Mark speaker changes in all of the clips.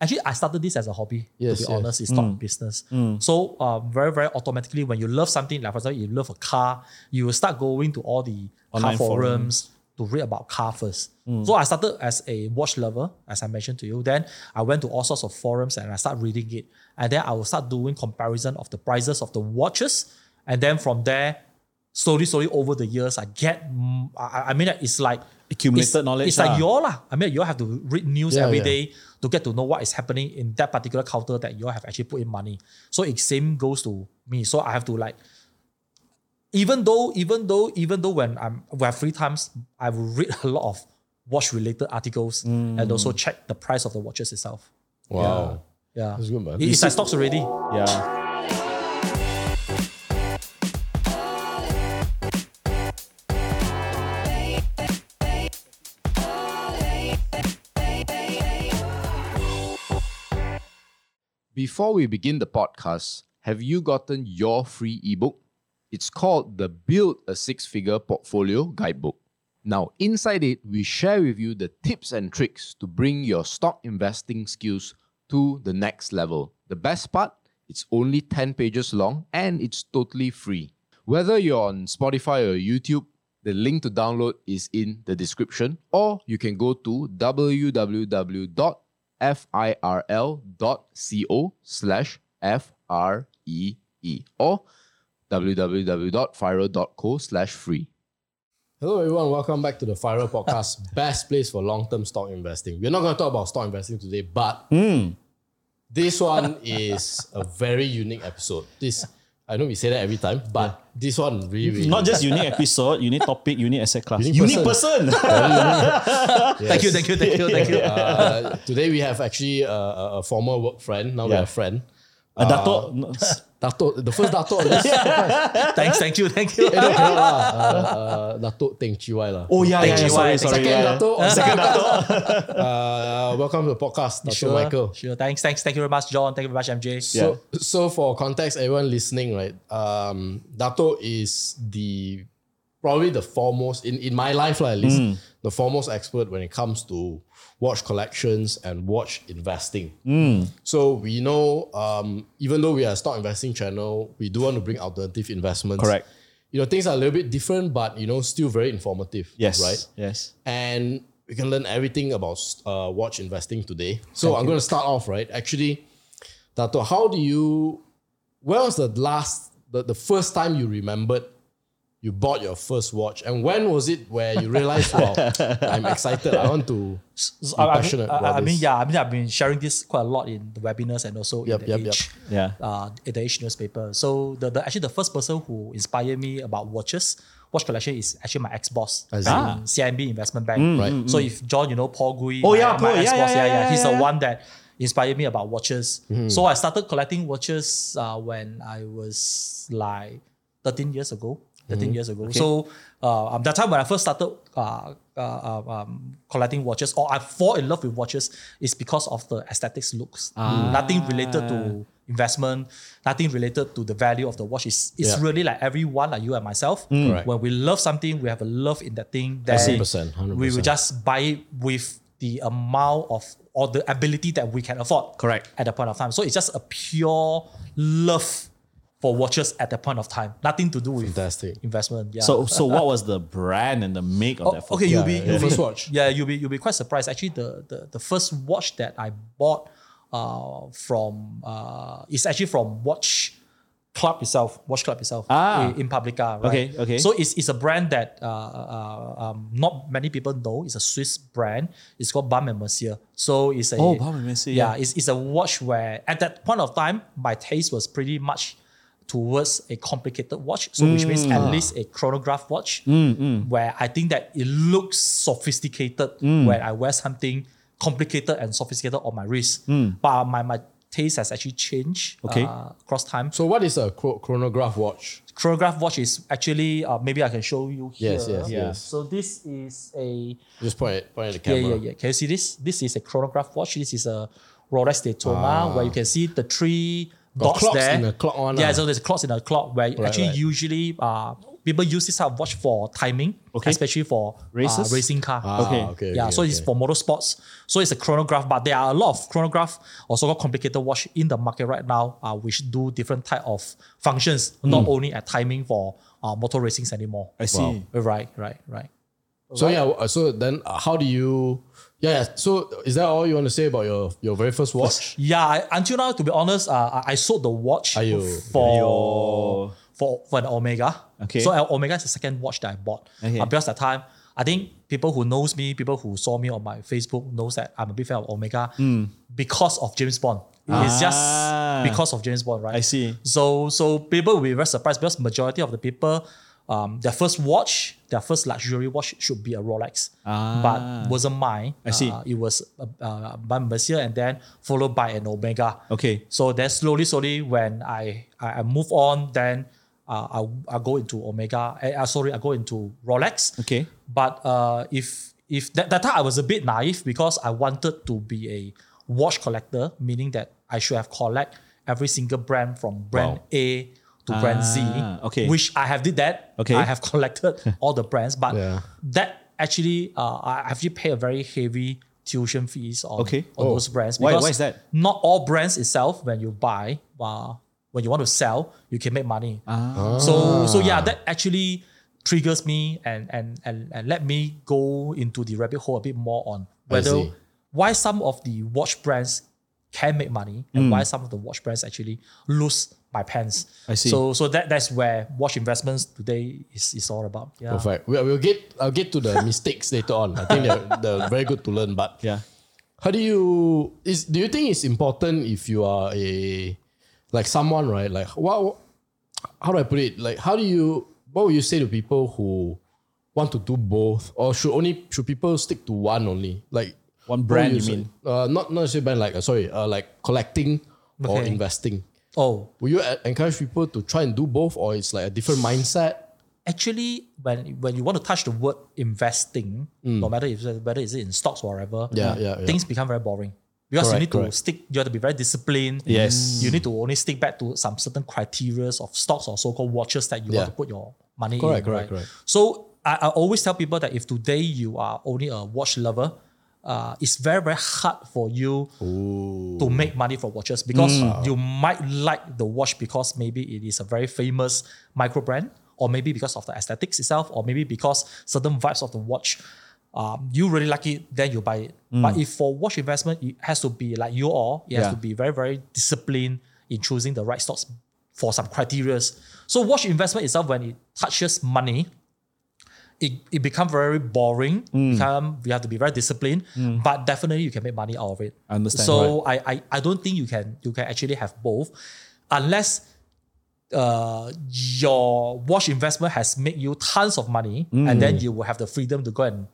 Speaker 1: Actually, I started this as a hobby.
Speaker 2: Yes,
Speaker 1: to
Speaker 2: yes.
Speaker 1: be honest, it's
Speaker 3: Mm.
Speaker 1: not business. So um, very, very automatically, when you love something, like for example, you love a car, you will start going to all the
Speaker 3: Online Mm.
Speaker 1: car forums to read about car first. So I started as a watch lover, as I mentioned to you. Then I went to all sorts of forums and I start reading it. And then I will start doing comparison of the prices of the watches. And then from there, slowly, slowly over the years, I get, mm, I, I- I mean, it's like
Speaker 3: Accumulated
Speaker 1: it's,
Speaker 3: knowledge
Speaker 1: It's like
Speaker 3: lah.
Speaker 1: your lah. I mean, you all have to read news
Speaker 2: Yeah,
Speaker 1: every
Speaker 2: yeah.
Speaker 1: day to get to know what is happening in that particular counter that you all have actually put in money. So it same goes to me. So I have to like, even though, even though, even though when I'm when I have free times, I will read a lot of watch related articles and also
Speaker 2: Mm.
Speaker 1: check the price of the watches itself.
Speaker 2: Wow.
Speaker 1: Yeah,
Speaker 2: That's good, man.
Speaker 1: It- It's like stocks already.
Speaker 3: Yeah.
Speaker 4: Before we begin the podcast, have you gotten your free ebook? It's called the Build a Six Figure Portfolio Guidebook. Now, inside it, we share with you the tips and tricks to bring your stock investing skills to the next level. The best part, it's only 10 pages long and it's totally free. Whether you're on Spotify or YouTube, the link to download is in the description, or you can go to www.firl.co slash F-R-E-E E or www.firl.co slash free.
Speaker 2: Hello, everyone. Welcome back to the Fire Podcast, best place for long term stock investing. We're not going to talk about stock investing today, but this one is a very unique episode. This, I know we say that every time, but this one really, really
Speaker 3: Not just unique episode, unique topic, unique asset class.
Speaker 2: Unique
Speaker 3: Unique person.
Speaker 1: Thank you, thank you, thank you, thank you.
Speaker 2: Uh, today we have actually uh, a, a former work friend. Now
Speaker 3: Yeah.
Speaker 2: we're a friend.
Speaker 3: Uh, Dato. no, s-
Speaker 2: Dato, the first Dato on this.
Speaker 1: Thanks, thank you, thank you.
Speaker 2: Eh, no, cannot lah. Uh, uh, Dato Teng Chee Wai lah.
Speaker 3: Oh yeah, yeah, yeah,
Speaker 1: Thank you,
Speaker 3: sorry,
Speaker 1: thank you.
Speaker 3: sorry.
Speaker 2: Second
Speaker 3: yeah.
Speaker 2: Dato. Second Dato. uh, welcome to the podcast, Dato
Speaker 1: Sure,
Speaker 2: Michael.
Speaker 1: sure. Thanks, thanks, thank you very much, John. Thank you very much, MJ.
Speaker 2: So, so for context, everyone listening, right? Um, Dato is the probably the foremost in, in my life, lah, at least
Speaker 3: Mm.
Speaker 2: the foremost expert when it comes to watch collections and watch investing.
Speaker 3: Mm.
Speaker 2: So we know, um, even though we are a stock investing channel, we do want to bring alternative investments.
Speaker 3: Correct.
Speaker 2: You know, things are a little bit different, but you know, still very informative.
Speaker 3: Yes.
Speaker 2: Right
Speaker 3: Yes.
Speaker 2: and we can learn everything about uh, watch investing today. So I'm going to start off right. Actually, Tato, how do you? When was the last, the, the first time you remembered you bought your first watch, and when was it where you realized, wow, I'm excited. I want to.
Speaker 1: So,
Speaker 2: be
Speaker 1: I, I mean,
Speaker 2: passionate
Speaker 1: I-
Speaker 2: about
Speaker 1: I mean,
Speaker 2: this.
Speaker 1: yeah, I mean, I've been sharing this quite a lot in the webinars and also
Speaker 2: Yup,
Speaker 1: in the
Speaker 2: yup,
Speaker 1: Age,
Speaker 3: Yeah.
Speaker 1: uh, in the Age newspaper. So the, the actually the first person who inspired me about watches, watch collection is actually my ex boss,
Speaker 2: I see.
Speaker 1: um, CIMB Investment Bank.
Speaker 2: Right. mm,
Speaker 1: So if John, you know Paul Gui,
Speaker 3: Oh,
Speaker 1: my,
Speaker 3: yeah, Paul.
Speaker 1: my
Speaker 3: Yeah,
Speaker 1: ex boss,
Speaker 3: yeah, yeah, yeah,
Speaker 1: he's the
Speaker 3: yeah.
Speaker 1: one that inspired me about watches.
Speaker 2: Mm-hmm.
Speaker 1: So I started collecting watches uh, when I was like 13 years ago. 13
Speaker 2: Mm-hmm.
Speaker 1: years ago. So uh, um, that time when I first started uh, uh, um, um, collecting watches, or I fall in love with watches, is because of the aesthetics looks.
Speaker 2: Ah.
Speaker 1: Nothing related to investment, nothing related to the value of the watch. It's, it's
Speaker 2: Yeah. Mm.
Speaker 1: really like everyone, like you and myself,
Speaker 2: Correct.
Speaker 1: when we love something, we have a love in that thing. Then
Speaker 2: 100%, 100%.
Speaker 1: we will just buy it with the amount of or the ability that we can afford.
Speaker 3: Correct.
Speaker 1: At that point of time. So it's just a pure love for watches at that point of time. Nothing to do with
Speaker 2: Fantastic.
Speaker 1: investment. Yeah.
Speaker 3: So so what was the brand and the make of
Speaker 1: Oh,
Speaker 3: that? phone?
Speaker 1: okay, you'll
Speaker 2: Yeah,
Speaker 1: be
Speaker 2: yeah,
Speaker 1: you'll
Speaker 2: yeah.
Speaker 1: be
Speaker 2: First watch.
Speaker 1: Yeah, you'll be you'll be quite surprised. Actually, the the, the first watch that I bought uh, from uh, is actually from Watch Club itself. Watch Club itself
Speaker 3: Ah.
Speaker 1: in, in Publica. Right?
Speaker 3: Okay, okay.
Speaker 1: So it's, it's a brand that uh, uh, um, not many people know. It's a Swiss brand. It's called Balm and Mercier. So it's a
Speaker 3: Oh, Balm and Mercier, yeah.
Speaker 1: Yeah, it's, it's a watch where at that point of time my taste was pretty much towards a complicated watch so which means
Speaker 2: Mm.
Speaker 1: at least a chronograph watch where i think that it looks sophisticated
Speaker 2: Mm.
Speaker 1: when i wear something complicated and sophisticated on my wrist
Speaker 2: Mm.
Speaker 1: but uh, my, my taste has actually changed
Speaker 3: Okay.
Speaker 1: uh, across time so
Speaker 2: So what is a chro- chronograph watch?
Speaker 1: chronograph watch is actually uh, maybe i can show you here
Speaker 2: Yes, yes,
Speaker 3: Yeah.
Speaker 2: yes.
Speaker 1: so this is a
Speaker 2: Just point it, point at the
Speaker 1: yeah,
Speaker 2: camera.
Speaker 1: yeah, yeah. Can you see this? This is a chronograph watch. This is a Rolex Daytona where you can see the three dots
Speaker 2: Got Ah. clocks
Speaker 1: there.
Speaker 2: in the clock one,
Speaker 1: yeah,
Speaker 2: ah.
Speaker 1: so there's clocks in a clock where actually
Speaker 2: right.
Speaker 1: usually uh, people use this type of watch for timing,
Speaker 3: Okay.
Speaker 1: especially for uh,
Speaker 3: Races?
Speaker 1: racing car.
Speaker 2: Ah,
Speaker 3: Okay.
Speaker 2: okay.
Speaker 1: yeah,
Speaker 2: okay,
Speaker 1: so it's
Speaker 2: okay.
Speaker 1: for motorsports. So it's a chronograph, but there are a lot of chronograph or so-called complicated watch in the market right now, uh, which do different type of functions,
Speaker 2: Hmm.
Speaker 1: not only at timing for uh, motor racings anymore.
Speaker 3: I see.
Speaker 1: Right, right, right.
Speaker 2: So yeah, uh, so then uh, how do you? Yeah, yeah. So is that all you want to say about your your very first watch?
Speaker 1: Yeah, I, until now, to be honest, uh, I, I sold the watch
Speaker 2: Aiyo.
Speaker 1: for, for for the Omega.
Speaker 3: Okay.
Speaker 1: So uh, Omega is the second watch that I bought.
Speaker 3: Okay.
Speaker 1: Uh, because that time, I think people who knows me, people who saw me on my Facebook knows that I'm a big fan of Omega because of James Bond. It's
Speaker 3: Hmm. Ah.
Speaker 1: just because of James Bond, right?
Speaker 3: I see.
Speaker 1: So so people will be very surprised because majority of the people, um, their first watch, their first luxury watch should be a Rolex, but wasn't mine. I
Speaker 3: Ah. see.
Speaker 1: it was uh, uh, by Mercier and then followed by an Omega.
Speaker 3: Okay.
Speaker 1: So then slowly, slowly, when I I, I move on, then uh, I I go into Omega. eh, uh, sorry, I go into Rolex.
Speaker 3: Okay.
Speaker 1: But uh, if if that, that time I was a bit naive because I wanted to be a watch collector, meaning that I should have collect every single brand from brand A to brand Z.
Speaker 3: Ah, okay.
Speaker 1: Which I have did that.
Speaker 3: Okay.
Speaker 1: I have collected all the brands, but
Speaker 2: Yeah.
Speaker 1: that actually uh, I I actually pay a very heavy tuition fees on,
Speaker 3: Okay.
Speaker 1: on
Speaker 2: Oh.
Speaker 1: those brands.
Speaker 3: Why-
Speaker 1: because
Speaker 3: why is that?
Speaker 1: Not all brands itself when you buy, uh, when you want to sell, you can make money. So so yeah, that actually triggers me and and and, and let me go into the rabbit hole a bit more on whether
Speaker 2: see.
Speaker 1: why some of the watch brands can make money and why some of the watch brands actually lose my pants.
Speaker 3: I see.
Speaker 1: So so that that's where watch investments today is, is all about. Yeah.
Speaker 2: Perfect. We, we'll get I'll get to the mistakes later on. I think they're, they're very good to learn. But
Speaker 3: Yeah.
Speaker 2: how do you is do you think it's important if you are a like someone right like what how do I put it like how do you what would you say to people who want to do both or should only should people stick to one only like
Speaker 3: One brand,
Speaker 2: what would say?
Speaker 3: you mean?
Speaker 2: uh not not say brand like uh, sorry uh, like collecting or
Speaker 1: Okay.
Speaker 2: investing
Speaker 1: Oh,
Speaker 2: will you uh, encourage people to try and do both or it's like a different mindset
Speaker 1: actually when when you want to touch the word investing, no matter if whether it's in stocks or whatever,
Speaker 2: Mm. Yeah, yeah, yeah.
Speaker 1: things become very boring. Because you
Speaker 2: Correct,
Speaker 1: need
Speaker 2: correct.
Speaker 1: to stick, you have to be very disciplined.
Speaker 3: Yes.
Speaker 1: You need to only stick back to some certain criteria of stocks or so-called watches that you
Speaker 2: Yeah.
Speaker 1: want to put your money
Speaker 2: Correct,
Speaker 1: in.
Speaker 2: correct,
Speaker 1: right?
Speaker 2: correct.
Speaker 1: So I, I always tell people that if today you are only a watch lover, uh, it's very, very hard for you to make money from watches because you might like the watch because maybe it is a very famous micro brand, or maybe because of the aesthetics itself, or maybe because certain vibes of the watch. Um, you really like it, then you buy it. But if for watch investment, it has to be like you all, it has
Speaker 3: Yeah.
Speaker 1: to be very, very disciplined in choosing the right stocks for some criterias. So watch investment itself, when it touches money, it, it become very boring. Become you have to be very disciplined, but definitely you can make money out of it.
Speaker 3: Understand.
Speaker 1: So I, I I don't think you can you can actually have both, unless uh your watch investment has made you tons of money, and then you will have the freedom to go and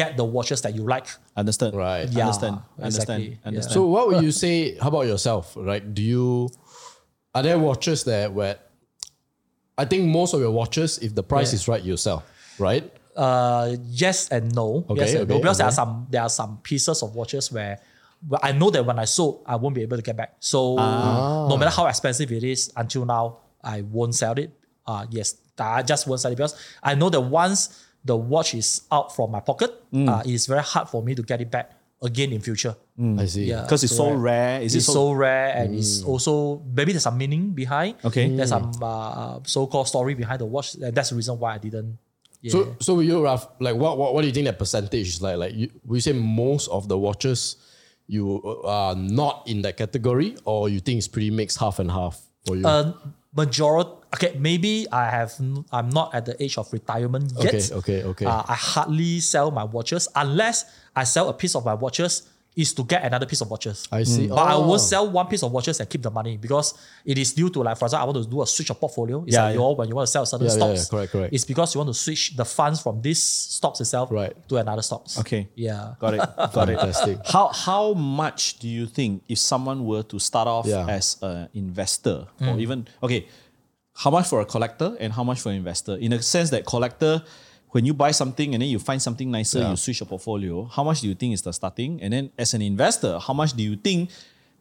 Speaker 1: get the watches that you like.
Speaker 3: Understand.
Speaker 2: right
Speaker 1: Yeah,
Speaker 3: Understand. Understand.
Speaker 1: exactly. Yeah.
Speaker 3: Understand.
Speaker 2: So what would you say? How about yourself? Right? Do you are there watches there where I think most of your watches, if the price
Speaker 1: Yeah.
Speaker 2: is right, you sell. Right?
Speaker 1: Uh, yes and no.
Speaker 2: Okay,
Speaker 1: yes and no.
Speaker 2: okay,
Speaker 1: Because there are
Speaker 2: okay.
Speaker 1: some there are some pieces of watches where, where I know that when I sold, I won't be able to get back. So
Speaker 2: Ah.
Speaker 1: no matter how expensive it is, until now I won't sell it. Uh yes, I just won't sell it because I know that once the watch is out from my pocket,
Speaker 2: Mm.
Speaker 1: uh, it's very hard for me to get it back again in future.
Speaker 2: I
Speaker 1: Mm.
Speaker 2: see.
Speaker 1: Yeah,
Speaker 3: Because it's so rare. Is it
Speaker 1: it's so,
Speaker 3: so?
Speaker 1: rare and it's
Speaker 2: Mm.
Speaker 1: also maybe there's some meaning behind.
Speaker 3: Okay.
Speaker 1: There's some uh, so-called story behind the watch, and that's the reason why I didn't. Yeah.
Speaker 2: So so will you rough like what, what what do you think that percentage is like? Like you will you say most of the watches you uh, are not in that category, or you think it's pretty mixed half and half for you?
Speaker 1: uh, majority. Okay, maybe I have. n- I'm not at the age of retirement yet.
Speaker 2: okay, okay, okay.
Speaker 1: Uh, I hardly sell my watches unless I sell a piece of my watches is to get another piece of watches.
Speaker 2: I see.
Speaker 1: But mm, I
Speaker 2: Oh.
Speaker 1: will sell one piece of watches and keep the money because it is due to like, for example, I want to do a switch of portfolio. It's
Speaker 3: Yeah,
Speaker 1: like
Speaker 3: yeah.
Speaker 1: you all when you want to sell certain
Speaker 2: Yeah, yeah, yeah.
Speaker 1: stocks.
Speaker 2: Correct, correct.
Speaker 1: It's because you want to switch the funds from this stocks itself
Speaker 2: Right.
Speaker 1: to another stocks.
Speaker 3: Okay.
Speaker 1: Yeah.
Speaker 3: Got it. Got it.
Speaker 2: Fantastic.
Speaker 3: How how much do you think if someone were to start off
Speaker 2: Yeah.
Speaker 3: as an investor or even okay, how much for a collector and how much for an investor? In a sense that collector, when you buy something and then you find something nicer, you switch your portfolio. How much do you think is the starting? And then as an investor, how much do you think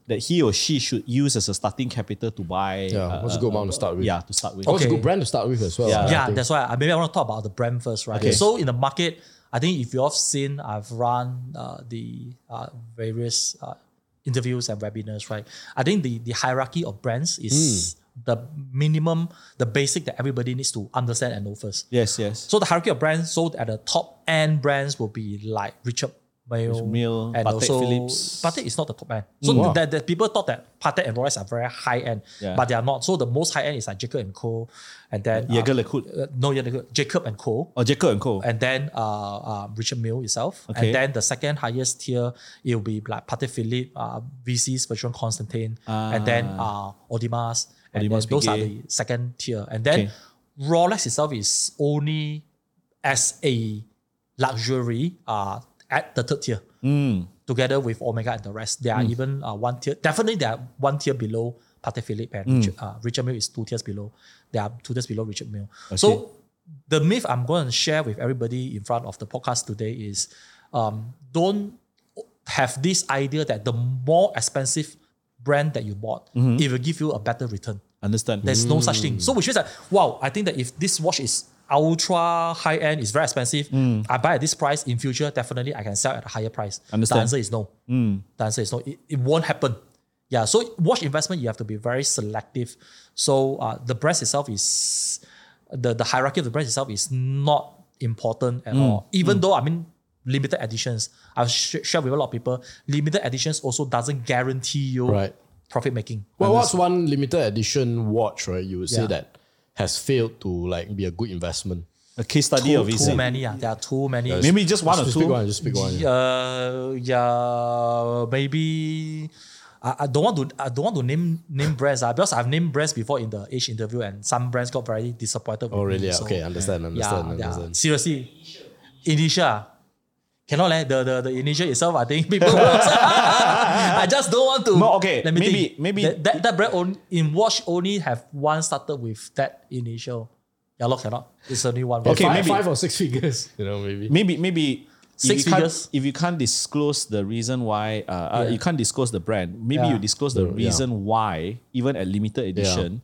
Speaker 3: that he or she should use as a starting capital to buy.
Speaker 2: Yeah,
Speaker 3: uh,
Speaker 2: what's Oh. a good amount to start with?
Speaker 3: Yeah, to start with.
Speaker 2: What's a
Speaker 1: Okay.
Speaker 2: good brand to start with as well?
Speaker 3: Yeah.
Speaker 2: I
Speaker 1: yeah,
Speaker 2: think.
Speaker 1: that's why I maybe I want to talk about the brand first, right?
Speaker 3: Okay.
Speaker 1: So in the market, I think if you've seen, I've run uh, the uh, various uh, interviews and webinars, right? I think the the hierarchy of brands is
Speaker 3: Hmm.
Speaker 1: the minimum, the basic that everybody needs to understand and know first.
Speaker 3: Yes, yes.
Speaker 1: So the hierarchy of brands, so at the top end brands will be like Richard Mille,
Speaker 3: Mille,
Speaker 1: and
Speaker 3: Patek
Speaker 1: also
Speaker 3: Philippe.
Speaker 1: Patek is not the top end. So
Speaker 2: wow.
Speaker 1: that, that people thought that Patek and Rolex are very high end,
Speaker 3: Yeah.
Speaker 1: but they are not. So the most high end is like Jacob and Co. And then uh,
Speaker 3: Jaeger LeCoultre
Speaker 1: uh, no, yeah, the- Jacob and Co.
Speaker 3: or Jacob and Co.
Speaker 1: And then uh, uh, Richard Mill itself.
Speaker 3: Okay.
Speaker 1: And then the second highest tier, it'll be like Patek Philippe, uh, VCs, Virgin Constantine, and then uh, Audemars. And
Speaker 3: Audemars
Speaker 1: then those are the
Speaker 3: Piguet.
Speaker 1: second tier. And then
Speaker 3: Okay.
Speaker 1: Rolex itself is only as a luxury uh, at the third tier. Together with Omega and the rest, they are even uh, one tier. Definitely, they are one tier below Patek Philippe and Richard, uh, Richard Mill is two tiers below. They are two tiers below Richard Mill. So the myth I'm going to share with everybody in front of the podcast today is um, don't have this idea that the more expensive brand that you bought, it will give you a better return.
Speaker 3: Understand.
Speaker 1: There's no such thing. So
Speaker 2: Mm.
Speaker 1: which means that wow, I think that if this watch is ultra high end, it's very expensive.
Speaker 2: Mm.
Speaker 1: I buy at this price in future, definitely I can sell at a higher price.
Speaker 3: Understand.
Speaker 1: The answer is no.
Speaker 2: Mm.
Speaker 1: The answer is no. It, it won't happen. Yeah. So watch investment, you have to be very selective. So uh, the brand itself is the, the hierarchy of the brand itself is not important
Speaker 2: Mm.
Speaker 1: at all. Even though I mean limited editions, I've sh- shared with a lot of people, limited editions also doesn't guarantee you
Speaker 2: Right.
Speaker 1: profit making.
Speaker 2: Well, what's one limited edition watch, right? You would say
Speaker 1: Yeah.
Speaker 2: that has failed to like be a good investment.
Speaker 3: a
Speaker 2: E
Speaker 3: case study
Speaker 1: Too,
Speaker 3: of
Speaker 1: too
Speaker 3: easy.
Speaker 1: many. ah. There are too many.
Speaker 3: Maybe just one or
Speaker 2: Just pick
Speaker 3: two.
Speaker 2: one. Just pick one.
Speaker 1: Uh, yeah, maybe. I, I don't want to. I don't want to name name brands. Uh, because I've named brands before in the age interview, and some brands got very disappointed. With
Speaker 2: Oh, really?
Speaker 1: Me,
Speaker 2: Yeah,
Speaker 1: so,
Speaker 2: okay, understand, understand,
Speaker 1: yeah,
Speaker 2: understand.
Speaker 1: Yeah. Seriously, Indonesia. Cannot like the, the the Indonesia itself. I think people. will- I just don't want to.
Speaker 3: No, okay,
Speaker 1: Let me
Speaker 3: maybe-
Speaker 1: think.
Speaker 3: maybe-
Speaker 1: that that, that brand on, in watch only have one started with that initial. Yeah, look, cannot. It's only one.
Speaker 2: Okay,
Speaker 3: Okay,
Speaker 2: five,
Speaker 3: maybe-
Speaker 2: five or six figures. You know, maybe.
Speaker 3: Maybe maybe
Speaker 1: Six
Speaker 3: if you, can't,
Speaker 1: figures.
Speaker 3: if you can't disclose the reason why, uh, uh,
Speaker 1: Yeah.
Speaker 3: you can't disclose the brand. Maybe
Speaker 1: Yeah.
Speaker 3: you disclose the
Speaker 2: The- yeah.
Speaker 3: reason why, even at limited edition.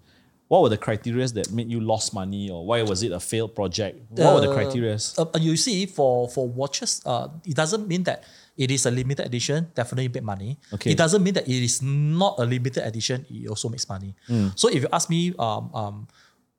Speaker 3: What were the criteria that made you lost money, or why was it a failed project? What were the
Speaker 1: Uh,
Speaker 3: criteria?
Speaker 1: Uh, uh, you see, for for watches, uh, it doesn't mean that it is a limited edition. Definitely make money.
Speaker 3: Okay.
Speaker 1: It doesn't mean that it is not a limited edition. It also makes money.
Speaker 3: Hmm.
Speaker 1: So if you ask me, um, um,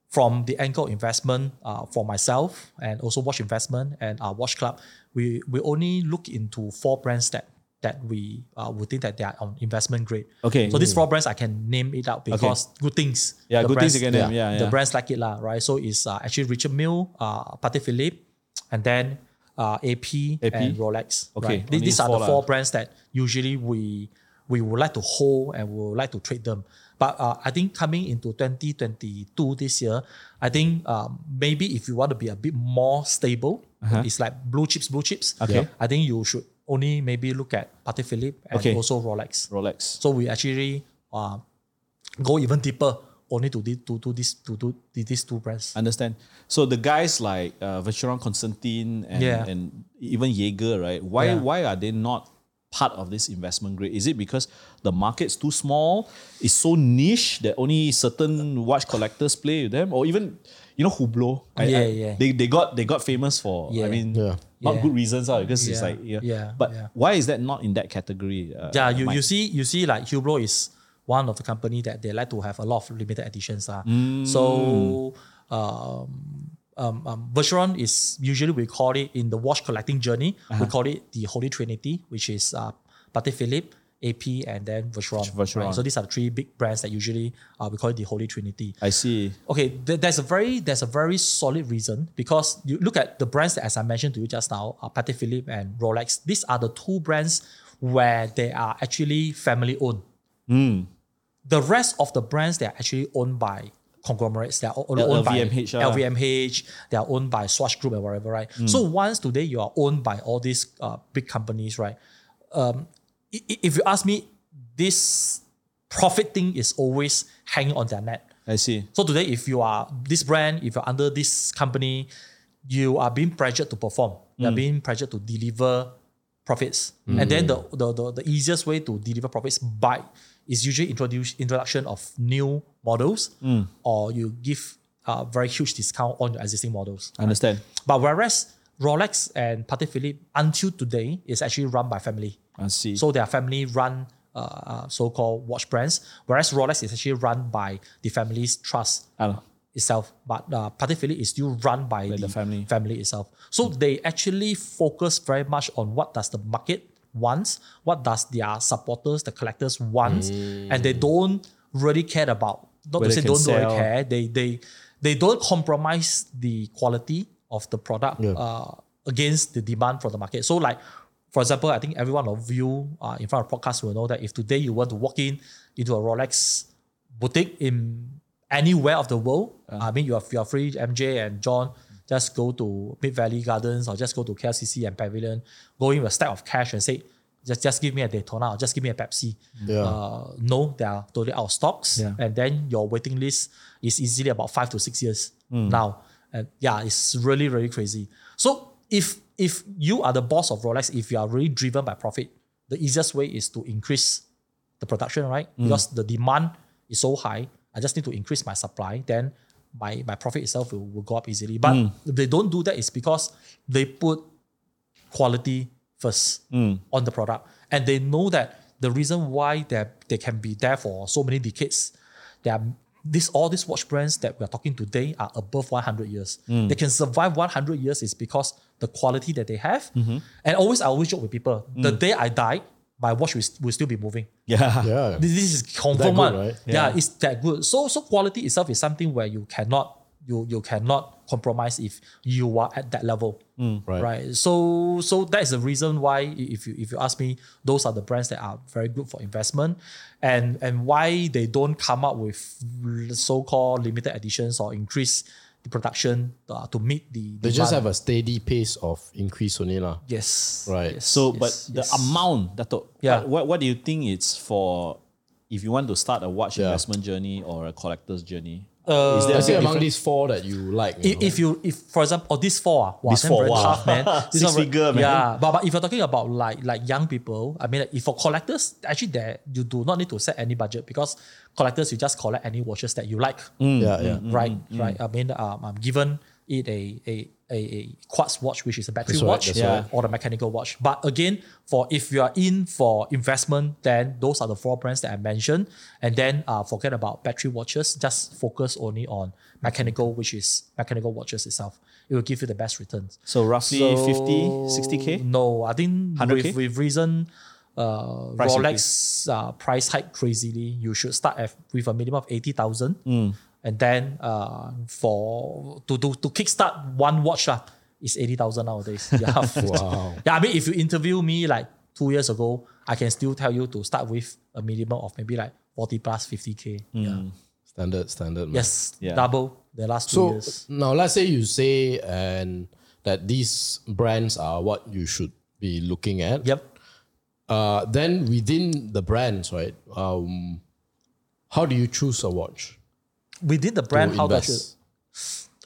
Speaker 1: from the angle of investment uh, for myself and also watch investment and our watch club, we we only look into four brands that that we uh, would think that they are on investment grade.
Speaker 3: Okay. Hmm.
Speaker 1: So these four brands I can name it out because good things.
Speaker 3: Yeah,
Speaker 1: the
Speaker 3: good
Speaker 1: brands-
Speaker 3: things you can name. Yeah,
Speaker 1: the
Speaker 3: yeah.
Speaker 1: brands like it lah, right? So it's uh, actually Richard Mille, uh, Patek Philippe, and then uh, AP,
Speaker 3: AP?
Speaker 1: and Rolex. right?
Speaker 3: Okay, only
Speaker 1: These, these are
Speaker 3: four
Speaker 1: the four
Speaker 3: lah.
Speaker 1: brands that usually we we would like to hold and we would like to trade them. But uh, I think coming into 2022 this year, I think um, maybe if you want to be a bit more stable, it's like blue chips, blue chips.
Speaker 3: Uh-huh. Okay.
Speaker 1: I think you should only maybe look at Patek Philippe and
Speaker 3: Okay.
Speaker 1: also Rolex.
Speaker 3: Rolex.
Speaker 1: So we actually uh, go even deeper only to the, to to this to do the- these two brands.
Speaker 3: Understand. So the guys like uh, Vacheron Constantine and,
Speaker 1: Yeah.
Speaker 3: and even Jaeger, right? Why
Speaker 1: Yeah.
Speaker 3: why are they not part of this investment grade? Is it because the market's too small? It's so niche that only certain watch collectors play with them, or even you know Hublot. I- I-
Speaker 1: Yeah, yeah.
Speaker 3: They, they got they got famous for.
Speaker 1: Yeah.
Speaker 3: I mean,
Speaker 2: Yeah.
Speaker 3: not
Speaker 1: Yeah.
Speaker 3: good reasons, uh, because it's
Speaker 1: Yeah,
Speaker 3: like yeah.
Speaker 1: yeah,
Speaker 3: But
Speaker 1: yeah.
Speaker 3: why is that not in that category? Uh,
Speaker 1: yeah, you,
Speaker 3: Mike?
Speaker 1: you see you see like Hublot is one of the company that they like to have a lot of limited editions. Uh. So um, um, um, Vacheron is usually we call it in the watch collecting journey, we call it the Holy Trinity, which is uh, Patek Philippe, AP, and then Vacheron.
Speaker 3: Vacheron.
Speaker 1: So these are the three big brands that usually uh, we call it the Holy Trinity.
Speaker 3: I see.
Speaker 1: okay, th- there's a very there's a very solid reason because you look at the brands that as I mentioned to you just now, uh, Patek Philippe and Rolex. These are the two brands where they are actually family owned.
Speaker 3: Hmm.
Speaker 1: The rest of the brands they are actually owned by conglomerates. They are o-
Speaker 3: L-
Speaker 1: owned
Speaker 3: LVMH,
Speaker 1: by
Speaker 3: ah.
Speaker 1: LVMH. They are owned by Swatch Group and whatever, right?
Speaker 3: Hmm.
Speaker 1: So once today you are owned by all these uh, big companies, right? um, i- i- if you ask me, this profit thing is always hanging on their net.
Speaker 3: I see.
Speaker 1: So today, if you are this brand, if you're under this company, you are being pressured to perform. You're being pressured to deliver profits. And then the, the, the, the easiest way to deliver profits by is usually introduce introduction of new models or you give a very huge discount on your existing models.
Speaker 3: I understand.
Speaker 1: But whereas Rolex and Patek Philippe until today is actually run by family.
Speaker 3: I see.
Speaker 1: So they are family run uh, uh, so-called watch brands, whereas Rolex is actually run by the family's trust
Speaker 3: Ah.
Speaker 1: itself. But uh, Patek Philippe is still run by the,
Speaker 3: the family. Hmm.
Speaker 1: itself. So they actually focus very much on what does the market wants, what does their supporters, the collectors want,
Speaker 3: Hmm.
Speaker 1: and they don't really care about. Not to
Speaker 3: Whether
Speaker 1: say
Speaker 3: it can
Speaker 1: don't really
Speaker 3: sell.
Speaker 1: care. They they they don't compromise the quality of the product uh, against the demand from the market. So like. For example, I think every one of you uh, in front of podcast will know that if today you want to walk in into a Rolex boutique in anywhere of the world. I mean, you are, you are free, MJ and John, just go to Mid Valley Gardens or just go to KLCC and Pavilion, go in with a stack of cash and say, just, just give me a Daytona or just give me a Pepsi.
Speaker 2: Yeah.
Speaker 1: Uh, no, they are totally out of stocks.
Speaker 3: Yeah.
Speaker 1: And then your waiting list is easily about five to six years now. And yeah, it's really, really crazy. So if if you are the boss of Rolex, if you are really driven by profit, the easiest way is to increase the production, right? Because the demand is so high, I just need to increase my supply, then my, my profit itself will, will go up easily. But if they don't do that, it's because they put quality first on the product. And they know that the reason why they they can be there for so many decades, they are this all these watch brands that we are talking today are above 100 years. They can survive 100 years is because the quality that they have. And always I always joke with people: the day I die, my watch will, st- will still be moving.
Speaker 3: Yeah.
Speaker 2: Yeah.
Speaker 1: This, this is confirmed.
Speaker 2: good,
Speaker 1: one.
Speaker 2: right?
Speaker 1: Yeah. it's that good. So so quality itself is something where you cannot you you cannot compromise if you are at that level.
Speaker 3: Mm.
Speaker 2: Right.
Speaker 1: Right. So so that is the reason why i- if you if you ask me, those are the brands that are very good for investment and and why they don't come up with so-called limited editions or increase the production uh, to meet the
Speaker 2: They just have a steady pace of increase only lah.
Speaker 1: yes.
Speaker 2: Right.
Speaker 1: yes,
Speaker 3: So, but
Speaker 1: yes,
Speaker 3: the
Speaker 1: yes.
Speaker 3: amount, Dato,
Speaker 1: Yeah.
Speaker 3: what, what, what do you think it's for if you want to start a watch
Speaker 2: Yeah.
Speaker 3: investment journey or a collector's journey?
Speaker 1: Uh,
Speaker 3: Is there
Speaker 2: Let's say
Speaker 3: a
Speaker 2: among
Speaker 3: different-
Speaker 2: these four that you like. you
Speaker 1: if,
Speaker 2: know.
Speaker 1: if you if for example or these four ah, wow,
Speaker 3: These
Speaker 1: them
Speaker 3: four,
Speaker 1: very
Speaker 3: wow.
Speaker 1: tough man These
Speaker 3: Six
Speaker 1: are very-
Speaker 3: figure, man.
Speaker 1: yeah but, but if you're talking about like like young people I mean like, if for collectors actually there you do not need to set any budget because collectors you just collect any watches that you like
Speaker 3: Mm.
Speaker 2: yeah, yeah.
Speaker 1: right
Speaker 2: Mm-hmm.
Speaker 1: right I mean um, I'm given it a a a, a quartz watch, which is a battery
Speaker 2: That's right,
Speaker 1: watch,
Speaker 2: that's
Speaker 3: Yeah. right.
Speaker 1: or the mechanical watch. But again, for if you are in for investment, then those are the four brands that I mentioned. And then uh, forget about battery watches. Just focus only on mechanical, which is mechanical watches itself. It will give you the best returns.
Speaker 3: So roughly
Speaker 1: So,
Speaker 3: 50, 60K?
Speaker 1: No, I think
Speaker 3: 100K?
Speaker 1: with, with reason uh,
Speaker 3: Price
Speaker 1: Rolex uh, price hike crazily, you should start at, with a minimum of 80,000.
Speaker 3: Mm.
Speaker 1: And then uh, for to, to, to kickstart one watch uh, is 80,000 nowadays. Yeah. wow. Yeah, I mean, if you interview me like two years ago, I can still tell you to start with a minimum of maybe like 40 plus 50K. Yeah.
Speaker 2: Standard, standard. man.
Speaker 1: Yes,
Speaker 3: Mm. Yeah.
Speaker 1: double the last two
Speaker 2: So
Speaker 1: years.
Speaker 2: now let's say you say and that these brands are what you should be looking at.
Speaker 1: Yep.
Speaker 2: Uh, then within the brands, right? Um, how do you choose a watch?
Speaker 1: Within the brand,
Speaker 2: to
Speaker 1: how does it?
Speaker 2: invest?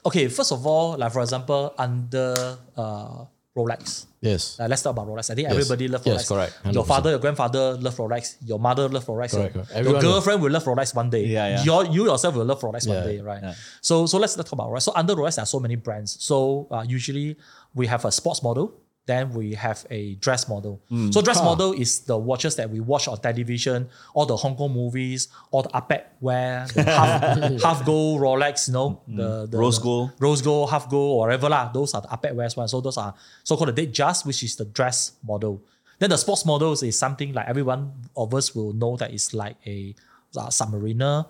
Speaker 1: okay, first of all, like for example, under uh, Rolex.
Speaker 2: Yes.
Speaker 1: Like, let's talk about Rolex. I think
Speaker 2: Yes.
Speaker 1: everybody loves Rolex.
Speaker 2: Yes, correct.
Speaker 1: Your
Speaker 2: 100%.
Speaker 1: father, your grandfather love Rolex. Your mother love Rolex.
Speaker 2: Correct, correct.
Speaker 1: Your
Speaker 2: Everyone
Speaker 1: girlfriend will love Rolex one day.
Speaker 3: Yeah, yeah.
Speaker 1: Your, you yourself will love Rolex one
Speaker 2: Yeah.
Speaker 1: day, right? So so let's let's talk about Rolex. So under Rolex, there are so many brands. So uh, usually we have a sports model. Then we have a dress model.
Speaker 2: Mm.
Speaker 1: So dress model is the watches that we watch on television, all the Hong Kong movies, all the APEC wear, the half, half gold Rolex, you know,
Speaker 2: Mm.
Speaker 1: the, the
Speaker 3: Rose
Speaker 1: the-
Speaker 3: gold.
Speaker 1: rose gold, half gold, or whatever lah. Those are the APEC wears one. So those are so-called the date just, which is the dress model. Then the sports models is something like everyone of us will know that it's like a uh, submariner,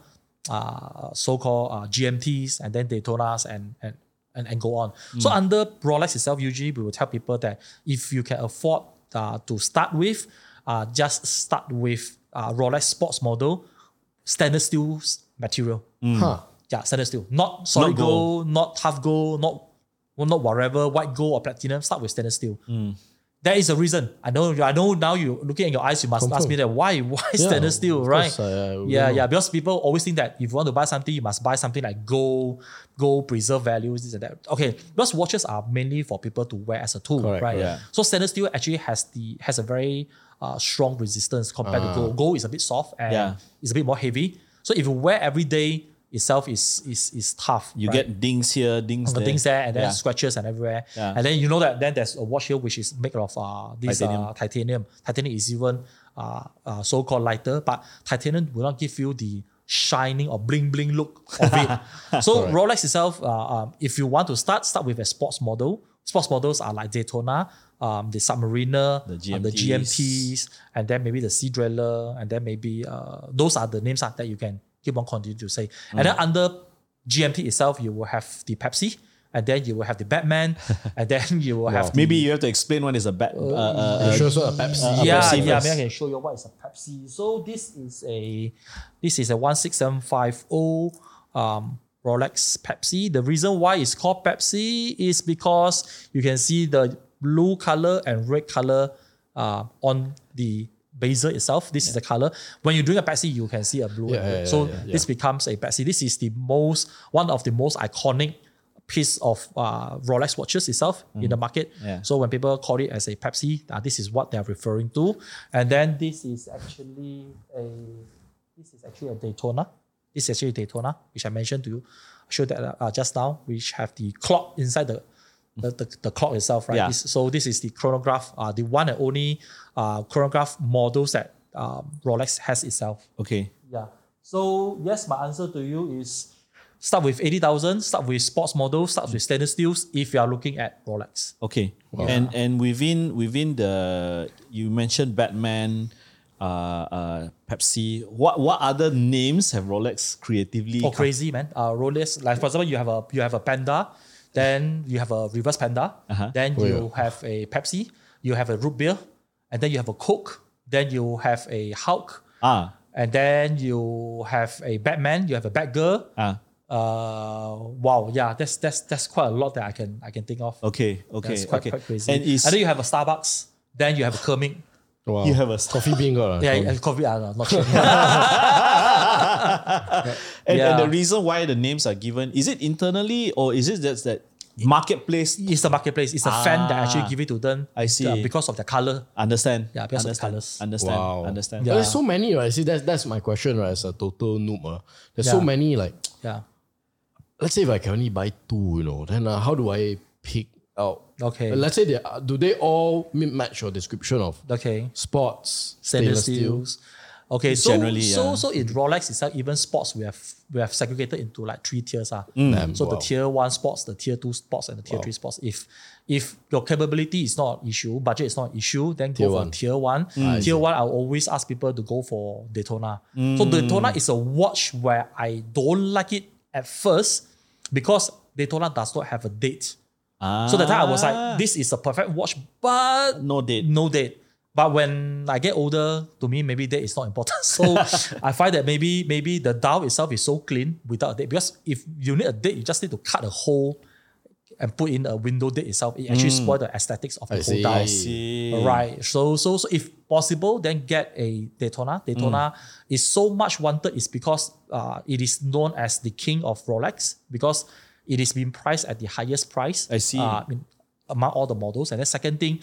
Speaker 1: uh, so-called uh, GMTs, and then Daytonas and and and, and go on.
Speaker 3: Hmm.
Speaker 1: So under Rolex itself, usually we will tell people that if you can afford uh, to start with, uh, just start with uh, Rolex sports model, stainless steel material.
Speaker 2: Huh.
Speaker 1: Yeah, stainless steel. Not solid
Speaker 3: Hmm. Not Hmm.
Speaker 1: gold, not tough gold, not well, not whatever, white gold or platinum. Start with stainless steel. There is a reason. I know. you- I know. Now you looking at your eyes, you must ask
Speaker 2: Confirm.
Speaker 1: me that why? Why
Speaker 2: Yeah,
Speaker 1: stainless steel,
Speaker 2: of
Speaker 1: right?
Speaker 2: course, I- I would
Speaker 1: yeah,
Speaker 2: know.
Speaker 1: yeah. Because people always think that if you want to buy something, you must buy something like gold, gold preserve values, this and that. Okay, because watches are mainly for people to wear as a tool,
Speaker 2: Correct,
Speaker 1: right?
Speaker 2: correct.
Speaker 1: So stainless steel actually has the has a very uh, strong resistance compared to gold. Gold is a bit soft and
Speaker 3: Ah. Yeah.
Speaker 1: it's a bit more heavy. So if you wear every day itself is is is tough.
Speaker 3: You
Speaker 1: right?
Speaker 3: get dings here, dings
Speaker 1: the
Speaker 3: there.
Speaker 1: things there and then
Speaker 3: Yeah.
Speaker 1: scratches and everywhere.
Speaker 3: Yeah.
Speaker 1: And then you know that then there's a watch here which is made of uh, this titanium.
Speaker 3: Titanium.
Speaker 1: Uh, titanium. Titanium is even uh, uh, so-called lighter, but titanium will not give you the shining or bling bling look of it. so Rolex itself, uh, um, if you want to start, start with a sports model. Sports models are like Daytona, um, the Submariner,
Speaker 3: The
Speaker 1: um, the
Speaker 3: GMTs.
Speaker 1: GMTs, and then maybe the Sea Dweller, and then maybe uh, those are the names uh, that you can keep on continuing to say. And then under GMT itself, you will have the Pepsi, and then you will have the Batman, and then you will have the,
Speaker 3: Maybe you have to explain when is a bad. Uh, uh,
Speaker 2: It shows what a Pepsi.
Speaker 1: yeah,
Speaker 3: Pepsi
Speaker 1: yeah.
Speaker 3: first.
Speaker 1: Maybe I can show you what is a Pepsi. So this is a this is a one six seven five zero um, Rolex Pepsi. The reason why it's called Pepsi is because you can see the blue color and red color uh, on the bezel itself. This is the color. When you drink a Pepsi, you can see a blue. and
Speaker 2: Yeah,
Speaker 1: red.
Speaker 2: yeah,
Speaker 1: so
Speaker 2: yeah, yeah,
Speaker 1: this becomes a Pepsi. This is the most one of the most iconic piece of uh, Rolex watches itself in the market.
Speaker 3: Mm. Yeah.
Speaker 1: So when people call it as a Pepsi, uh, this is what they're referring to. And then this is actually a this is actually a Daytona. This is actually a Daytona, which I mentioned to you, I showed that uh, uh, just now, which have the clock inside the the, the, the clock itself, right?
Speaker 3: Yeah.
Speaker 1: This- so this is the chronograph, uh, the one and only uh, chronograph models that um, Rolex has itself.
Speaker 3: okay.
Speaker 1: Yeah. So yes, my answer to you is start with 80,000, start with sports models, start with stainless steels if you are looking at Rolex.
Speaker 3: Okay. And and within within the you mentioned Batman, uh, uh, Pepsi. What what other names have Rolex creatively?
Speaker 1: Oh, crazy man! Uh, Rolex, like for example, you have a you have a panda, then you have a reverse panda,
Speaker 3: Uh-huh.
Speaker 1: then you have a Pepsi, you have a root beer, and then you have a Coke, then you have a Hulk,
Speaker 3: Ah
Speaker 1: and then you have a Batman, you have a Batgirl.
Speaker 3: ah.
Speaker 1: Uh, wow, yeah, that's that's that's quite a lot that I can I can think of.
Speaker 3: Okay. Okay.
Speaker 1: That's quite,
Speaker 3: okay.
Speaker 1: quite crazy.
Speaker 3: And is
Speaker 1: then you have a Starbucks, then you have a Kermit.
Speaker 2: Wow.
Speaker 3: you have a stuff.
Speaker 2: coffee bean got
Speaker 1: Yeah,
Speaker 2: yeah,
Speaker 1: and coffee, uh, no, not sure.
Speaker 3: And, and
Speaker 1: Yeah.
Speaker 3: the reason why the names are given is it internally or is it just that marketplace?
Speaker 1: it's the marketplace. It's a fan that actually
Speaker 3: Ah,
Speaker 1: give it to them.
Speaker 3: I see.
Speaker 1: uh, because of the color.
Speaker 3: Understand?
Speaker 1: Yeah, because of the
Speaker 3: understand,
Speaker 1: colours.
Speaker 3: Understand?
Speaker 2: Wow.
Speaker 3: Understand?
Speaker 2: But There's so many, right? See, that's that's my question, right? As a total noob, ah. there's so
Speaker 1: Yeah.
Speaker 2: many. Like,
Speaker 1: Yeah.
Speaker 2: let's say if I can only buy two, you know, then uh, how do I pick out?
Speaker 1: Okay.
Speaker 2: Uh, Let's say they are- do they all mi- match your description of
Speaker 1: Okay.
Speaker 2: sports,
Speaker 1: Stainless
Speaker 2: stainless steel?
Speaker 1: steels. Okay, so
Speaker 3: Generally,
Speaker 1: so
Speaker 3: yeah.
Speaker 1: so in Rolex itself, even sports we have we have segregated into like three tiers. Ah.
Speaker 2: Damn,
Speaker 1: So the
Speaker 2: wow.
Speaker 1: tier one sports, the tier two sports, and the tier three sports. If if your capability is not an issue, budget is not an issue, then go for
Speaker 2: one.
Speaker 1: tier one. Tier one, I always ask people to go for Daytona. So Daytona is a watch where I don't like it at first because Daytona does not have a date.
Speaker 3: Ah,
Speaker 1: So that time I was like, this is a perfect watch, but
Speaker 3: no date.
Speaker 1: no date. But when I get older, to me maybe date is not important. So I find that maybe maybe the dial itself is so clean without a date because if you need a date, you just need to cut a hole and put in a window date itself. It actually spoils the aesthetics of the
Speaker 2: I
Speaker 1: whole
Speaker 2: see.
Speaker 1: dial.
Speaker 2: I
Speaker 3: see.
Speaker 1: Right. So so so if possible, then get a Daytona. Daytona is so much wanted is because uh, it is known as the king of Rolex because it is being priced at the highest price.
Speaker 3: I see.
Speaker 1: Uh, in- among all the models. And then second thing,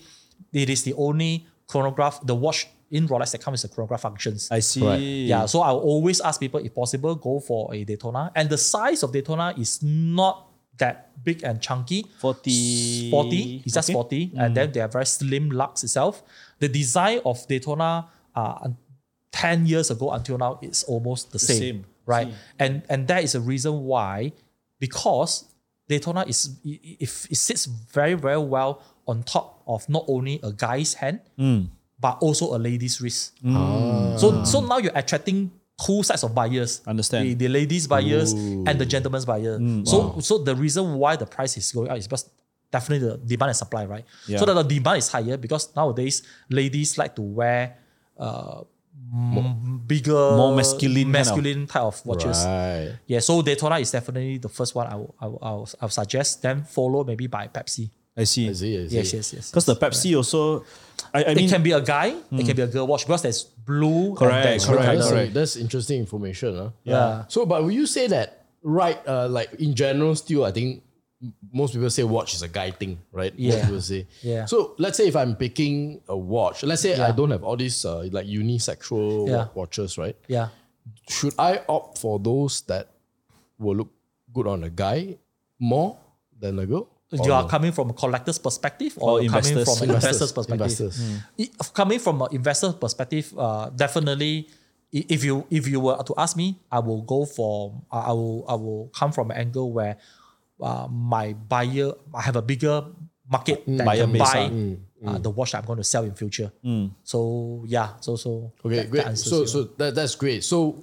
Speaker 1: it is the only chronograph, the watch in Rolex that comes with the chronograph functions.
Speaker 3: I see.
Speaker 2: Right.
Speaker 1: yeah, so I'll always ask people if possible, go for a Daytona. And the size of Daytona is not that big and chunky.
Speaker 3: 40.
Speaker 1: 40. It's just
Speaker 3: Okay. Mm.
Speaker 1: 40. And then they are very slim lugs itself. The design of Daytona uh, 10 years ago until now is almost the same.
Speaker 3: same.
Speaker 1: Right.
Speaker 3: Same.
Speaker 1: And and that is a reason why, because Daytona is i- i- if it sits very, very well on top of not only a guy's hand,
Speaker 3: Mm.
Speaker 1: but also a lady's wrist. So so now you're attracting two sets of buyers.
Speaker 3: Understand. Mm,
Speaker 1: The, the ladies' buyers and the gentleman's buyer. so so the reason why the price is going up is because definitely the demand and supply, right?
Speaker 3: Yeah.
Speaker 1: So that the demand is higher because nowadays ladies like to wear uh m- bigger
Speaker 3: more masculine kind of-
Speaker 1: masculine type of watches
Speaker 2: Right.
Speaker 1: yeah so daytona is definitely the first one i will, I will, I will, I will suggest then follow maybe by pepsi
Speaker 3: I see.
Speaker 2: Is it? Is
Speaker 1: Yes,
Speaker 2: it?
Speaker 1: yes, yes.
Speaker 3: Because the Pepsi also, I,
Speaker 1: it
Speaker 3: I mean, Mm.
Speaker 1: can be a guy, it can be a girl watch because there's blue.
Speaker 3: Correct,
Speaker 1: and there's
Speaker 3: correct,
Speaker 1: red
Speaker 2: That's,
Speaker 1: colour.
Speaker 2: that's interesting information. Huh?
Speaker 1: Yeah.
Speaker 2: So, but will you say that right? Uh, like in general, still, I think m- most people say watch is a guy thing, right? Most
Speaker 1: Yeah.
Speaker 2: people say.
Speaker 1: Yeah.
Speaker 2: So let's say if I'm picking a watch, let's say I don't have all these uh, like unisexual wa-
Speaker 1: Yeah.
Speaker 2: watches, right?
Speaker 1: Yeah.
Speaker 2: Should I opt for those that will look good on a guy more than a girl? Or
Speaker 1: You are
Speaker 2: no?
Speaker 1: coming from a collector's perspective or,
Speaker 3: Oh. Or
Speaker 1: coming
Speaker 3: investors.
Speaker 1: from an investor's perspective.
Speaker 2: Investors.
Speaker 1: It- coming from an investor perspective, uh, definitely, i- if you if you were to ask me, I will go for uh, I I will I will come from an angle where uh, my buyer I have a bigger market
Speaker 2: Mm.
Speaker 1: that
Speaker 3: Buyer
Speaker 1: can
Speaker 3: base,
Speaker 1: buy
Speaker 3: ah.
Speaker 1: uh, the watch I'm going to sell in future. So yeah, so so
Speaker 2: Mm. Okay,
Speaker 1: that- that
Speaker 2: great.
Speaker 1: answers
Speaker 2: So,
Speaker 1: your-
Speaker 2: so that, that's great. So,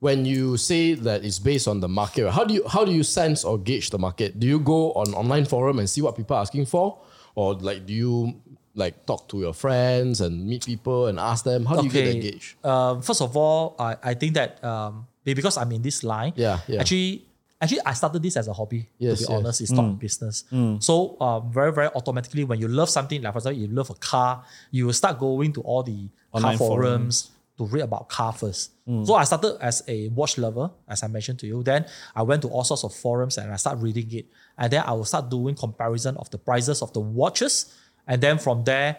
Speaker 2: when you say that it's based on the market, right, how do you how do you sense or gauge the market? Do you go on online forum and see what people are asking for, or like do you like talk to your friends and meet people and ask them? How do you get that gauge?
Speaker 1: Um, first of all, I, I think that um, be- because I'm in this line,
Speaker 2: Yeah, yeah.
Speaker 1: Actually, actually, I started this as a hobby.
Speaker 2: Yes,
Speaker 1: to be
Speaker 2: yes.
Speaker 1: honest, it's not business. So um, very very automatically, when you love something, like for example, you love a car, you will start going to all the
Speaker 3: Online
Speaker 1: car forums. To read about car first, so I started as a watch lover, as I mentioned to you. Then I went to all sorts of forums and I start reading it, and then I will start doing comparison of the prices of the watches, and then from there,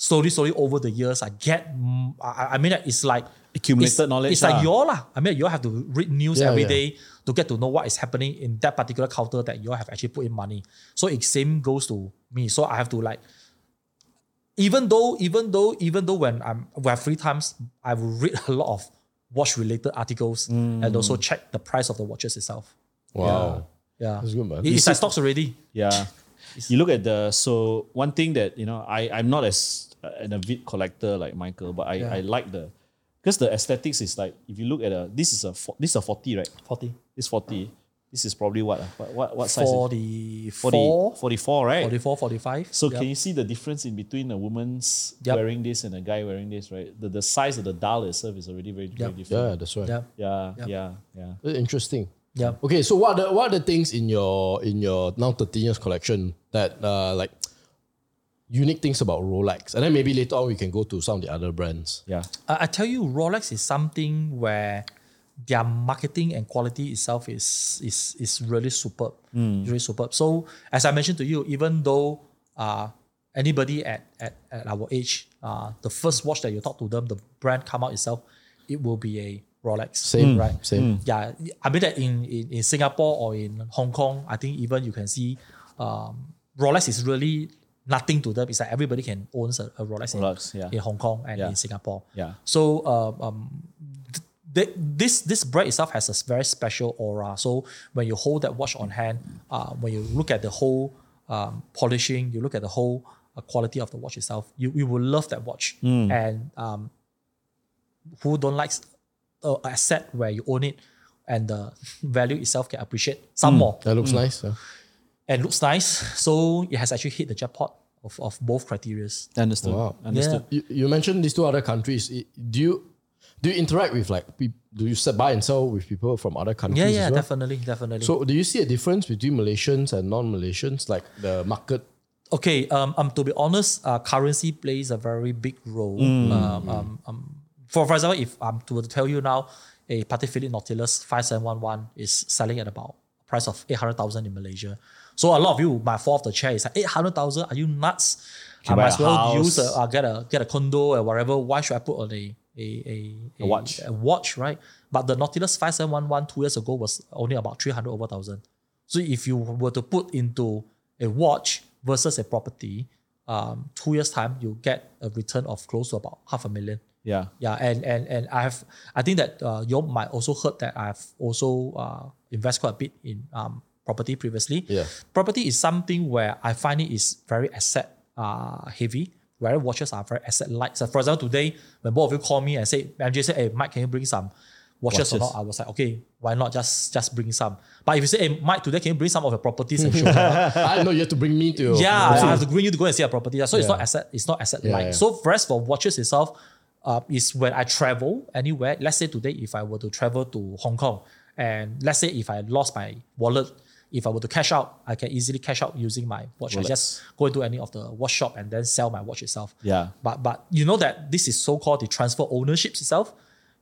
Speaker 1: slowly, slowly over the years, I get. mm, I, I- I mean, like, it's like
Speaker 3: Accumulated
Speaker 1: it's-
Speaker 3: knowledge
Speaker 1: It's like
Speaker 3: lah.
Speaker 1: you all lah. I mean, you all have to read news
Speaker 2: Yeah,
Speaker 1: every
Speaker 2: yeah.
Speaker 1: day to get to know what is happening in that particular counter that you all have actually put in money. So it same goes to me. So I have to like, even though, even though, even though when I'm when I have free times, I will read a lot of watch related articles and also
Speaker 3: Mm.
Speaker 1: check the price of the watches itself.
Speaker 2: Wow,
Speaker 1: Yeah,
Speaker 2: that's good, man.
Speaker 1: It- it's like stocks already.
Speaker 3: Yeah. You look at the so one thing that you know I I'm not as uh, an avid collector like Michael, but I, I like the because the aesthetics is like if you look at a this is a fo- this is a forty right
Speaker 1: 40.
Speaker 3: this forty this is probably what ah? what what, what size is it?
Speaker 1: 44,
Speaker 3: 40, 44 right
Speaker 1: 44, 45.
Speaker 3: so
Speaker 1: Yeah.
Speaker 3: can you see the difference in between a woman's
Speaker 1: Yup.
Speaker 3: wearing this and a guy wearing this right the the size of the dial itself is already very very
Speaker 2: Yeah,
Speaker 3: different
Speaker 2: that's right.
Speaker 1: Yeah.
Speaker 3: yeah yeah yeah,
Speaker 2: That's interesting.
Speaker 1: Yeah.
Speaker 2: Okay, so what are the, what are the things in your in your now 13 years collection that uh, like unique things about Rolex, and then maybe later on we can go to some of the other brands.
Speaker 3: Yeah.
Speaker 1: I, I tell you, Rolex is something where their marketing and quality itself is is is really superb, really superb. So as I mentioned to you, even though uh anybody at at, at our age, uh the first watch that you talk to them, the brand come out itself, it will be a Rolex.
Speaker 2: Same,
Speaker 1: right?
Speaker 2: Same.
Speaker 1: yeah, I mean that in, in, in Singapore or in Hong Kong, I think even you can see um, Rolex is really nothing to them. It's like everybody can own a, a Rolex, in-
Speaker 3: Rolex, yeah.
Speaker 1: in Hong Kong and
Speaker 3: Yeah.
Speaker 1: in Singapore.
Speaker 3: Yeah.
Speaker 1: So um, um, th- th- this this brand itself has a very special aura. So when you hold that watch on hand, uh, when you look at the whole um, polishing, you look at the whole uh, quality of the watch itself, you, you will love that watch. And um, who don't like a a asset where you own it and the value itself can appreciate some more
Speaker 2: That looks nice. yeah.
Speaker 1: and looks nice. So it has actually hit the jackpot of, of both criterias.
Speaker 3: understood
Speaker 2: Wow.
Speaker 3: understood
Speaker 2: You, you mentioned these two other countries. I- Do you do you interact with like peop- do you se- buy and sell with people from other countries?
Speaker 1: Yeah,
Speaker 2: as
Speaker 1: yeah,
Speaker 2: well?
Speaker 1: definitely, definitely.
Speaker 2: So do you see a difference between Malaysians and non-Malaysians, like the market?
Speaker 1: okay, um, um, to be honest, uh, currency plays a very big role.
Speaker 3: Mm.
Speaker 1: Um, um, um, for, for example, if I'm to tell you now, a Patek Philippe Nautilus 5711 is selling at about price of 800,000 in Malaysia. So a lot of you might fall off the chair. It's like 800,000, are you nuts? I
Speaker 3: buy
Speaker 1: might as
Speaker 3: a
Speaker 1: well
Speaker 3: house.
Speaker 1: use a, uh, get a get a condo or whatever. Why should I put on a a, a,
Speaker 3: A watch.
Speaker 1: A watch, right? But the Nautilus 5711 two years ago was only about 300 over thousand. So if you were to put into a watch versus a property, um, two years time you get a return of close to about half a million.
Speaker 3: yeah
Speaker 1: Yeah, and and and I have I think that uh, you all might also heard that I've also uh, invest quite a bit in um, property previously.
Speaker 2: Yeah.
Speaker 1: Property is something where I find it is very asset uh, heavy, whereas watches are very asset light. So for example, today when both of you call me and say, MJ said, hey Mike, can you bring some watches, or
Speaker 3: Watches.
Speaker 1: not? I was like, okay, why not just just bring some. But if you say, hey Mike, today can you bring some of your properties and show me?
Speaker 2: I know you have to bring me to. your-
Speaker 1: Yeah, I have to bring you to go and see a property. So it's not asset, it's not asset light.
Speaker 2: yeah.
Speaker 1: So first for watches itself, uh, is when I travel anywhere. Let's say today, if I were to travel to Hong Kong, and let's say if I lost my wallet If I were to cash out, I can easily cash out using my watch. I
Speaker 3: Rolex.
Speaker 1: just go into any of the watch shop and then sell my watch itself.
Speaker 3: Yeah.
Speaker 1: But but you know that this is so called the transfer ownership itself.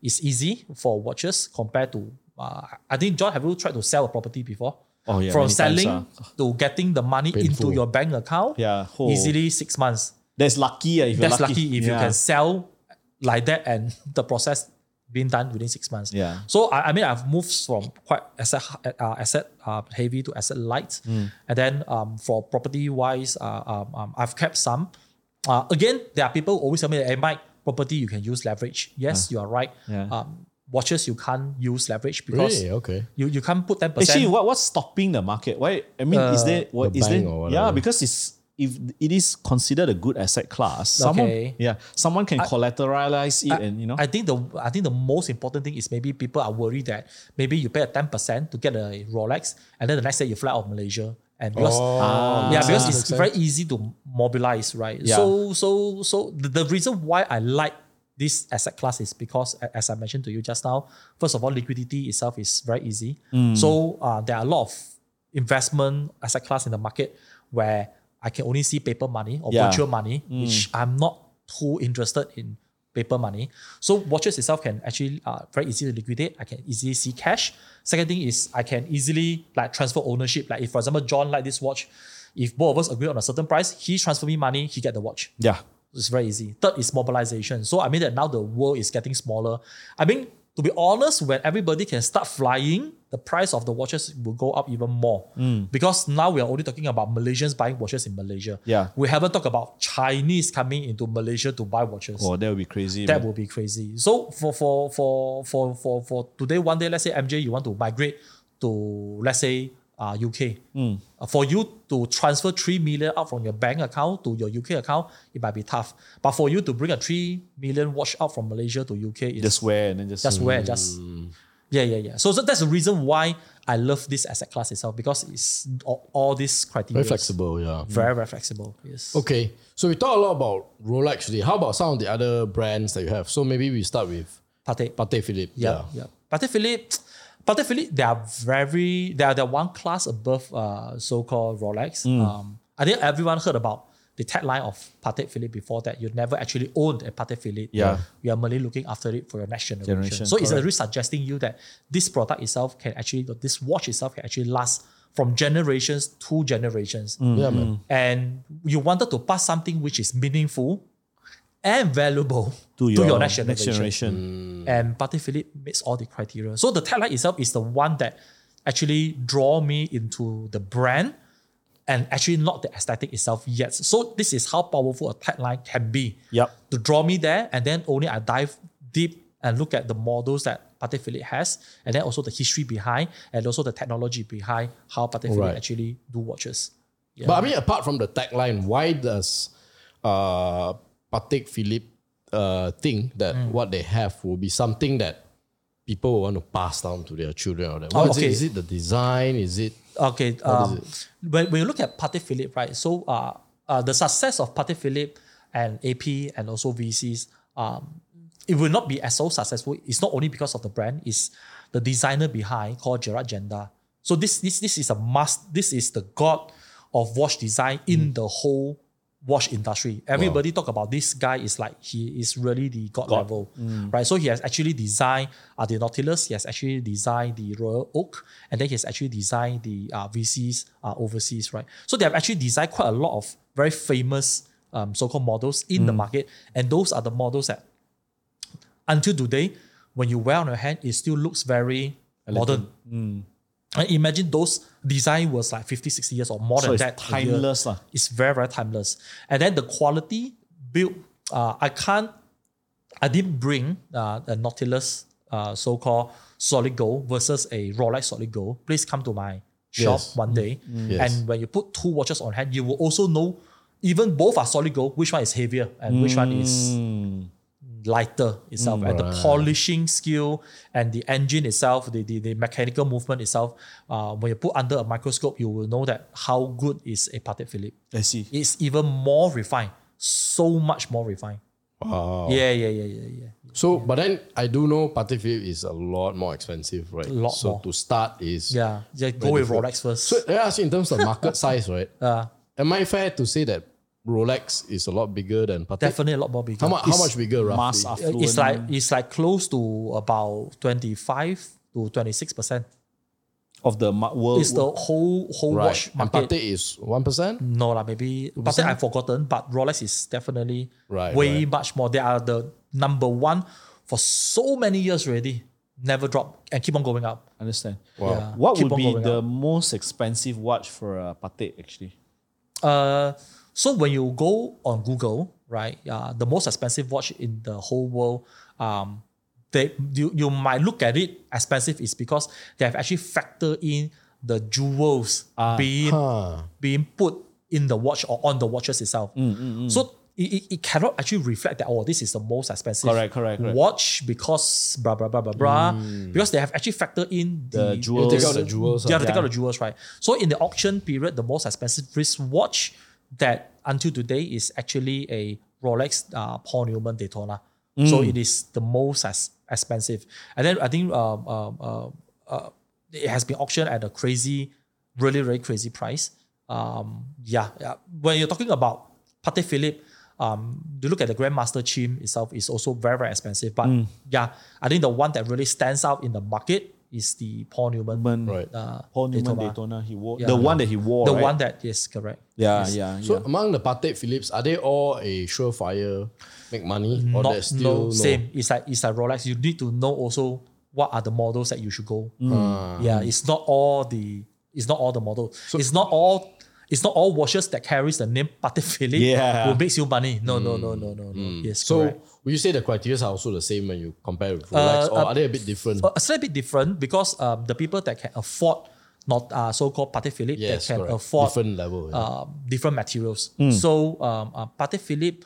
Speaker 1: It's easy for watches compared to. Uh, I think John, have you tried to sell a property before?
Speaker 3: Oh, yeah,
Speaker 1: From
Speaker 3: many times,
Speaker 1: selling to getting the money
Speaker 2: Painful.
Speaker 1: into your bank account,
Speaker 3: Yeah, oh.
Speaker 1: easily six months.
Speaker 3: That's lucky. Uh, if
Speaker 1: That's
Speaker 3: you're
Speaker 1: lucky,
Speaker 3: lucky.
Speaker 1: if you
Speaker 3: Yeah.
Speaker 1: can sell like that and the process being done within six months.
Speaker 3: Yeah.
Speaker 1: So I, I mean, I've moved from quite asset uh, asset uh, heavy to asset light,
Speaker 3: Mm.
Speaker 1: and then um, for property wise, uh, um, um, I've kept some. Uh, again, there are people who always tell me, "Hey, Mike, property you can use leverage." Yes, you are right.
Speaker 3: Yeah.
Speaker 1: Um, watches you can't use leverage because
Speaker 2: Really? Okay.
Speaker 1: you, you can't put ten percent.
Speaker 3: Actually, what, what's stopping the market? Why? I mean,
Speaker 1: Uh,
Speaker 3: is there what
Speaker 2: the
Speaker 3: is
Speaker 2: bank
Speaker 3: there?
Speaker 2: or
Speaker 3: yeah,
Speaker 2: whatever.
Speaker 3: because it's if it is considered a good asset class, someone
Speaker 1: Okay.
Speaker 3: yeah, someone can collateralize it, and you know,
Speaker 1: I think the I think the most important thing is maybe people are worried that maybe you pay a ten percent to get a Rolex, and then the next day you fly out of Malaysia, and because yeah, because
Speaker 2: makes
Speaker 1: it's
Speaker 2: sense.
Speaker 1: very easy to mobilize, right?
Speaker 3: Oh. Yeah.
Speaker 1: So so so the, the reason why I like this asset class is because a- as I mentioned to you just now, first of all, liquidity itself is very easy.
Speaker 3: Mm.
Speaker 1: So uh, there are a lot of investment asset class in the market where I can only see paper money or
Speaker 3: Yeah.
Speaker 1: virtual money, which I'm not too interested in paper money. So watches itself can actually uh, very easy to liquidate. I can easily see cash. Second thing is I can easily like transfer ownership. Like if for example John like this watch, if both of us agree on a certain price, he transfer me money, he get the watch.
Speaker 3: yeah,
Speaker 1: It's very easy. Third is mobilization. So I mean that now the world is getting smaller. I mean, to be honest, when everybody can start flying, the price of the watches will go up even more. Because now we are only talking about Malaysians buying watches in Malaysia.
Speaker 3: Yeah.
Speaker 1: We haven't talked about Chinese coming into Malaysia to buy watches.
Speaker 3: oh, that would be crazy.
Speaker 1: That
Speaker 3: man.
Speaker 1: will be crazy. So for for for for for for today, one day, let's say MJ, you want to migrate to let's say uh, UK.
Speaker 2: Mm.
Speaker 1: Uh, For you to transfer three million out from your bank account to your UK account, it might be tough. But for you to bring a three million watch out from Malaysia to UK, is
Speaker 3: just wear and then just
Speaker 1: just where just
Speaker 2: Mm.
Speaker 1: yeah yeah yeah. So, so that's the reason why I love this asset class itself because it's all, all these criteria
Speaker 2: Very flexible. Yeah.
Speaker 1: very very flexible. Yes.
Speaker 2: Okay. So we talk a lot about Rolex today. How about some of the other brands that you have? So maybe we start with
Speaker 1: Partake.
Speaker 2: Patek Philippe.
Speaker 1: Yeah, yeah. Patek Philippe, Patek Philippe, they are very they are the one class above uh, so-called Rolex.
Speaker 3: Mm.
Speaker 1: Um, I think everyone heard about the tagline of Patek Philippe before that you never actually owned a Patek Philippe.
Speaker 3: Yeah.
Speaker 1: you are merely looking after it for your next generation.
Speaker 3: Generation,
Speaker 1: so it's really suggesting you that this product itself can actually, this watch itself can actually last from generations to generations
Speaker 3: Mm.
Speaker 2: Yeah, man.
Speaker 1: and you wanted to pass something which is meaningful and valuable
Speaker 3: to your,
Speaker 1: next generation. Mm.
Speaker 3: generation.
Speaker 1: And Patek Philippe meets all the criteria. So the tagline itself is the one that actually draw me into the brand and actually not the aesthetic itself yet. So this is how powerful a tagline can be.
Speaker 3: Yup.
Speaker 1: To draw me there and then only I dive deep and look at the models that Patek Philippe has and then also the history behind and also the technology behind how Patek Philippe
Speaker 2: Alright.
Speaker 1: actually do watches.
Speaker 2: But I mean, apart from the tagline, why does uh, Patek Philippe uh, think that
Speaker 1: Hmm.
Speaker 2: what they have will be something that people will want to pass down to their children or that? What
Speaker 1: Oh,
Speaker 2: is it?
Speaker 1: okay.
Speaker 2: Is it the design? Is it
Speaker 1: Okay. Um, when, when you look at Patek Philippe, right? So uh, uh, the success of Patek Philippe and AP and also VCs, um, it will not be as so successful. It's not only because of the brand, it's the designer behind called Gerard Janda. So this this this is a must. This is the god of watch design in the whole watch industry. Everybody talk about this guy is like he is really the god, level,
Speaker 3: Mm.
Speaker 1: right? So he has actually designed uh, the Nautilus, he has actually designed the Royal Oak, and then he has actually designed the uh, VCs uh, overseas, right? So they have actually designed quite a lot of very famous um, so-called models in
Speaker 3: Mm.
Speaker 1: the market, and those are the models that until today, when you wear on your hand, it still looks very modern.
Speaker 3: Mm.
Speaker 1: And imagine those design was like 50, 60 years or more
Speaker 3: So
Speaker 1: than
Speaker 3: it's
Speaker 1: that. a year.
Speaker 3: timeless ah. lah.
Speaker 1: It's very, very timeless. And then the quality build, uh, I can't, I didn't bring uh, a Nautilus uh, so-called solid gold versus a Rolex solid gold. Please come to my shop
Speaker 2: Yes.
Speaker 1: one day.
Speaker 2: Yes.
Speaker 1: And when you put two watches on hand, you will also know, even both are solid gold, which one is heavier and which one is
Speaker 2: Hmm.
Speaker 1: lighter itself and the polishing skill and the engine itself the, the, the mechanical movement itself uh, when you put under a microscope you will know that how good is a Patek Philippe
Speaker 3: I see.
Speaker 1: it's even more refined so much more refined
Speaker 2: Wow.
Speaker 1: Yeah, yeah, yeah, yeah, yeah.
Speaker 2: So, but then I do know Patek Philippe is a lot more expensive, right? A
Speaker 1: lot
Speaker 2: so
Speaker 1: more.
Speaker 2: to start is
Speaker 1: Yeah, yeah go with Rolex first.
Speaker 2: So let me ask you in terms of market size, right? Am I fair to say that Rolex is a lot bigger than Patek?
Speaker 1: Definitely a lot more bigger.
Speaker 2: How much? How much bigger, roughly?
Speaker 3: Mass affluent.
Speaker 1: It's like it's like close to about twenty five to twenty six percent.
Speaker 3: of the ma- world.
Speaker 1: It's the whole whole
Speaker 2: Right.
Speaker 1: watch
Speaker 2: and
Speaker 1: market.
Speaker 2: Patek is one percent.
Speaker 1: No lah, maybe Patek I've forgotten, but Rolex is definitely
Speaker 2: Right,
Speaker 1: way much more. They are the number one for so many years already. Never drop and keep on going up.
Speaker 3: understand.
Speaker 1: Yeah,
Speaker 3: What
Speaker 1: keep
Speaker 3: would
Speaker 1: on
Speaker 3: be
Speaker 1: going
Speaker 3: the most expensive watch for a Patek actually?
Speaker 1: Uh, so when you go on Google, right, uh, the most expensive watch in the whole world, um, they you, you might look at it expensive is because they have actually factored in the jewels
Speaker 3: Ah.
Speaker 1: being
Speaker 2: Huh.
Speaker 1: being put in the watch or on the watches itself.
Speaker 3: Mm,
Speaker 1: So it, it, it cannot actually reflect that oh this is the most expensive
Speaker 3: Correct, correct, correct.
Speaker 1: watch because blah blah blah blah blah because they have actually factored in the,
Speaker 3: The jewels.
Speaker 2: Take out the jewels.
Speaker 1: yeah,
Speaker 2: ah.
Speaker 1: they take out the jewels, right? So in the auction period, the most expensive wristwatch that until today is actually a Rolex uh, Paul Newman Daytona. So it is the most as- expensive. And then I think um, um, um, uh, it has been auctioned at a crazy, really, really crazy price. Um, yeah, yeah. When you're talking about Patek Philippe, um, you look at the Grandmaster Chim itself is also very, very expensive. But yeah, I think the one that really stands out in the market is the Paul Newman
Speaker 2: Right.
Speaker 1: uh,
Speaker 3: Paul Newman
Speaker 1: Daytona.
Speaker 3: Daytona. he wore
Speaker 1: Yeah.
Speaker 3: the one that he wore.
Speaker 1: The
Speaker 3: right?
Speaker 1: one that yes, correct.
Speaker 3: Yeah, yeah,
Speaker 2: So
Speaker 3: yeah.
Speaker 2: among the Patek Philips, are they all a surefire make money or
Speaker 1: Not
Speaker 2: there's still
Speaker 1: no, same. It's like it's like Rolex. You need to know also what are the models that you should go.
Speaker 3: Mm.
Speaker 2: Ah.
Speaker 1: Yeah, it's not all the it's not all the models. it's not all it's not all watches that carries the name Patek Philippe
Speaker 3: Yeah.
Speaker 1: who makes you money. No, no,
Speaker 2: Mm.
Speaker 1: no, no, no, no. Yes,
Speaker 2: So
Speaker 1: correct.
Speaker 2: would you say the criteria are also the same when you compare
Speaker 1: Uh,
Speaker 2: with Rolex, or are they a bit different?
Speaker 1: a slight bit different because um, the people that can afford not uh, so-called Patek Philippe
Speaker 2: yes,
Speaker 1: that can
Speaker 2: correct.
Speaker 1: afford
Speaker 2: different level. yeah.
Speaker 1: um, different materials.
Speaker 2: Hmm.
Speaker 1: So um, uh, Patek Philippe,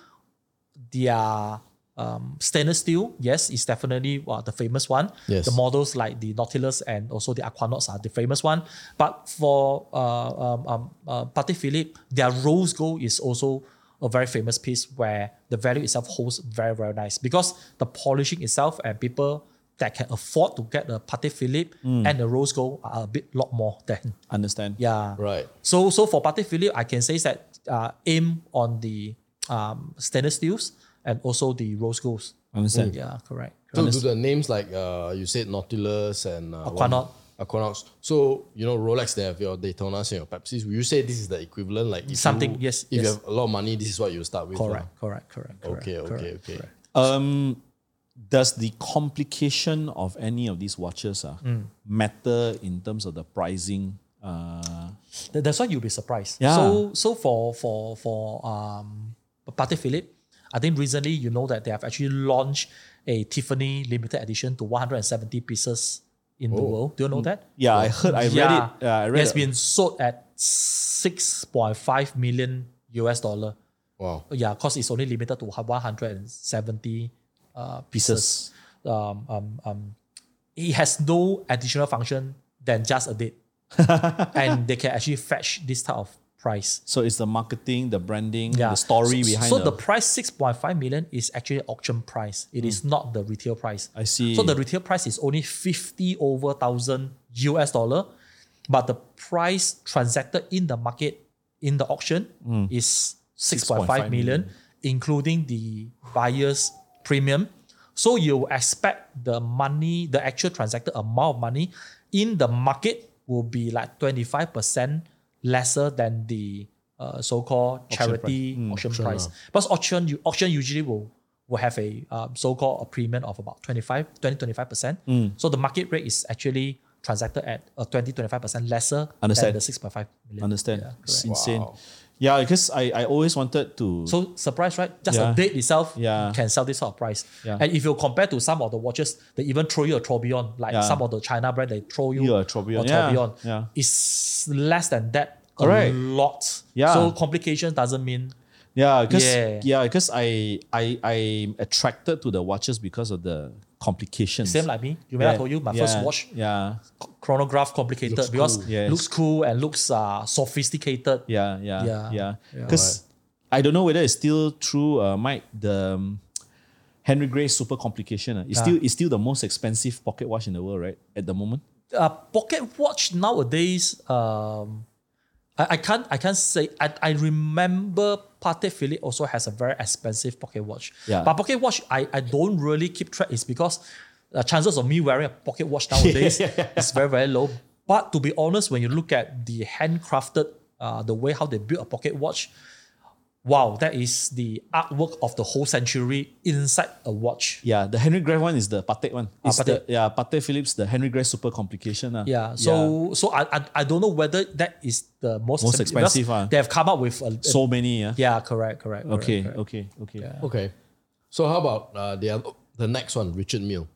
Speaker 1: their um, stainless steel, yes, is definitely uh, the famous one.
Speaker 2: Yes.
Speaker 1: The models like the Nautilus and also the Aquanauts are the famous one. But for uh, um, um, uh, Patek Philippe, their rose gold is also a very famous piece where the value itself holds very, very nice because the polishing itself and people that can afford to get the Patek Philippe
Speaker 2: Hmm.
Speaker 1: and the rose gold are a bit lot more than
Speaker 3: Understand.
Speaker 1: yeah
Speaker 2: right.
Speaker 1: so so for Patek Philippe, I can say that uh, aim on the um, stainless steels and also the rose golds.
Speaker 3: Understand.
Speaker 1: Yeah, correct.
Speaker 2: So do the names like uh, you said Nautilus and uh,
Speaker 1: Aquanaut.
Speaker 2: what- Aquanauts. So you know Rolex, they have your Daytonas and your Pepsis. Will you say this is the equivalent? Like if
Speaker 1: Something,
Speaker 2: you-
Speaker 1: yes,
Speaker 2: If you
Speaker 1: yes.
Speaker 2: have a lot of money, this is what you start with. lah.
Speaker 1: Correct, correct, correct, correct.
Speaker 2: Okay, okay,
Speaker 1: correct,
Speaker 2: okay.
Speaker 1: correct.
Speaker 3: Um, does the complication of any of these watches uh,
Speaker 1: Mm.
Speaker 3: matter in terms of the pricing? Uh,
Speaker 1: Th- That's why you'll be surprised.
Speaker 3: Yeah.
Speaker 1: So so for for for um Patek Philippe, I think recently you know that they have actually launched a Tiffany limited edition to 170 pieces in the world. Do you know that?
Speaker 3: yeah, I heard. I Oh. Hmm. read
Speaker 1: yeah.
Speaker 3: it. Yeah, I read
Speaker 1: has
Speaker 3: it.
Speaker 1: been sold at 6.5 million US dollar.
Speaker 2: Wow.
Speaker 1: yeah, because it's only limited to 170 uh, pieces.
Speaker 3: pieces.
Speaker 1: Um, um, um, it has no additional function than just a date. and they can actually fetch this type of price.
Speaker 3: So it's the marketing, the branding,
Speaker 1: Yeah.
Speaker 3: the story
Speaker 1: so,
Speaker 3: behind.
Speaker 1: So
Speaker 3: the,
Speaker 1: the, price 6.5 million is actually auction price. It is not the retail price.
Speaker 3: Hmm. I see.
Speaker 1: So the retail price is only 50 over 1000 US dollar, but the price transacted in the market in the auction
Speaker 3: Hmm.
Speaker 1: is 6.5 million,
Speaker 3: 6.5 million.
Speaker 1: including the buyer's premium. So you expect the money, the actual transacted amount of money in the market will be like 25% lesser than the uh, so-called charity
Speaker 3: Hmm,
Speaker 1: auction price. Because auction, you, auction usually will will have a um, so-called a premium of about 25, 20-25%.
Speaker 3: Hmm.
Speaker 1: So the market rate is actually transacted at uh, a 20-25% lesser
Speaker 3: Understand.
Speaker 1: than the 6.5 million.
Speaker 3: understand.
Speaker 1: Yeah,
Speaker 3: it's
Speaker 1: correct.
Speaker 3: insane. Yeah, because I, I always wanted to.
Speaker 1: so surprise, right? Just
Speaker 3: Yeah.
Speaker 1: a date itself
Speaker 3: Yeah.
Speaker 1: can sell this sort of price.
Speaker 3: Yeah.
Speaker 1: And if you compare to some of the watches, they even throw you a Trobion, like
Speaker 3: Yeah.
Speaker 1: some of the China brand, they throw you
Speaker 3: You a Trobion.
Speaker 1: a
Speaker 3: Yeah,
Speaker 1: Trobion.
Speaker 3: yeah.
Speaker 1: It's less than that
Speaker 3: Correct.
Speaker 1: a lot.
Speaker 3: Yeah.
Speaker 1: So complication doesn't mean
Speaker 3: Yeah, because
Speaker 1: Yeah.
Speaker 3: yeah, because I I I'm attracted to the watches because of the complications.
Speaker 1: same like me. You remember I told you my first
Speaker 3: yeah,
Speaker 1: watch
Speaker 3: Yeah,
Speaker 1: chronograph complicated
Speaker 2: Looks
Speaker 1: because
Speaker 2: cool.
Speaker 3: Yes.
Speaker 1: looks cool and looks uh, sophisticated.
Speaker 3: yeah, yeah,
Speaker 1: Yeah.
Speaker 3: yeah.
Speaker 1: Yeah.
Speaker 3: Because I don't know whether it's still true, uh, Mike. The um, Henry Gray Super Complication. Uh, it's
Speaker 1: Ah.
Speaker 3: still it's still the most expensive pocket watch in the world, right? At the moment.
Speaker 1: uh, pocket watch nowadays, um, I, I can't I can't say I, I remember Patek Philippe also has a very expensive pocket watch.
Speaker 3: Yeah.
Speaker 1: But pocket watch I, I don't really keep track is because the chances of me wearing a pocket watch nowadays is very, very low. But to be honest, when you look at the handcrafted uh, the way how they built a pocket watch, wow, that is the artwork of the whole century inside a watch.
Speaker 3: Yeah, the Henry Gray one is the Patek one. It's
Speaker 1: Ah, Patek.
Speaker 3: The, yeah, Patek Philippe's the Henry Gray Super Complication. Uh.
Speaker 1: Yeah. So so I, I I don't know whether that is the most,
Speaker 3: Most expensive,
Speaker 1: because
Speaker 3: ah.
Speaker 1: They have come up with a,
Speaker 3: so many. Uh.
Speaker 1: yeah, correct, correct. correct,
Speaker 3: Okay,
Speaker 1: correct.
Speaker 3: okay, okay.
Speaker 2: Okay. So how about uh, the other, the next one, Richard Mille?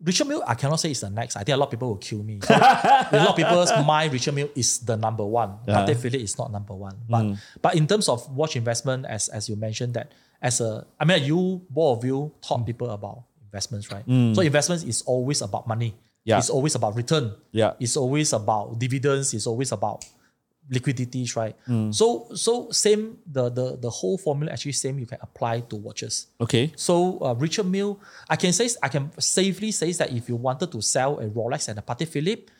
Speaker 1: Richard Mill, I cannot say it's the next. I think a lot of people will kill me. So, in a lot of people's mind, Richard Mill is the number one. Patek Philippe is not number one. But
Speaker 3: Mm.
Speaker 1: but in terms of watch investment, as as you mentioned that as a I mean you both of you
Speaker 3: Mm.
Speaker 1: taught people about investments, right? So investments is always about money.
Speaker 3: Yeah.
Speaker 1: It's always about return.
Speaker 3: Yeah.
Speaker 1: It's always about dividends. It's always about liquidities, right?
Speaker 3: Mm.
Speaker 1: So so same the the the whole formula actually same you can apply to watches.
Speaker 3: Okay.
Speaker 1: So uh, Richard Mille, I can say I can safely say that if you wanted to sell a Rolex and a Patek Philippe,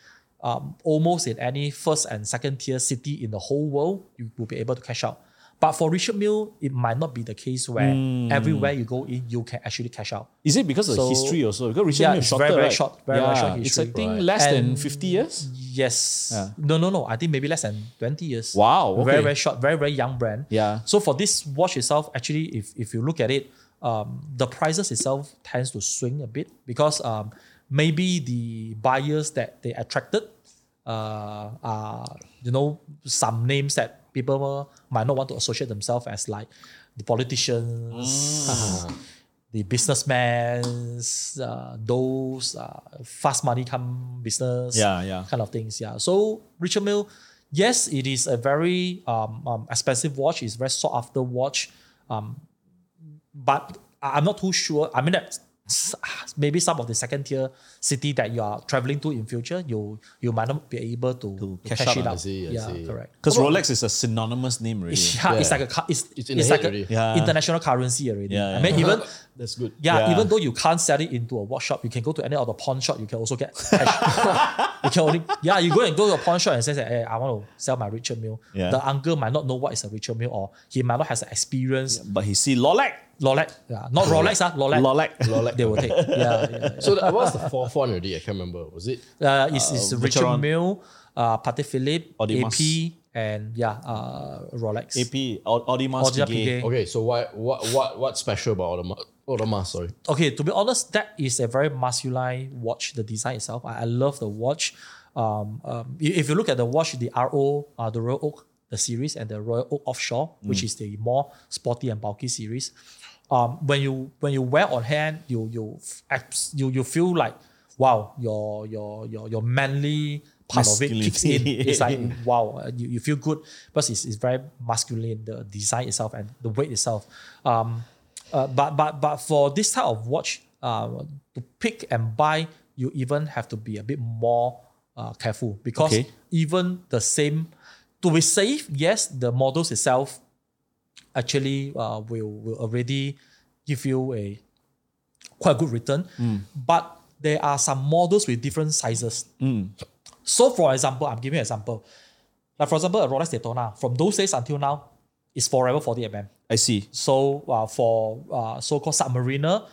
Speaker 1: um, almost in any first and second tier city in the whole world, you will be able to cash out. But for Richard Mille, it might not be the case where everywhere you go in, you can actually cash out.
Speaker 3: Is it because of the
Speaker 1: So-
Speaker 3: history also? Because Richard
Speaker 1: Yeah,
Speaker 3: Mille
Speaker 1: it's
Speaker 3: shorter,
Speaker 1: very, very
Speaker 3: right?
Speaker 1: short- very, very short
Speaker 3: It's I
Speaker 1: history.
Speaker 3: think
Speaker 1: Right.
Speaker 3: less than
Speaker 1: And-
Speaker 3: fifty years.
Speaker 1: Yes.
Speaker 3: Yeah.
Speaker 1: No, no, no. I think maybe less than 20 years.
Speaker 3: Wow, okay.
Speaker 1: Very, very short, very, very young brand.
Speaker 3: Yeah.
Speaker 1: So for this watch itself, actually, if, if you look at it, um, the prices itself tends to swing a bit because um, maybe the buyers that they attracted uh, are, you know, some names that people might not want to associate themselves as like the politicians,
Speaker 3: Mm.
Speaker 1: the businessmen, uh, those uh, fast money come business
Speaker 3: Yeah, yeah.
Speaker 1: kind of things. Yeah. So Richard Mille, yes, it is a very um, um, expensive watch. It's very sought after watch. Um, but I- I'm not too sure. I mean that s- maybe some of the second tier city that you are traveling to in future, you you might not be able to, to
Speaker 3: cash
Speaker 1: cash,
Speaker 3: out,
Speaker 1: it
Speaker 3: I
Speaker 1: out.
Speaker 2: see, I
Speaker 1: yeah,
Speaker 2: see.
Speaker 1: correct.
Speaker 3: Because Rolex is a synonymous name, really.
Speaker 1: Yeah, it's like a cu- it's, it's,
Speaker 2: It's in the head
Speaker 1: like
Speaker 2: already.
Speaker 1: a
Speaker 3: Yeah.
Speaker 1: international currency already.
Speaker 3: Yeah,
Speaker 1: I mean
Speaker 3: yeah.
Speaker 1: even
Speaker 2: That's good.
Speaker 1: yeah,
Speaker 3: Yeah.
Speaker 1: even though you can't sell it into a workshop, you can go to any other pawn shop, you can also get cash. you can only yeah, you go and go to a pawn shop and say that hey, I want to sell my Richard Mill.
Speaker 3: Yeah.
Speaker 1: The uncle might not know what is a Richard Mill or he might not have the experience.
Speaker 3: But he see Rolex.
Speaker 1: Rolex, yeah. Not Rolex, ah, Rolex.
Speaker 3: Rolex.
Speaker 1: They will take. Yeah, yeah.
Speaker 2: So the, what's the fourth one already? I can't remember. Was it?
Speaker 1: Uh, it's, it's Richard
Speaker 3: Vacheron.
Speaker 1: Mill, uh, Patek Philippe,
Speaker 3: Audemars.
Speaker 1: AP, and yeah, uh, Rolex.
Speaker 3: AP Aud- Audemars
Speaker 1: Audemars
Speaker 3: Piguet.
Speaker 1: Piguet.
Speaker 2: Okay. So why? What? What? What's special about Audemars? Audemars, sorry.
Speaker 1: okay, to be honest, that is a very masculine watch. The design itself, I, I love the watch. Um, um, i- if you look at the watch, the RO, uh, the Royal Oak, the series, and the Royal Oak Offshore, which is the more sporty and bulky series, um, when you when you wear on hand, you you f- abs- you you feel like wow, your your your your manly part of it kicks in.
Speaker 3: Masculinity.
Speaker 1: It's like wow, uh, you, you feel good because it's, it's very masculine, the design itself and the weight itself. Um, uh, but but but for this type of watch, uh, to pick and buy, you even have to be a bit more uh, careful because
Speaker 3: Okay.
Speaker 1: even the same, to be safe, yes, the models itself actually uh, will will already give you a quite good return, but there are some models with different sizes. So, for example, I'm giving an example. Like for example, a Rolex Daytona from those days until now is forever 40 mm.
Speaker 3: I see.
Speaker 1: So uh, for uh, so-called submariner,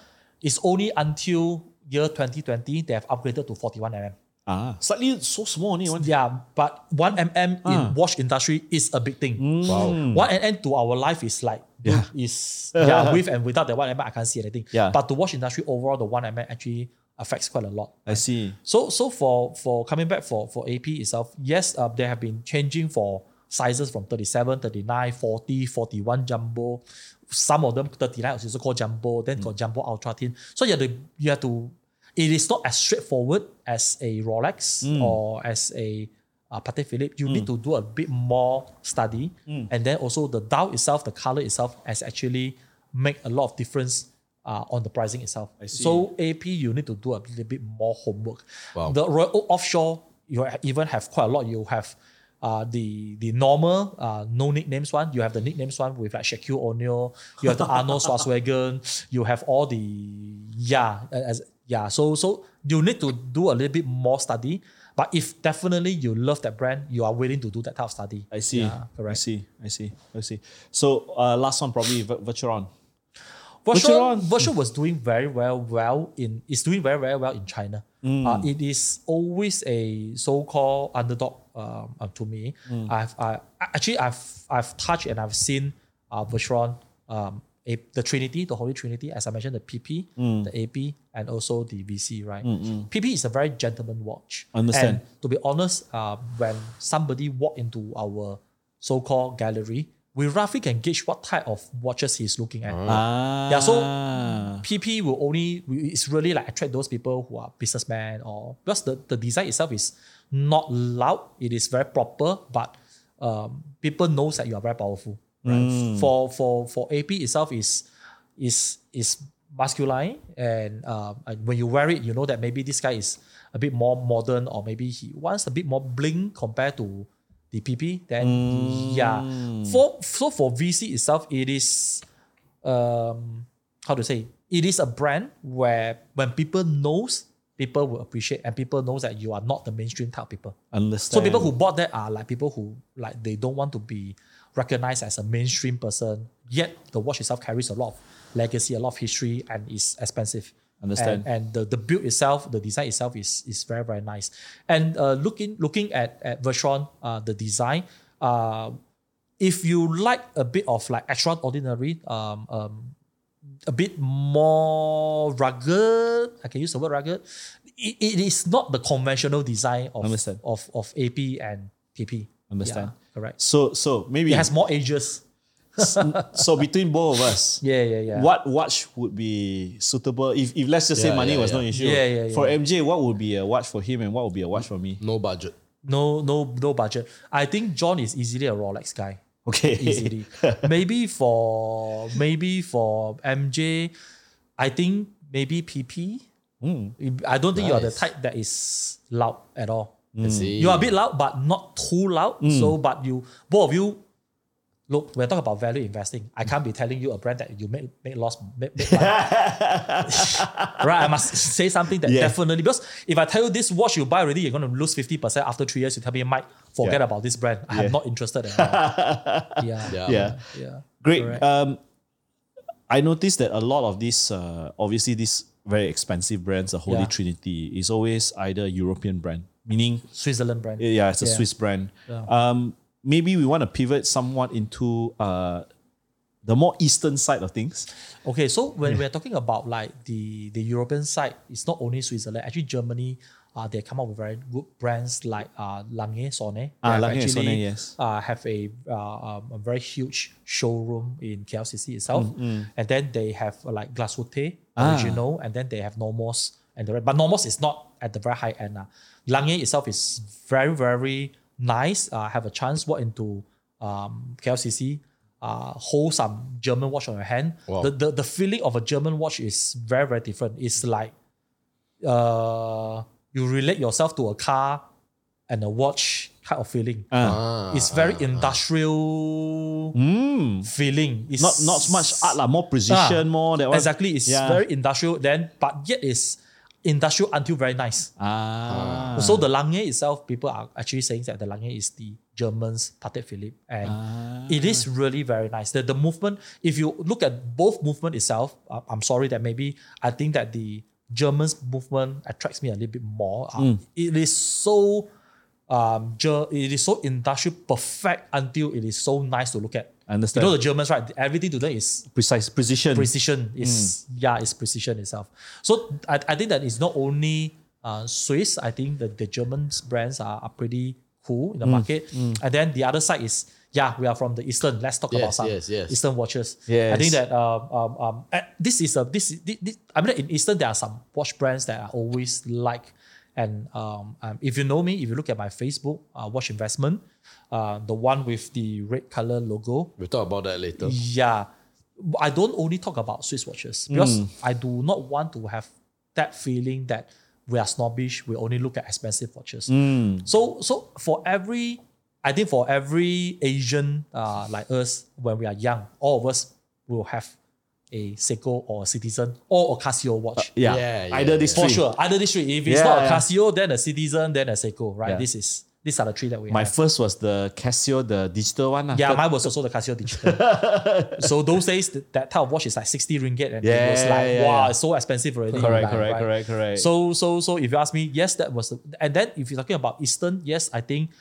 Speaker 1: it's only until year 2020 they have upgraded to 41 mm.
Speaker 3: Ah, slightly so small only one.
Speaker 1: Yeah, but 1 mm in watch industry is a big thing.
Speaker 2: Wow.
Speaker 1: 1 mm to our life is like
Speaker 3: Yeah.
Speaker 1: is yeah, with and without the 1 mm I can't see anything.
Speaker 3: Yeah.
Speaker 1: But to watch industry overall, the 1 mm actually affects quite a lot.
Speaker 3: I see.
Speaker 1: So so for for coming back for for AP itself, yes, uh, they have been changing for sizes from 37, 39, 40, 41 jumbo. Some of them 39 is also called jumbo, then got jumbo ultra thin. So you have to you have to it is not as straightforward as a Rolex or as a uh, Patek Philippe. You need to do a bit more study, and then also the dial itself, the color itself, has actually make a lot of difference uh, on the pricing itself. So AP, you need to do a little bit more homework. The Royal Oak Offshore, you ha- even have quite a lot. You have uh, the the normal uh, no nicknames one. You have the nicknames one with like Shaquille O'Neal. You have the Arnold Schwarzenegger. You have all the yeah uh, as yeah. So so you need to do a little bit more study. But if definitely you love that brand, you are willing to do that type of study.
Speaker 3: I see.
Speaker 1: Yeah,
Speaker 3: I
Speaker 1: correct.
Speaker 3: see. I see. I see. So uh, last one probably Vir- Virturon.
Speaker 1: Virtual,
Speaker 3: Virtual.
Speaker 1: virtual was doing very well well in is doing very very well in China.
Speaker 3: Mm.
Speaker 1: Uh, it is always a so-called underdog um, uh, to me.
Speaker 3: Mm.
Speaker 1: I've I, actually I've I've touched and I've seen uh, Virtual, um, a, the Trinity, the Holy Trinity, as I mentioned, the PP,
Speaker 3: Mm.
Speaker 1: the AP, and also the VC. Right, PP is a very gentleman watch. And
Speaker 3: Understand.
Speaker 1: to be honest, uh, when somebody walk into our so-called gallery, we roughly can gauge what type of watches he's looking at.
Speaker 3: Ah.
Speaker 1: Yeah, so PP will only it's really like attract those people who are businessmen or because the, the design itself is not loud, it is very proper, but um, people knows that you are very powerful. Right. For for for AP itself is is is masculine and um, and when you wear it, you know that maybe this guy is a bit more modern or maybe he wants a bit more bling compared to the PP. Then yeah, for so for VC itself, it is um, how to say it is a brand where when people knows people will appreciate and people knows that you are not the mainstream type of people
Speaker 3: understand.
Speaker 1: so people who bought that are like people who like they don't want to be recognized as a mainstream person yet the watch itself carries a lot of legacy a lot of history and is expensive
Speaker 3: Understand.
Speaker 1: and, and the, the build itself the design itself is is very very nice and uh, looking looking at at Vacheron, uh, the design uh, if you like a bit of like extraordinary um, um, a bit more rugged. I can use the word rugged. It, it is not the conventional design of,
Speaker 3: Understand.
Speaker 1: of, of AP and PP.
Speaker 3: Understand.
Speaker 1: Yeah, correct.
Speaker 3: so so maybe
Speaker 1: It has more edges.
Speaker 3: so between both of us.
Speaker 1: Yeah, yeah, yeah.
Speaker 3: What watch would be suitable if, if let's just say
Speaker 2: Yeah,
Speaker 3: money
Speaker 2: yeah,
Speaker 3: was
Speaker 2: yeah.
Speaker 3: no issue?
Speaker 1: Yeah, yeah,
Speaker 3: For
Speaker 1: yeah.
Speaker 3: MJ, what would be a watch for him and what would be a watch for me?
Speaker 2: No budget.
Speaker 1: No, no, no budget. I think John is easily a Rolex guy.
Speaker 3: Okay.
Speaker 1: Easily. maybe for maybe for MJ, I think maybe PP.
Speaker 3: Hmm.
Speaker 1: I don't think you are the
Speaker 2: Nice.
Speaker 1: type that is loud at all.
Speaker 2: I see.
Speaker 1: Hmm. You are a bit loud, but not too loud.
Speaker 3: Mm.
Speaker 1: So, but you, both of you, look, we're talking about value investing. I can't be telling you a brand that you make, make loss, make, make money. right? I must say something that
Speaker 3: Yeah.
Speaker 1: definitely, because if I tell you this watch you buy already, you're going to lose 50% after three years. You tell me, Mike, forget
Speaker 3: Yeah.
Speaker 1: about this brand. I
Speaker 3: Yeah.
Speaker 1: am not interested at all. yeah. Yeah.
Speaker 2: Yeah.
Speaker 3: yeah.
Speaker 1: Yeah.
Speaker 3: Great.
Speaker 1: Correct.
Speaker 3: Um, I noticed that a lot of these, uh, obviously, these very expensive brands, the Holy
Speaker 1: Yeah.
Speaker 3: Trinity, is always either European brand, meaning eh,
Speaker 1: Switzerland brand.
Speaker 3: yeah, it's a
Speaker 1: Yeah.
Speaker 3: Swiss brand. Um, maybe we want to pivot somewhat into uh, the more eastern side of things.
Speaker 1: Okay, so when
Speaker 3: Hmm.
Speaker 1: we're talking about like the the European side, it's not only Switzerland. Actually, Germany, uh, they come up with very good brands like uh, Lange Sonne.
Speaker 3: Ah,
Speaker 1: They have
Speaker 3: Lange and Sonne,
Speaker 1: actually,
Speaker 3: yes.
Speaker 1: Uh, have a, uh, um, a very huge showroom in KLCC itself, and then they have uh, like Glashütte original, and then they have Normos and the rest. But Normos is not at the very high end. Uh. Lange itself is very very nice. Uh, have a chance walk into um, KLCC. Uh, hold some German watch on your hand.
Speaker 2: Wow.
Speaker 1: The, the the feeling of a German watch is very very different. It's like uh, you relate yourself to a car and a watch kind of feeling.
Speaker 2: Ah,
Speaker 1: it's very industrial feeling. It's
Speaker 3: Hmm. Not not so much art, lah, more precision,
Speaker 1: Ah,
Speaker 3: more that one.
Speaker 1: Exactly, it's
Speaker 3: Yeah.
Speaker 1: very industrial then, but yet it's industrial until very nice.
Speaker 3: Ah.
Speaker 1: So the Lange itself, people are actually saying that the Lange is the Germans Patek Philippe, and
Speaker 3: Ah.
Speaker 1: it is really very nice. The, the movement, if you look at both movement itself, uh, I'm sorry that maybe I think that the Germans movement attracts me a little bit more. Uh,
Speaker 3: Hmm.
Speaker 1: It is so, um, Ger- it is so industrial perfect until it is so nice to look at. You
Speaker 3: Understand.
Speaker 1: know the Germans, right? Everything to them is
Speaker 3: precise precision.
Speaker 1: precision is
Speaker 2: Hmm.
Speaker 1: yeah it's precision itself so I, I think that it's not only uh, swiss i think that the german brands are, are pretty cool in the
Speaker 2: Hmm.
Speaker 1: market and then the other side is yeah we are from the eastern let's talk about
Speaker 2: Yes,
Speaker 1: some
Speaker 2: yes, yes.
Speaker 1: eastern watches i
Speaker 3: Yes.
Speaker 1: think that um, um, um, eh, this is a this, is- thi- thi- i mean in eastern there are some watch brands that i always like and um, um, if you know me if you look at my facebook uh, watch investment uh, the one with the red color logo
Speaker 2: We'll talk about that later.
Speaker 1: yeah. But I don't only talk about Swiss watches because
Speaker 3: Hmm.
Speaker 1: I do not want to have that feeling that
Speaker 3: Hmm.
Speaker 1: we are snobbish, we only look at expensive watches. So so for every I think for every Asian uh, like us, when we are young, all of us will have a Seiko or a Citizen or a Casio watch.
Speaker 3: Uh, Yeah.
Speaker 2: Yeah, yeah,
Speaker 3: Either
Speaker 2: yeah.
Speaker 3: this
Speaker 1: For
Speaker 3: three.
Speaker 1: sure, either these three. If it's
Speaker 3: Yeah,
Speaker 1: not a
Speaker 3: yeah.
Speaker 1: Casio, then a Citizen, then a Seiko, right?
Speaker 3: Yeah.
Speaker 1: This is these are the three that we
Speaker 3: My
Speaker 1: have.
Speaker 3: first was the Casio, the digital one. ah.
Speaker 1: yeah, mine was also the Casio digital. so those days, th- that type of watch is like sixty ringgit, and it was
Speaker 3: Yeah,
Speaker 1: like
Speaker 3: yeah,
Speaker 1: wow,
Speaker 3: yeah.
Speaker 1: it's so expensive already.
Speaker 3: Correct,
Speaker 1: Like,
Speaker 3: correct,
Speaker 1: right?
Speaker 3: correct, correct.
Speaker 1: So so so if you ask me, yes, that was the, and then if you're talking about Eastern, yes, I think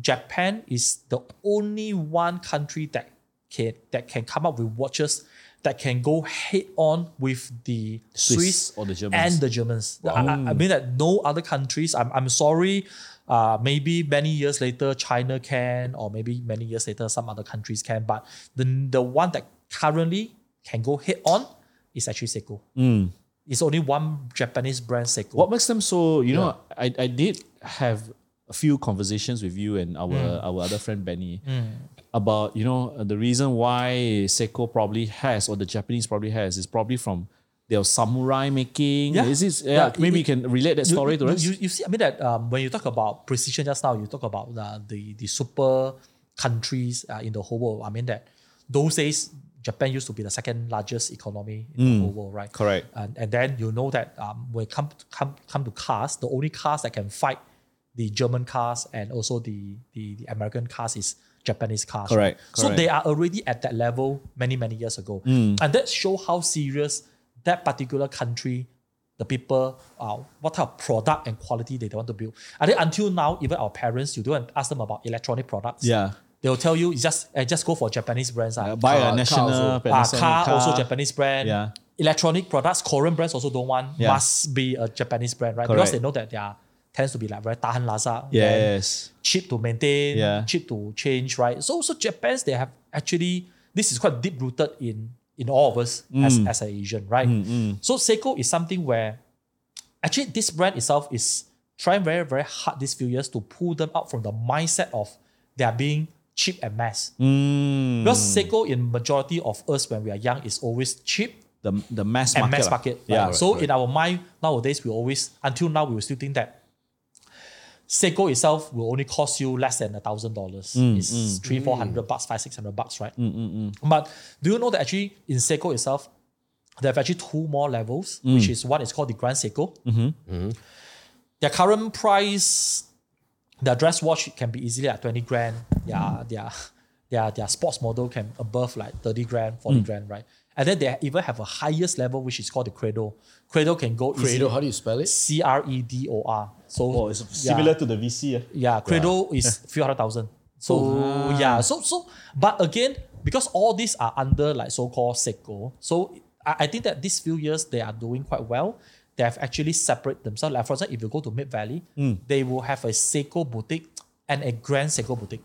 Speaker 1: Japan is the only one country that can that can come up with watches that can go head on with the Swiss,
Speaker 3: Swiss or the Germans.
Speaker 1: and the Germans. I- I, I mean that no other countries. I'm I'm sorry. Uh, maybe many years later China can, or maybe many years later some other countries can. But the the one that currently can go head on is actually Seiko.
Speaker 3: Mm.
Speaker 1: It's only one Japanese brand Seiko.
Speaker 3: what makes them so you know I, I did have a few conversations with you and our
Speaker 1: Mm.
Speaker 3: our other friend benny about you know the reason why seiko probably has or the japanese probably has is probably from their samurai making
Speaker 1: Yeah.
Speaker 3: is this
Speaker 1: Yeah,
Speaker 3: yeah,
Speaker 1: it-
Speaker 3: maybe
Speaker 1: it-
Speaker 3: you can relate that
Speaker 1: you,
Speaker 3: story
Speaker 1: you,
Speaker 3: to us
Speaker 1: You, you see, I mean that um, when you talk about precision just now, you talk about uh, the the super countries uh, in the whole world. I mean that those days Japan used to be the second largest economy in the whole world, right?
Speaker 3: Hmm. Correct.
Speaker 1: And, and then you know that um, when it come to, come come to cars, the only cars that can fight the German cars and also the the, the American cars is Japanese cars.
Speaker 3: Correct,
Speaker 1: So
Speaker 3: correct.
Speaker 1: they are already at that level many many years ago,
Speaker 3: Mm.
Speaker 1: and that show how serious that particular country the people, uh, what type of product and quality they want to build. I think until now, even our parents, you don't ask them about electronic products.
Speaker 3: yeah
Speaker 1: They'll tell you it's just eh, just go for Japanese brands. ah.
Speaker 3: Uh, buy
Speaker 2: Car-
Speaker 3: a
Speaker 2: car
Speaker 3: national
Speaker 2: also.
Speaker 1: Ah,
Speaker 3: Panasonic
Speaker 1: car, also Japanese brand.
Speaker 3: Yeah.
Speaker 1: Electronic products, Korean brands also don't want,
Speaker 3: Yeah.
Speaker 1: must be a Japanese brand, right? Because
Speaker 3: Correct.
Speaker 1: they know that they are tends to be like very tahan laza. then
Speaker 3: yes
Speaker 1: cheap to maintain,
Speaker 3: Yeah.
Speaker 1: cheap to change, right? So so Japan's they have actually this is quite deep rooted in in all of us as, as an Asian, right? So Seiko is something where actually this brand itself is trying very, very hard these few years to pull them out from the mindset of they are being cheap and mass. Because Seiko in majority of us when we are young is always cheap
Speaker 3: the, the mass
Speaker 1: and
Speaker 3: market
Speaker 1: mass
Speaker 3: lah.
Speaker 1: market.
Speaker 3: yeah
Speaker 1: so in our mind nowadays, we always until now we will still think that Seiko itself will only cost you less than a thousand dollars.
Speaker 3: Mm,
Speaker 1: It's three, four hundred bucks, five, six hundred bucks, right? But do you know that actually in Seiko itself, there are actually two more levels,
Speaker 3: Mm.
Speaker 1: which is one is called the Grand Seiko.
Speaker 3: Mm-hmm.
Speaker 1: Their current price, their dress watch can be easily at 20 grand.
Speaker 3: Mm.
Speaker 1: Their, their, their, their sports model can above like 30 grand, 40
Speaker 3: Mm.
Speaker 1: grand, right? And then they even have a highest level, which is called the Credo. Credo can go
Speaker 2: Credo, how do you spell it?
Speaker 1: C R E D O R. So
Speaker 3: oh it's similar to the vc ah.
Speaker 1: yeah, Oh. Credo is few hundred thousand. So yeah, so so but again, because all these are under like so-called Seiko, so I, I think that these few years they are doing quite well. They have actually separated themselves. Like for example, if you go to Mid Valley, they will have a Seiko boutique and a Grand Seiko boutique.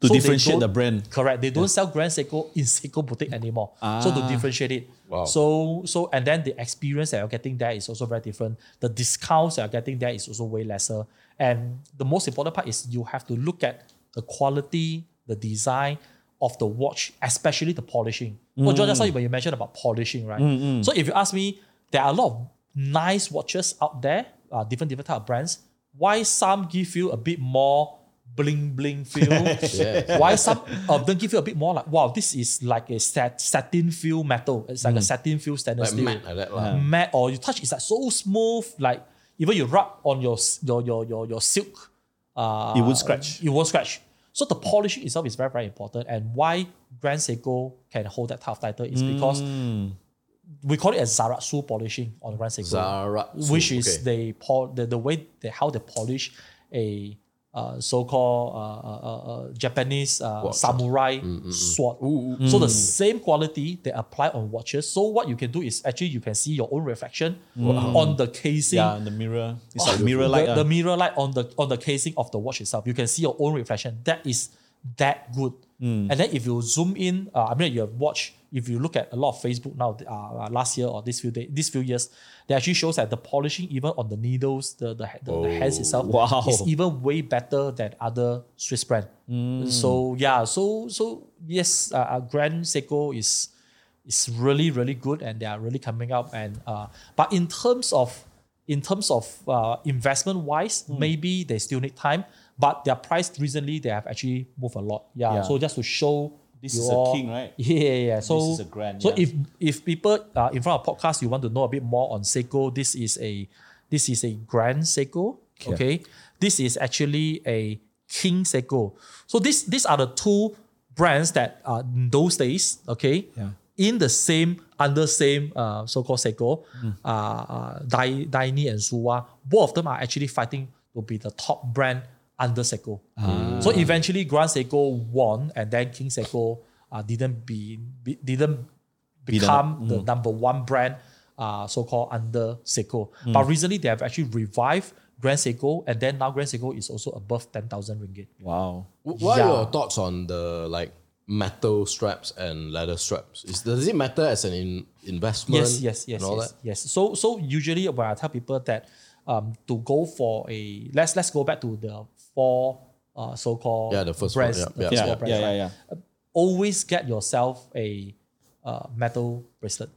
Speaker 3: to
Speaker 1: So they
Speaker 3: differentiate the
Speaker 1: don't-
Speaker 3: brand
Speaker 1: Correct. They don't sell Grand Seiko in Seiko boutique anymore. So
Speaker 3: Ah.
Speaker 1: to differentiate it.
Speaker 2: Wow.
Speaker 1: So so and then the experience that you're getting there is also very different. The discounts that you're getting there is also way lesser. And the most important part is you have to look at the quality, the design of the watch, especially the polishing. Well, John, that's
Speaker 3: Mm.
Speaker 1: why when you mentioned about polishing, right? So if you ask me, there are a lot of nice watches out there, uh, different different type of brands. Why some give you a bit more bling bling feel? Why some of them give you a bit more like, wow, this is like a sat- satin feel metal. It's like a satin feel stainless
Speaker 2: Mm.
Speaker 1: steel.
Speaker 2: Like matte uh. like that lah.
Speaker 1: Matte or you touch, it's like so smooth. Like even you rub on your s- your your your, your silk, uh,
Speaker 3: It won't scratch.
Speaker 1: It won't scratch. So the polishing itself is very very important. And why Grand Seiko can hold that tough title is because
Speaker 3: Mm.
Speaker 1: we call it a Zaratsu polishing on Grand Seiko
Speaker 2: Zara.
Speaker 1: which is
Speaker 2: okay.
Speaker 1: they pol- the, the way they, how they polish a uh, so-called uh, uh, uh, uh, Japanese uh, samurai sword. So the same quality they apply on watches. So what you can do is actually you can see your own reflection on the casing.
Speaker 3: yeah and the mirror it's like mirror light
Speaker 1: Oh, the,
Speaker 3: ah.
Speaker 1: the mirror light on the on the casing of the watch itself. You can see your own reflection. That is that good.
Speaker 3: Mm.
Speaker 1: And then if you zoom in, uh, I mean, you have watched. If you look at a lot of Facebook now, uh, uh, last year or this few days, these few years, they actually shows that the polishing even on the needles, the the, the, the hands itself,
Speaker 3: wow.
Speaker 1: is even way better than other Swiss brand.
Speaker 3: Mm.
Speaker 1: So yeah, so so yes, uh, uh, Grand Seiko is is really really good and they are really coming up and uh, but in terms of in terms of uh, investment wise,
Speaker 3: Hmm.
Speaker 1: maybe they still need time, but their price recently they have actually moved a lot. Yeah.
Speaker 3: Yeah.
Speaker 1: So just to show
Speaker 3: This is
Speaker 1: you
Speaker 3: a
Speaker 1: all-
Speaker 3: king, right?
Speaker 1: Yeah, yeah, yeah. So
Speaker 3: is a grand,
Speaker 1: So
Speaker 3: yeah.
Speaker 1: if if people uh, in front of podcast, you want to know a bit more on Seiko, this is a this is a grand Seiko. Okay. This is actually a king Seiko. So this these are the two brands that uh, in those days, okay, in the same under same uh, so-called Seiko, uh, uh, Dai, Daini and Suwa, both of them are actually fighting to be the top brand under Seiko. So eventually, Grand Seiko won, and then King Seiko uh, didn't be, be didn't become the
Speaker 2: mm.
Speaker 1: number one brand, uh, so-called under Seiko.
Speaker 2: Mm.
Speaker 1: But recently, they have actually revived Grand Seiko, and then now Grand Seiko is also above ten thousand ringgit.
Speaker 3: Wow.
Speaker 2: Wh- What are
Speaker 1: Yeah.
Speaker 2: your thoughts on the like metal straps and leather straps? Is, does it matter as an in, investment?
Speaker 1: Yes, yes, yes,
Speaker 2: and all
Speaker 1: yes,
Speaker 2: that?
Speaker 1: yes. So so usually when I tell people that um to go for a let's let's go back to the four uh so called
Speaker 2: Yeah, the first one,
Speaker 1: brands,
Speaker 2: yeah,
Speaker 1: the
Speaker 2: yeah.
Speaker 1: first
Speaker 3: Yeah,
Speaker 1: four
Speaker 3: yeah,
Speaker 1: brands,
Speaker 3: yeah,
Speaker 1: right? Um,
Speaker 3: yeah.
Speaker 1: Always get yourself a uh, metal bracelet,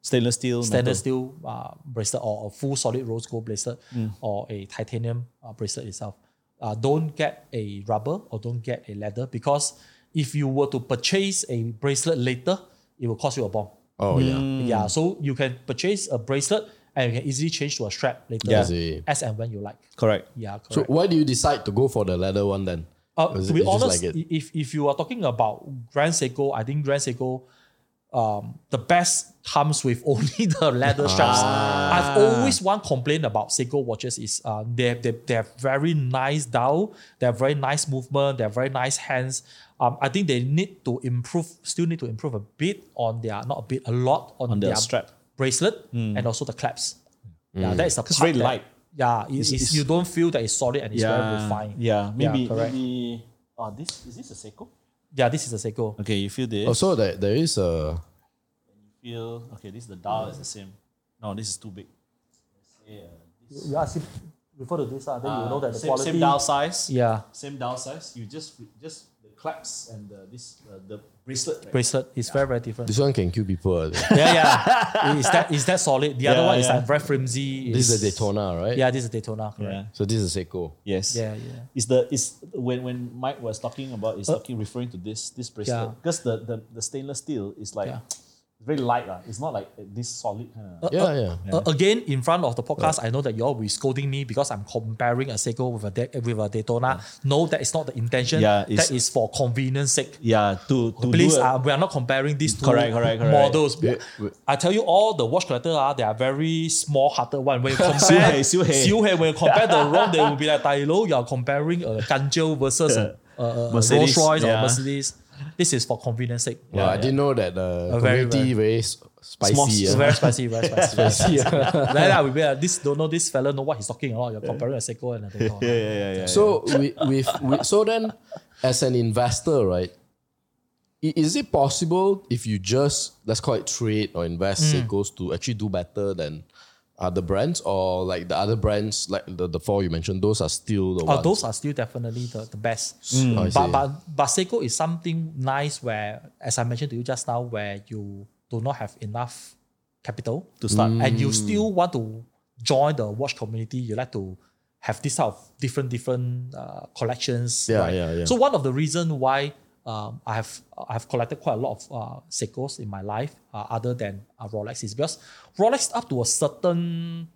Speaker 3: Stainless steel.
Speaker 1: stainless steel uh, bracelet, or a full solid rose gold bracelet,
Speaker 2: Mm.
Speaker 1: or a titanium uh, bracelet itself. Uh, don't get a rubber or don't get a leather because if you were to purchase a bracelet later, it will cost you a bomb. Mm.
Speaker 2: Oh yeah.
Speaker 1: Yeah, so you can purchase a bracelet and you can easily change to a strap later
Speaker 3: Yeah.
Speaker 2: I see.
Speaker 1: as and when you like.
Speaker 3: Metal. Correct.
Speaker 1: Yeah, correct.
Speaker 2: So why do you decide to go for the leather one then?
Speaker 1: uh,
Speaker 2: Or is
Speaker 1: to
Speaker 2: it-
Speaker 1: be
Speaker 2: you just
Speaker 1: honest,
Speaker 2: like it?
Speaker 1: i- if if you are talking about Grand Seiko, I think Grand Seiko, um, the best comes with only the
Speaker 2: Ah.
Speaker 1: leather straps. I've always one complaint about Seiko watches is uh, they have, they, they have very nice dial, they have very nice movement, they have very nice hands. Um, I think they need to improve, still need to improve a bit on their not a bit, a lot on,
Speaker 3: On the
Speaker 1: their
Speaker 3: strap. Hmm.
Speaker 1: bracelet and also the claps.
Speaker 2: Hmm.
Speaker 1: Yeah, that is the part
Speaker 3: It's very
Speaker 1: that-
Speaker 3: light.
Speaker 1: Yeah, it- it's,
Speaker 3: it's-
Speaker 1: you don't feel that it's solid and it's very refined.
Speaker 3: Yeah. Maybe.
Speaker 1: correct.
Speaker 3: maybe oh, this is this a Seiko?
Speaker 1: Yeah, this is a Seiko.
Speaker 3: Okay, you feel
Speaker 1: Oh,
Speaker 3: this.
Speaker 2: Also, Oh, there, there is a
Speaker 3: feel okay. This the dial is the same. No, this is too big. Yeah.
Speaker 1: You ask him, refer to this, ah, then you know that the
Speaker 3: same,
Speaker 1: quality.
Speaker 3: same dial size.
Speaker 1: Yeah,
Speaker 3: Same dial size. You just just the claps and the, this uh, the bracelet. Right?
Speaker 1: bracelet is very very different.
Speaker 2: this one can kill people. I think.
Speaker 1: yeah, yeah. Is that is that solid? The other
Speaker 3: Yeah,
Speaker 1: one is
Speaker 3: yeah.
Speaker 1: like very flimsy.
Speaker 2: this
Speaker 1: It's-
Speaker 2: is a Daytona, right?
Speaker 1: Yeah, this is Daytona.
Speaker 3: Yeah.
Speaker 1: Correct.
Speaker 2: So this is Seiko.
Speaker 3: Yes.
Speaker 1: Yeah, yeah.
Speaker 3: It's the it's when when Mike was talking about is talking referring to this this bracelet
Speaker 1: Uh, Yeah.
Speaker 3: because the, the the stainless steel is like
Speaker 1: Yeah.
Speaker 3: very light lah. It's not like this solid kind of.
Speaker 2: Yeah, yeah.
Speaker 1: Uh, again, in front of the podcast, I know that you all will be scolding me because I'm comparing a Seiko with a De- with a Daytona. No, that is not the intention.
Speaker 3: Yeah, it's-
Speaker 1: that is for convenience sake.
Speaker 3: yeah. To to
Speaker 1: Please,
Speaker 3: do
Speaker 1: uh,
Speaker 3: a-
Speaker 1: we are not comparing these two
Speaker 3: Correct, correct, correct.
Speaker 1: models.
Speaker 2: Yeah, we-
Speaker 1: I tell you, all the watch collectors are they are very small-hearted one. When you compare,
Speaker 3: Siu-hei, siu-hei.
Speaker 1: siu-hei, when you compare the wrong, they will be like, "Tai Lo, you are comparing a Ganjo versus a, a, a Rolls
Speaker 3: Mercedes,
Speaker 1: Royce or
Speaker 3: yeah.
Speaker 1: Mercedes." This is for convenience sake.
Speaker 2: Well, I didn't know that
Speaker 1: Uh,
Speaker 2: the
Speaker 1: very,
Speaker 2: community very, s- spicy.
Speaker 3: Small-
Speaker 1: It's
Speaker 2: yeah.
Speaker 1: very spicy, very spicy. very spicy. like, that, we be like, this don't know this fella know what he's talking about. You're comparing a Seiko and a Daytona.
Speaker 3: yeah, yeah, yeah.
Speaker 2: So we, we, we so then, as an investor, right? i- Is it possible if you just let's call it trade or invest
Speaker 1: Hmm.
Speaker 2: Seikos to actually do better than other brands or like the other brands like the, the four you mentioned? Those are still the
Speaker 1: Oh,
Speaker 2: ones. Mm.
Speaker 1: those are still definitely the, the best. But,
Speaker 2: I see.
Speaker 1: but but Seiko is something nice where, as I mentioned to you just now, where you do not have enough capital
Speaker 3: to start.
Speaker 2: Mm.
Speaker 1: and you still want to join the watch community, you like to have this type of different different uh, collections.
Speaker 2: Yeah,
Speaker 1: right?
Speaker 2: yeah, yeah.
Speaker 1: So one of the reason why um, I have I have collected quite a lot of uh, Seikos in my life, uh, other than uh, Rolex, is because Rolex up to a certain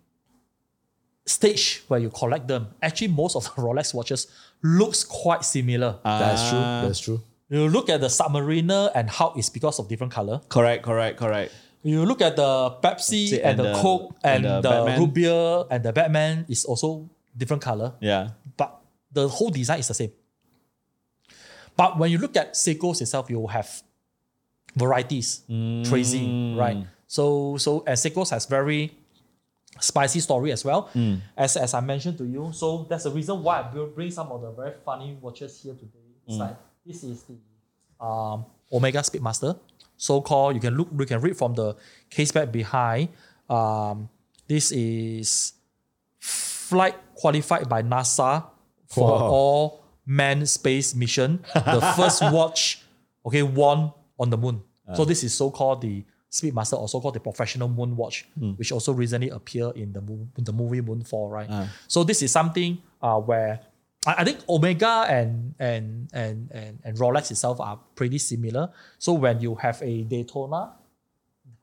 Speaker 1: stage where you collect them. Actually, most of the Rolex watches looks quite similar.
Speaker 2: That's true. That's true.
Speaker 1: you look at the Submariner and how it's because of different color.
Speaker 3: Correct, correct, correct.
Speaker 1: You look at the Pepsi
Speaker 3: See,
Speaker 1: and,
Speaker 3: and
Speaker 1: the,
Speaker 3: the-
Speaker 1: Coke and,
Speaker 3: and
Speaker 1: the,
Speaker 3: the Batman.
Speaker 1: root beer and the Batman is also different color,
Speaker 3: Yeah.
Speaker 1: but the whole design is the same. But when you look at Seiko's itself, you have varieties, crazy, right? So so and Seiko's has very spicy story as well, as as I mentioned to you. So that's the reason why I will bring some of the very funny watches here today. It's like this is the um, Omega Speedmaster, so called. You can look, you can read from the case back behind. Um, this is flight qualified by NASA for
Speaker 2: Wow.
Speaker 1: all manned space mission. The first watch, okay, won on the moon. so this is so called the Speedmaster, also called the professional Moonwatch, which also recently appeared in the, mo- in the movie Moonfall, right? So this is something uh, where I, I think Omega and and, and and and Rolex itself are pretty similar. So when you have a Daytona,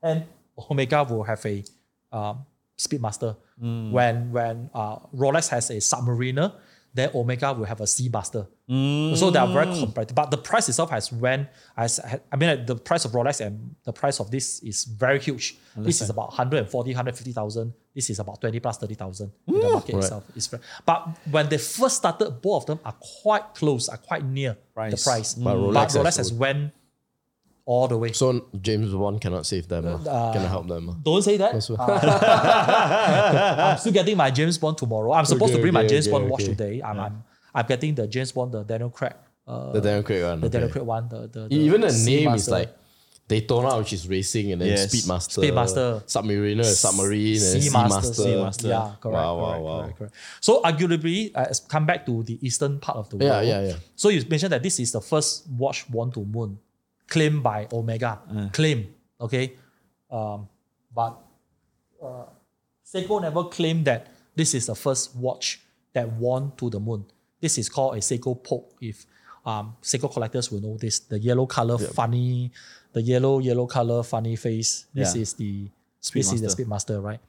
Speaker 1: then Omega will have a um, Speedmaster.
Speaker 2: Hmm.
Speaker 1: When when uh, Rolex has a Submariner, then Omega will have a Seamaster. So they are very
Speaker 2: Hmm.
Speaker 1: competitive. But the price itself has went as I mean like, the price of Rolex and the price of this is very huge. This is about 140, 150,000. This is about 20 plus 30,000 in the market itself. It's very, but when they first started, both of them are quite close, are quite near the
Speaker 3: Price.
Speaker 1: price.
Speaker 2: But Rolex
Speaker 1: but
Speaker 2: has
Speaker 1: Rolex has
Speaker 2: w-
Speaker 1: went all the way.
Speaker 2: So James Bond cannot save them.
Speaker 1: Uh,
Speaker 2: ah. cannot help them. ah.
Speaker 1: Don't say that. Ah.
Speaker 2: So-
Speaker 1: I'm still getting my James Bond tomorrow. I'm supposed to
Speaker 2: Okay,
Speaker 1: bring my
Speaker 2: okay,
Speaker 1: James
Speaker 2: okay,
Speaker 1: Bond watch
Speaker 2: okay.
Speaker 1: today. I'm, I'm I'm getting the James Bond, the Daniel Craig, uh,
Speaker 2: the Daniel Craig one.
Speaker 1: the Daniel
Speaker 2: okay.
Speaker 1: Craig one. The, the, the
Speaker 2: E, Even the
Speaker 1: Sea
Speaker 2: name is
Speaker 1: Master.
Speaker 2: like Daytona, which is racing, and then
Speaker 3: Yes.
Speaker 2: Speedmaster.
Speaker 1: Speedmaster.
Speaker 2: Submariner, is submarine, and
Speaker 1: Sea
Speaker 2: then
Speaker 1: Master.
Speaker 2: Seamaster.
Speaker 3: Master.
Speaker 1: Yeah, correct.
Speaker 2: Wow, wow,
Speaker 1: correct,
Speaker 2: wow.
Speaker 1: correct, correct. So arguably, uh, it's come back to the eastern part of the world.
Speaker 2: Yeah, yeah, yeah.
Speaker 1: So you mentioned that this is the first watch worn to moon, claimed by Omega. Claim, okay? Um, but uh, Seiko never claimed that this is the first watch that worn to the moon. This is called a Seiko poke. If um, Seiko collectors will know this, the yellow color funny, the yellow yellow color funny face. This
Speaker 3: Yeah.
Speaker 1: is the this is the
Speaker 3: Speedmaster.
Speaker 1: Speedmaster, right?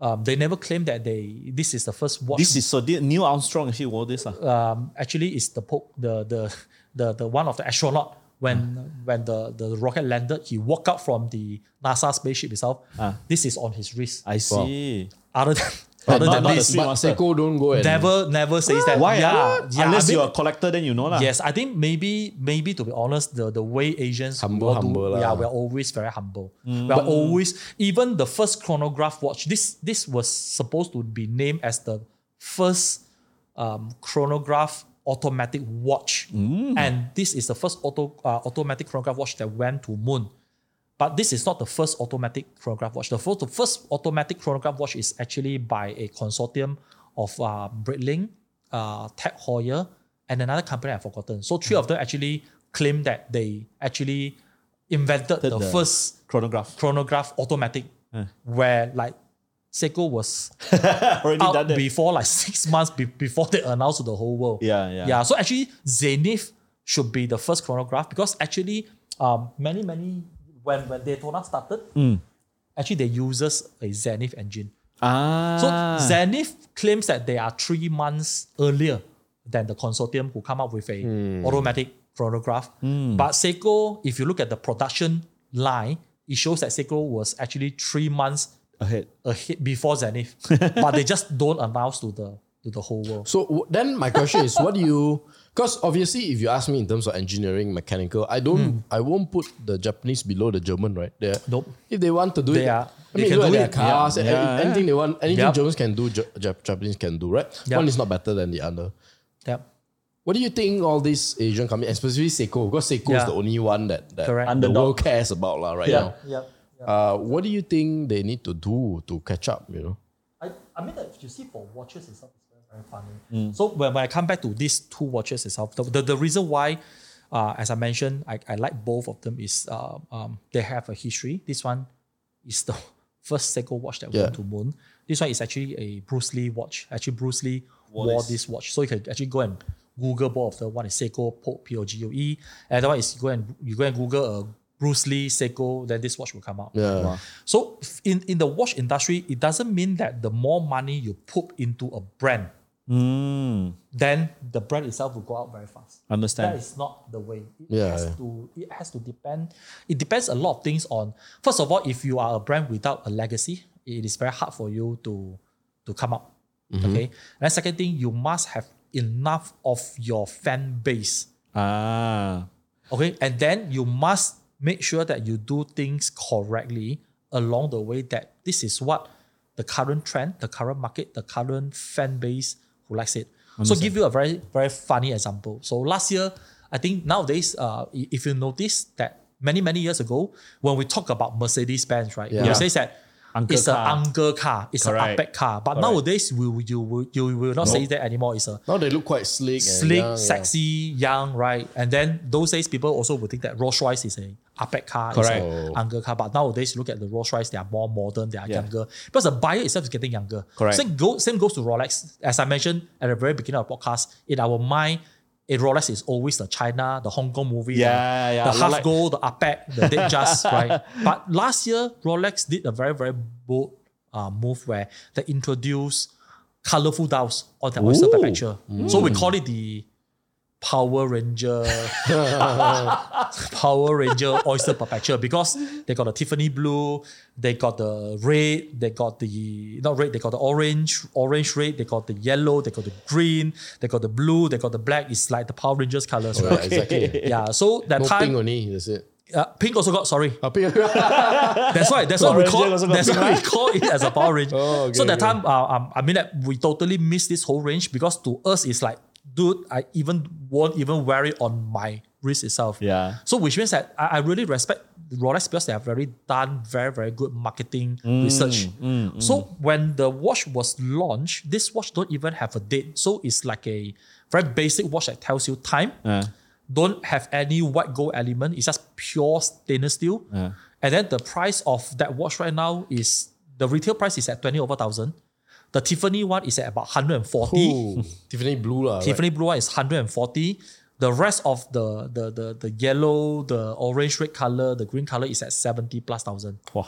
Speaker 1: Um, they never claim that they this is the first watch
Speaker 3: This is so the- Neil Armstrong actually wore this. ah.
Speaker 1: Uh, actually it's the Pope, the the the the one of the astronaut when when the the rocket landed, he walked out from the NASA spaceship itself. This is on his wrist.
Speaker 3: Ah. I see.
Speaker 1: Other than
Speaker 2: But
Speaker 1: other
Speaker 3: not-
Speaker 1: than
Speaker 3: not
Speaker 1: this,
Speaker 3: the
Speaker 2: But
Speaker 3: Speedmaster.
Speaker 2: Seiko don't go and
Speaker 1: never never says that.
Speaker 3: Why?
Speaker 1: Yeah,
Speaker 3: ah?
Speaker 1: yeah. I
Speaker 3: Unless
Speaker 1: mean-
Speaker 3: you're a collector, then you know lah.
Speaker 1: Yes, I think maybe maybe to be honest, the, the way Asians
Speaker 2: Humble,
Speaker 1: will do-
Speaker 2: humble lah. Mm.
Speaker 1: yeah, we're always very humble. We're always even the first chronograph watch. This this was supposed to be named as the first um, chronograph automatic watch,
Speaker 2: Mm.
Speaker 1: and this is the first auto uh, automatic chronograph watch that went to moon. But this is not the first automatic chronograph watch. The first, the first automatic chronograph watch is actually by a consortium of uh, Breitling, uh, Tech Heuer, and another company I've forgotten. So three of them actually claim that they actually invented the,
Speaker 3: the-
Speaker 1: first
Speaker 3: Chronograph.
Speaker 1: chronograph automatic, where like Seiko was
Speaker 3: Already
Speaker 1: out
Speaker 3: done that.
Speaker 1: before like six months be- before they announced to the whole world.
Speaker 3: Yeah, yeah.
Speaker 1: Yeah. So actually, Zenith should be the first chronograph because actually, um, many many when when Daytona started,
Speaker 3: Mm.
Speaker 1: actually they uses a Zenith engine. So
Speaker 3: Ah.
Speaker 1: Zenith claims that they are three months earlier than the consortium who come up with a
Speaker 3: Hmm.
Speaker 1: automatic chronograph. But Seiko, if you look at the production line, it shows that Seiko was actually three months
Speaker 3: ahead.
Speaker 1: a hit before Zenith, but they just don't announce to the to the whole world.
Speaker 2: So w- then my question is, what do you? Because obviously, if you ask me in terms of engineering, mechanical, I don't, I won't put the Japanese below the German, right? They're,
Speaker 1: Hmm. Nope.
Speaker 2: If they want to do
Speaker 1: They
Speaker 2: it,
Speaker 1: are-
Speaker 2: I
Speaker 1: they
Speaker 2: mean,
Speaker 1: can
Speaker 2: look at
Speaker 1: do
Speaker 2: their
Speaker 1: it.
Speaker 2: cars,
Speaker 3: Yeah.
Speaker 2: and-
Speaker 3: Yeah,
Speaker 2: and- anything they want, anything
Speaker 1: Yup.
Speaker 2: Germans can do, Ja- Jap- Japanese can do, right?
Speaker 1: Yup.
Speaker 2: One is not better than the other.
Speaker 1: Yep.
Speaker 2: What do you think all these Asian companies, and specifically Seiko, because Seiko is
Speaker 1: Yeah.
Speaker 2: the only one that, that
Speaker 1: Correct.
Speaker 2: the
Speaker 3: Underdog.
Speaker 2: world cares about lah, right now.
Speaker 1: Yep.
Speaker 2: Uh, what do you think they need to do to catch up, you know?
Speaker 1: I, I mean, that if you see for watches itself, it's very, very funny. So when, when I come back to these two watches itself, the, the, the reason why, uh, as I mentioned, I, I like both of them is uh, um, they have a history. This one is the first Seiko watch that
Speaker 2: Yeah.
Speaker 1: went to moon. This one is actually a Bruce Lee watch. Actually, Bruce Lee wore,
Speaker 3: this.
Speaker 1: this watch. So you can actually go and Google both of them. One is Seiko Poke, P-O-G-O-E. And the other E. one is you go and, you go and Google uh, Bruce Lee Seiko, then this watch will come out.
Speaker 2: Yeah.
Speaker 1: So f- in, in the watch industry, it doesn't mean that the more money you put into a brand,
Speaker 2: Hmm.
Speaker 3: Mm,
Speaker 1: then the brand itself will go out very fast. That
Speaker 3: understand.
Speaker 1: is not the way. It
Speaker 2: Yeah,
Speaker 1: has
Speaker 2: yeah.
Speaker 1: to it has to depend. It depends a lot of things on first of all, if you are a brand without a legacy, it is very hard for you to to come up.
Speaker 2: Mm-hmm.
Speaker 1: Okay. And the second thing, you must have enough of your fan base.
Speaker 3: Ah.
Speaker 1: Okay, and then you must make sure that you do things correctly along the way. That this is what the current trend, the current market, the current fan base who likes it. So, give you a very very funny example. So last year, I think nowadays, uh, i- if you notice that many many years ago, when we talk about Mercedes Benz, right, we
Speaker 2: Yeah.
Speaker 1: say that
Speaker 3: Uncle
Speaker 1: it's
Speaker 3: car.
Speaker 1: an uncle car, it's an
Speaker 3: Correct.
Speaker 1: upback car. But
Speaker 3: Correct.
Speaker 1: nowadays, we, will- you, will- you will not say that anymore. It's a
Speaker 2: Now they look quite slick, and
Speaker 1: slick,
Speaker 2: young, yeah.
Speaker 1: sexy, young, right? And then those days, people also would think that Rolls Royce is a upback car,
Speaker 3: Correct.
Speaker 1: It's an younger car. But nowadays, you look at the Rolls Royce, they are more modern, they are
Speaker 3: Yeah.
Speaker 1: younger because the buyer itself is getting younger.
Speaker 3: Correct.
Speaker 1: Same, go, same goes to Rolex. As I mentioned at the very beginning of the podcast, in our mind, a Rolex is always the China, the Hong Kong movie, the-
Speaker 3: Yeah, yeah,
Speaker 1: the half
Speaker 3: Rolex-
Speaker 1: gold, the APEC, the dead just, right? But last year, Rolex did a very, very bold uh, move where they introduced colorful dials on their oyster
Speaker 3: Ooh.
Speaker 1: perpetual. So we call it the Power Ranger Power Ranger Oyster Perpetual because they got the Tiffany blue, they got the red, they got the not red, they got the orange, orange red, they got the yellow, they got the green, they got the blue, they got the black. It's like the Power Rangers colors,
Speaker 2: Yeah,
Speaker 1: right?
Speaker 2: Exactly.
Speaker 1: Yeah, so that
Speaker 2: No
Speaker 1: time
Speaker 2: pink only. That's it.
Speaker 1: uh, pink also got sorry.
Speaker 2: Ah, pink. oh,
Speaker 1: That's why. That's what we
Speaker 3: Ranger
Speaker 1: call.
Speaker 3: also got
Speaker 1: That's
Speaker 3: pink,
Speaker 1: why we call it as a Power Ranger.
Speaker 2: Oh, okay,
Speaker 1: so that
Speaker 2: okay.
Speaker 1: time, uh, um, I mean, that we totally missed this whole range because to us it's like, dude, I even won't even wear it on my wrist itself.
Speaker 3: Yeah.
Speaker 1: So which means that I, I really respect Rolex because they have very done very very good marketing research. so when the watch was launched, this watch don't even have a date. So it's like a very basic watch that tells you time
Speaker 3: Uh,
Speaker 1: don't have any white gold element. It's just pure stainless steel.
Speaker 3: Yeah.
Speaker 1: And then the price of that watch right now is the retail price is at 20 over thousand. The Tiffany one is at about 140.
Speaker 2: Tiffany blue lah.
Speaker 1: Tiffany blue one is 140. The rest of the the the, the yellow, the orange, red color, the green color is at 70 plus thousand.
Speaker 3: wow.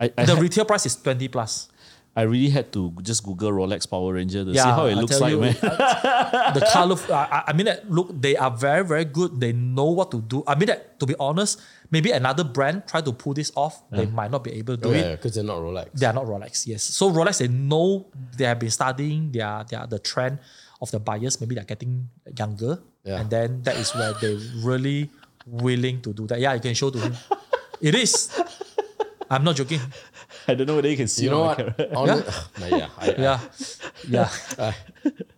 Speaker 3: I, I,
Speaker 1: The
Speaker 3: had-
Speaker 1: retail price is 20 plus.
Speaker 3: I really had to just Google Rolex Power Ranger to see
Speaker 1: Yeah,
Speaker 3: how
Speaker 1: I
Speaker 3: it looks
Speaker 1: tell
Speaker 3: like,
Speaker 1: you,
Speaker 3: man.
Speaker 1: the color. I, I mean, that look, they are very, very good. They know what to do. I mean, that to be honest, maybe another brand try to pull this off, they might not be able to do
Speaker 2: Mm. Right?
Speaker 1: it.
Speaker 2: Yeah, because they're not Rolex.
Speaker 1: They are not Rolex, yes. So Rolex, they know they have been studying their their the trend of the buyers. Maybe they're getting younger,
Speaker 2: Yeah.
Speaker 1: and then that is where they really willing to do that. Yeah, you can show to him. it is. I'm not joking.
Speaker 3: I don't know whether you can see
Speaker 2: You
Speaker 3: it
Speaker 2: know
Speaker 3: on
Speaker 2: what?
Speaker 3: the camera.
Speaker 2: Hon- Nah, yeah, I- I-
Speaker 1: Yeah, yeah.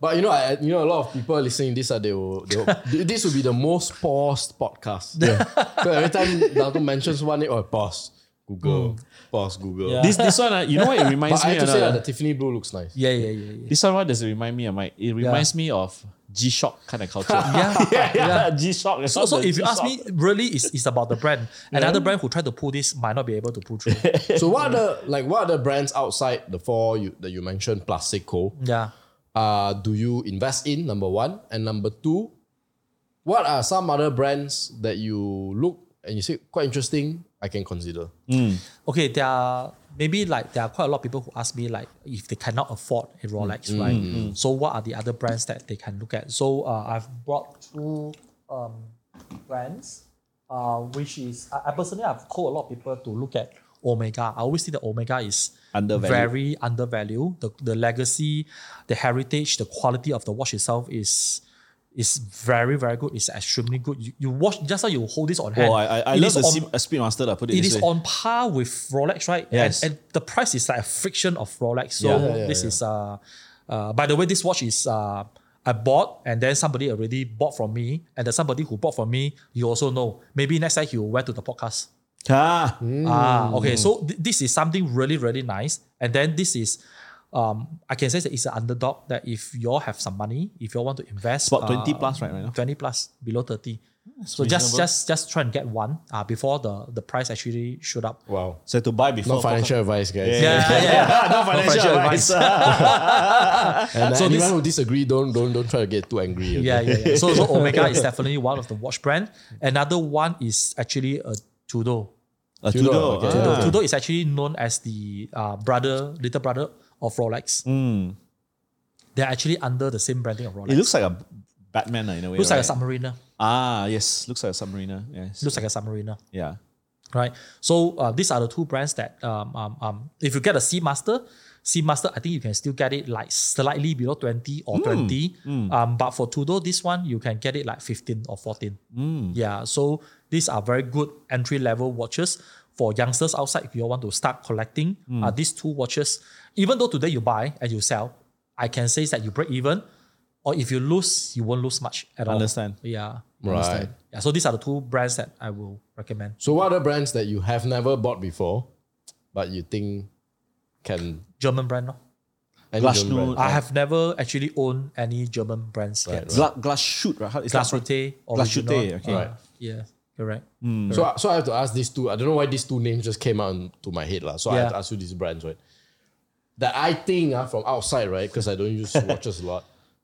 Speaker 2: But you know, I, I- you know, a lot of people listening this are they will, they will th- this will be the most paused podcast. so every time Dato mentions one, it oh pause Google, pause Google.
Speaker 3: This this one, uh, you know what it
Speaker 2: But
Speaker 3: reminds
Speaker 2: I
Speaker 3: me
Speaker 2: have to
Speaker 3: of? uh,
Speaker 2: say that the Tiffany blue looks nice.
Speaker 1: Yeah, yeah, yeah, yeah.
Speaker 3: this one, what does it remind me of, Mike? It reminds me of G Shock kind of culture.
Speaker 1: Yeah.
Speaker 3: yeah, G Shock.
Speaker 1: So, so if you ask me, really, it's, it's about the brand. Another brand who tried to pull this might not be able to pull through.
Speaker 2: So what are the like what are the brands outside the four you, that you mentioned, Plastico?
Speaker 1: yeah.
Speaker 2: Uh, do you invest in number one and number two? What are some other brands that you look and you say quite interesting? I can consider.
Speaker 1: okay, there are maybe like there are quite a lot of people who ask me like if they cannot afford a Rolex,
Speaker 3: Mm,
Speaker 1: right? So what are the other brands that they can look at? So uh, I've brought two um, brands, uh, which is I, I personally I've told a lot of people to look at Omega. I always think that Omega is
Speaker 3: Undervalued.
Speaker 1: very undervalued. The the legacy, the heritage, the quality of the watch itself is. Is very very good. It's extremely good. You, you watch just how you hold this on hand.
Speaker 3: Oh, I, I, I
Speaker 1: it
Speaker 3: love
Speaker 1: is
Speaker 3: the
Speaker 1: on-
Speaker 3: Sim- uh, Speedmaster. lah, Put it,
Speaker 1: it
Speaker 3: this
Speaker 1: is
Speaker 3: way.
Speaker 1: on par with Rolex, right?
Speaker 3: Yes.
Speaker 1: And, and the price is like a fraction of Rolex. So
Speaker 3: Yeah.
Speaker 2: Yeah, yeah,
Speaker 1: this
Speaker 2: yeah.
Speaker 1: is uh, uh, by the way, this watch is uh, I bought and then somebody already bought from me, and then somebody who bought from me, you also know. Maybe next time he will wear to the podcast.
Speaker 3: Ah,
Speaker 1: Ah, okay. So th- this is something really, really nice. And then this is, um, I can say that it's an underdog that if you all have some money, if you all want to invest,
Speaker 3: about 20 plus right- right now.
Speaker 1: 20 plus, below 30. So just,
Speaker 3: reasonable.
Speaker 1: just, just try and get one uh, before the, the price actually shoot up.
Speaker 2: Wow.
Speaker 3: so to buy before.
Speaker 2: Not financial advice, guys.
Speaker 1: Yeah, yeah.
Speaker 3: no financial
Speaker 1: financial
Speaker 3: advice.
Speaker 2: And
Speaker 1: So
Speaker 2: anyone
Speaker 1: this-
Speaker 2: who disagree, don't don't don't try to get too angry. okay?
Speaker 1: yeah, yeah, yeah. So, so Omega is definitely one of the watch brand. Another one is actually a Tudor.
Speaker 3: A
Speaker 2: Tudor,
Speaker 3: Tudor,
Speaker 2: okay.
Speaker 3: ah.
Speaker 1: Tudor, Tudor is actually known as the uh, brother, little brother of Rolex. They're actually under the same branding of Rolex.
Speaker 3: Hmm. It looks like a Batman ah, in a way.
Speaker 1: looks
Speaker 3: right?
Speaker 1: like a submariner.
Speaker 3: Ah, yes. Looks like a submariner. Yes.
Speaker 1: Looks like a submariner,
Speaker 3: yeah.
Speaker 1: right? So uh, these are the two brands that um, um, um, if you get a Seamaster, Seamaster, I think you can still get it like slightly below 20 or 20. Um, but for Tudor, this one, you can get it like 15 or 14. Yeah, so these are very good entry level watches for youngsters outside. If you all want to start collecting, uh, these two watches, even though today you buy and you sell, I can say that you break even, or if you lose, you won't lose much at all.
Speaker 3: Understand.
Speaker 1: Yeah.
Speaker 2: Right.
Speaker 1: understand. Yeah, so these are the two brands that I will recommend.
Speaker 2: So what are brands that you have never bought before, but you think Can
Speaker 1: German brand. No?
Speaker 2: any
Speaker 3: Glass
Speaker 2: German brand-
Speaker 3: Nude.
Speaker 1: I have never actually owned any German brands yet.
Speaker 3: Gla- glass shoot, right? How- Is that right?
Speaker 1: Glassrote or
Speaker 3: Glassrote, okay. Mm.
Speaker 2: Right.
Speaker 1: Yeah, correct.
Speaker 2: So, I- so I have to ask these two. I don't know why these two names just came out into my head, lah. So I have
Speaker 1: Yeah.
Speaker 2: to ask you these brands, right? That I think uh, from outside, right? Because I don't use watches a lot.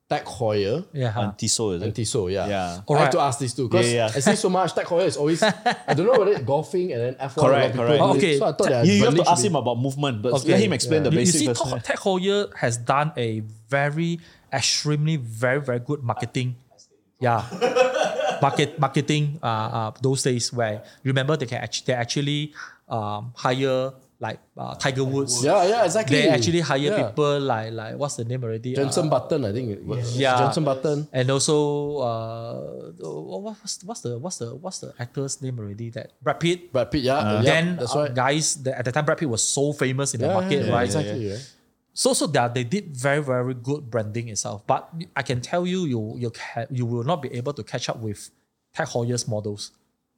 Speaker 2: Tag Heuer
Speaker 1: Yeah. huh.
Speaker 3: Antiso, is
Speaker 2: and
Speaker 3: it?
Speaker 2: Tissot, yeah.
Speaker 3: Yeah.
Speaker 2: I have
Speaker 1: Alright.
Speaker 2: to ask these two because
Speaker 3: Yeah, yeah.
Speaker 2: I see so much. Tag Heuer is always I don't know whether it's golfing and then F1. a lot
Speaker 3: Correct,
Speaker 2: of people
Speaker 3: correct.
Speaker 2: do
Speaker 1: Oh,
Speaker 2: it.
Speaker 1: okay.
Speaker 2: So I thought that
Speaker 3: You, you have
Speaker 2: Berlin
Speaker 3: to ask
Speaker 2: should
Speaker 3: him about movement, but
Speaker 1: Okay.
Speaker 3: let him explain the
Speaker 1: You, you
Speaker 3: basic
Speaker 1: see,
Speaker 3: first.
Speaker 1: Tech Tech Heuer has done a very, extremely, very, very good marketing. Yeah, market marketing. Uh, uh, those days where remember they can actually they actually um, hire like uh, Tiger Woods.
Speaker 2: be- Yeah, yeah, exactly.
Speaker 1: They actually hire
Speaker 2: Yeah.
Speaker 1: people like like what's the name already? Uh,
Speaker 2: Jensen Button, I think. it was.
Speaker 1: Yeah.
Speaker 2: Jensen Button.
Speaker 1: and also uh, what- what's what's the what's the what's the actor's name already? That Brad Pitt.
Speaker 2: Brad Pitt, yeah. yeah,
Speaker 1: then
Speaker 2: that's
Speaker 1: uh,
Speaker 2: right.
Speaker 1: guys the, at the time Brad Pitt was so famous in the
Speaker 2: Yeah,
Speaker 1: market,
Speaker 2: yeah, yeah,
Speaker 1: right?
Speaker 2: Exactly. yeah.
Speaker 1: So so that they did very very good branding itself. But I can tell you, you you can, you will not be able to catch up with Tech Hoyer's models.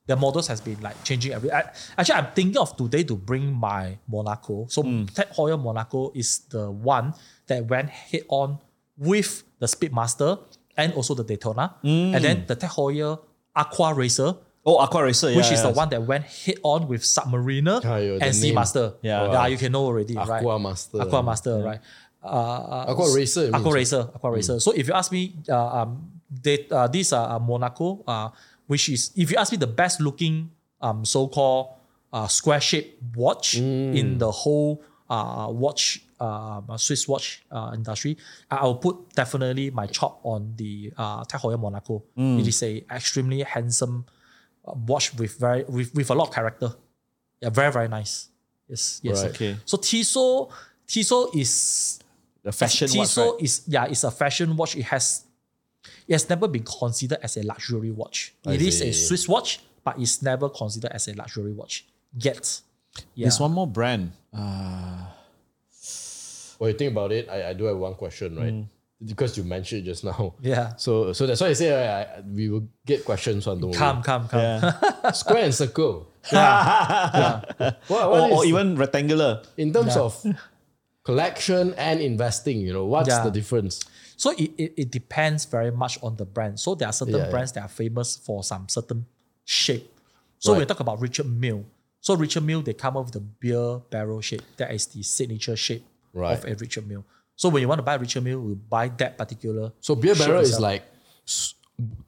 Speaker 1: Their models has been like changing every. I, actually, I'm thinking of today to bring my Monaco. So
Speaker 2: Hmm.
Speaker 1: Tech Hoyer Monaco is the one that went head on with the Speedmaster and also the Daytona,
Speaker 2: Hmm.
Speaker 1: and then the Tech Hoyer Aqua Racer
Speaker 3: Oh, Aqua Racer, yeah,
Speaker 1: which is the
Speaker 3: yeah.
Speaker 1: one that went hit on with Submariner
Speaker 2: Ah, yo, the
Speaker 1: and
Speaker 2: name.
Speaker 1: Seamaster.
Speaker 3: Yeah.
Speaker 1: yeah, you can know already, right?
Speaker 2: Aqua Master.
Speaker 1: Aqua Master, right? Uh, uh,
Speaker 2: Aqua Racer, Hmm. it
Speaker 1: Aqua
Speaker 2: means.
Speaker 1: Racer, Aqua Racer. So if you ask me, uh, um, they, uh, these are uh, Monaco, uh, which is if you ask me the best looking um so-called uh, square shaped watch
Speaker 2: Hmm.
Speaker 1: in the whole uh watch uh Swiss watch uh, industry, I- I'll put definitely my chop on the uh Tag Heuer Monaco.
Speaker 2: Hmm.
Speaker 1: It is a extremely handsome uh, watch with very with, with a lot of character. Yeah, very very nice. Yes, yes.
Speaker 2: Right.
Speaker 3: Okay.
Speaker 1: So Tissot, Tissot is
Speaker 3: The fashion watch,
Speaker 1: Tissot
Speaker 3: right?
Speaker 1: is yeah, it's a fashion watch. It has it has never been considered as a luxury watch.
Speaker 2: I
Speaker 1: It is a
Speaker 2: see.
Speaker 1: Swiss watch, but it's never considered as a luxury watch yet. Yeah.
Speaker 3: There's one more brand.
Speaker 2: Well, you think about it, I, I do have one question, right? Because you mentioned it just now.
Speaker 1: Mm. Yeah.
Speaker 2: So so that's why I say right, I, we will get questions on the
Speaker 1: Come, come, come.
Speaker 3: Yeah.
Speaker 2: square and circle. What,
Speaker 3: or,
Speaker 2: what
Speaker 3: or
Speaker 2: is-
Speaker 3: even rectangular.
Speaker 2: in terms of collection and investing, you know, what's
Speaker 1: Yeah.
Speaker 2: the difference?
Speaker 1: So it, it, it depends very much on the brand. So there are certain
Speaker 2: Yeah, yeah.
Speaker 1: brands that are famous for some certain shape. So when we
Speaker 2: Right.
Speaker 1: talk about Richard Mille, so Richard Mille, they come up with the beer barrel shape. That is the signature shape
Speaker 2: Right.
Speaker 1: of a Richard Mille. So when you want to buy Richard Mille, you buy that particular
Speaker 2: So beer barrel
Speaker 1: shape
Speaker 2: is
Speaker 1: itself.
Speaker 2: like s-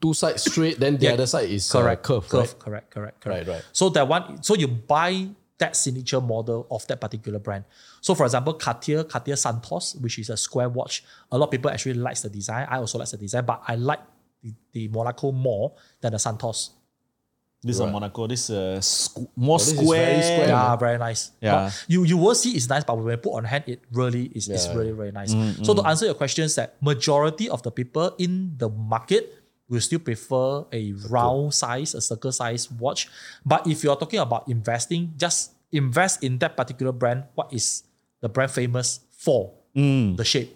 Speaker 2: two sides straight, then the
Speaker 1: Yeah.
Speaker 2: other side is
Speaker 1: correct
Speaker 2: correct curve,
Speaker 1: curve
Speaker 2: right?
Speaker 1: correct correct correct
Speaker 2: Right, right.
Speaker 1: so that one so you buy that signature model of that particular brand so for example Cartier Cartier Santos which is a square watch a lot of people actually likes the design I also like the design but I like the, the Monaco more than the Santos
Speaker 3: This is a
Speaker 2: Right.
Speaker 3: Monaco. This uh, squ- more
Speaker 2: this is
Speaker 3: square.
Speaker 2: very square.
Speaker 1: yeah, very nice.
Speaker 3: Yeah.
Speaker 1: But you you will see it's nice, but when you put on hand, it really is it's
Speaker 2: Yeah. Mm,
Speaker 1: really really nice. So to answer your question, is that majority of the people in the market will still prefer a round size, a circle size watch. But if you're talking about investing, just invest in that particular brand. What is the brand famous for?
Speaker 2: Mm.
Speaker 1: The shape,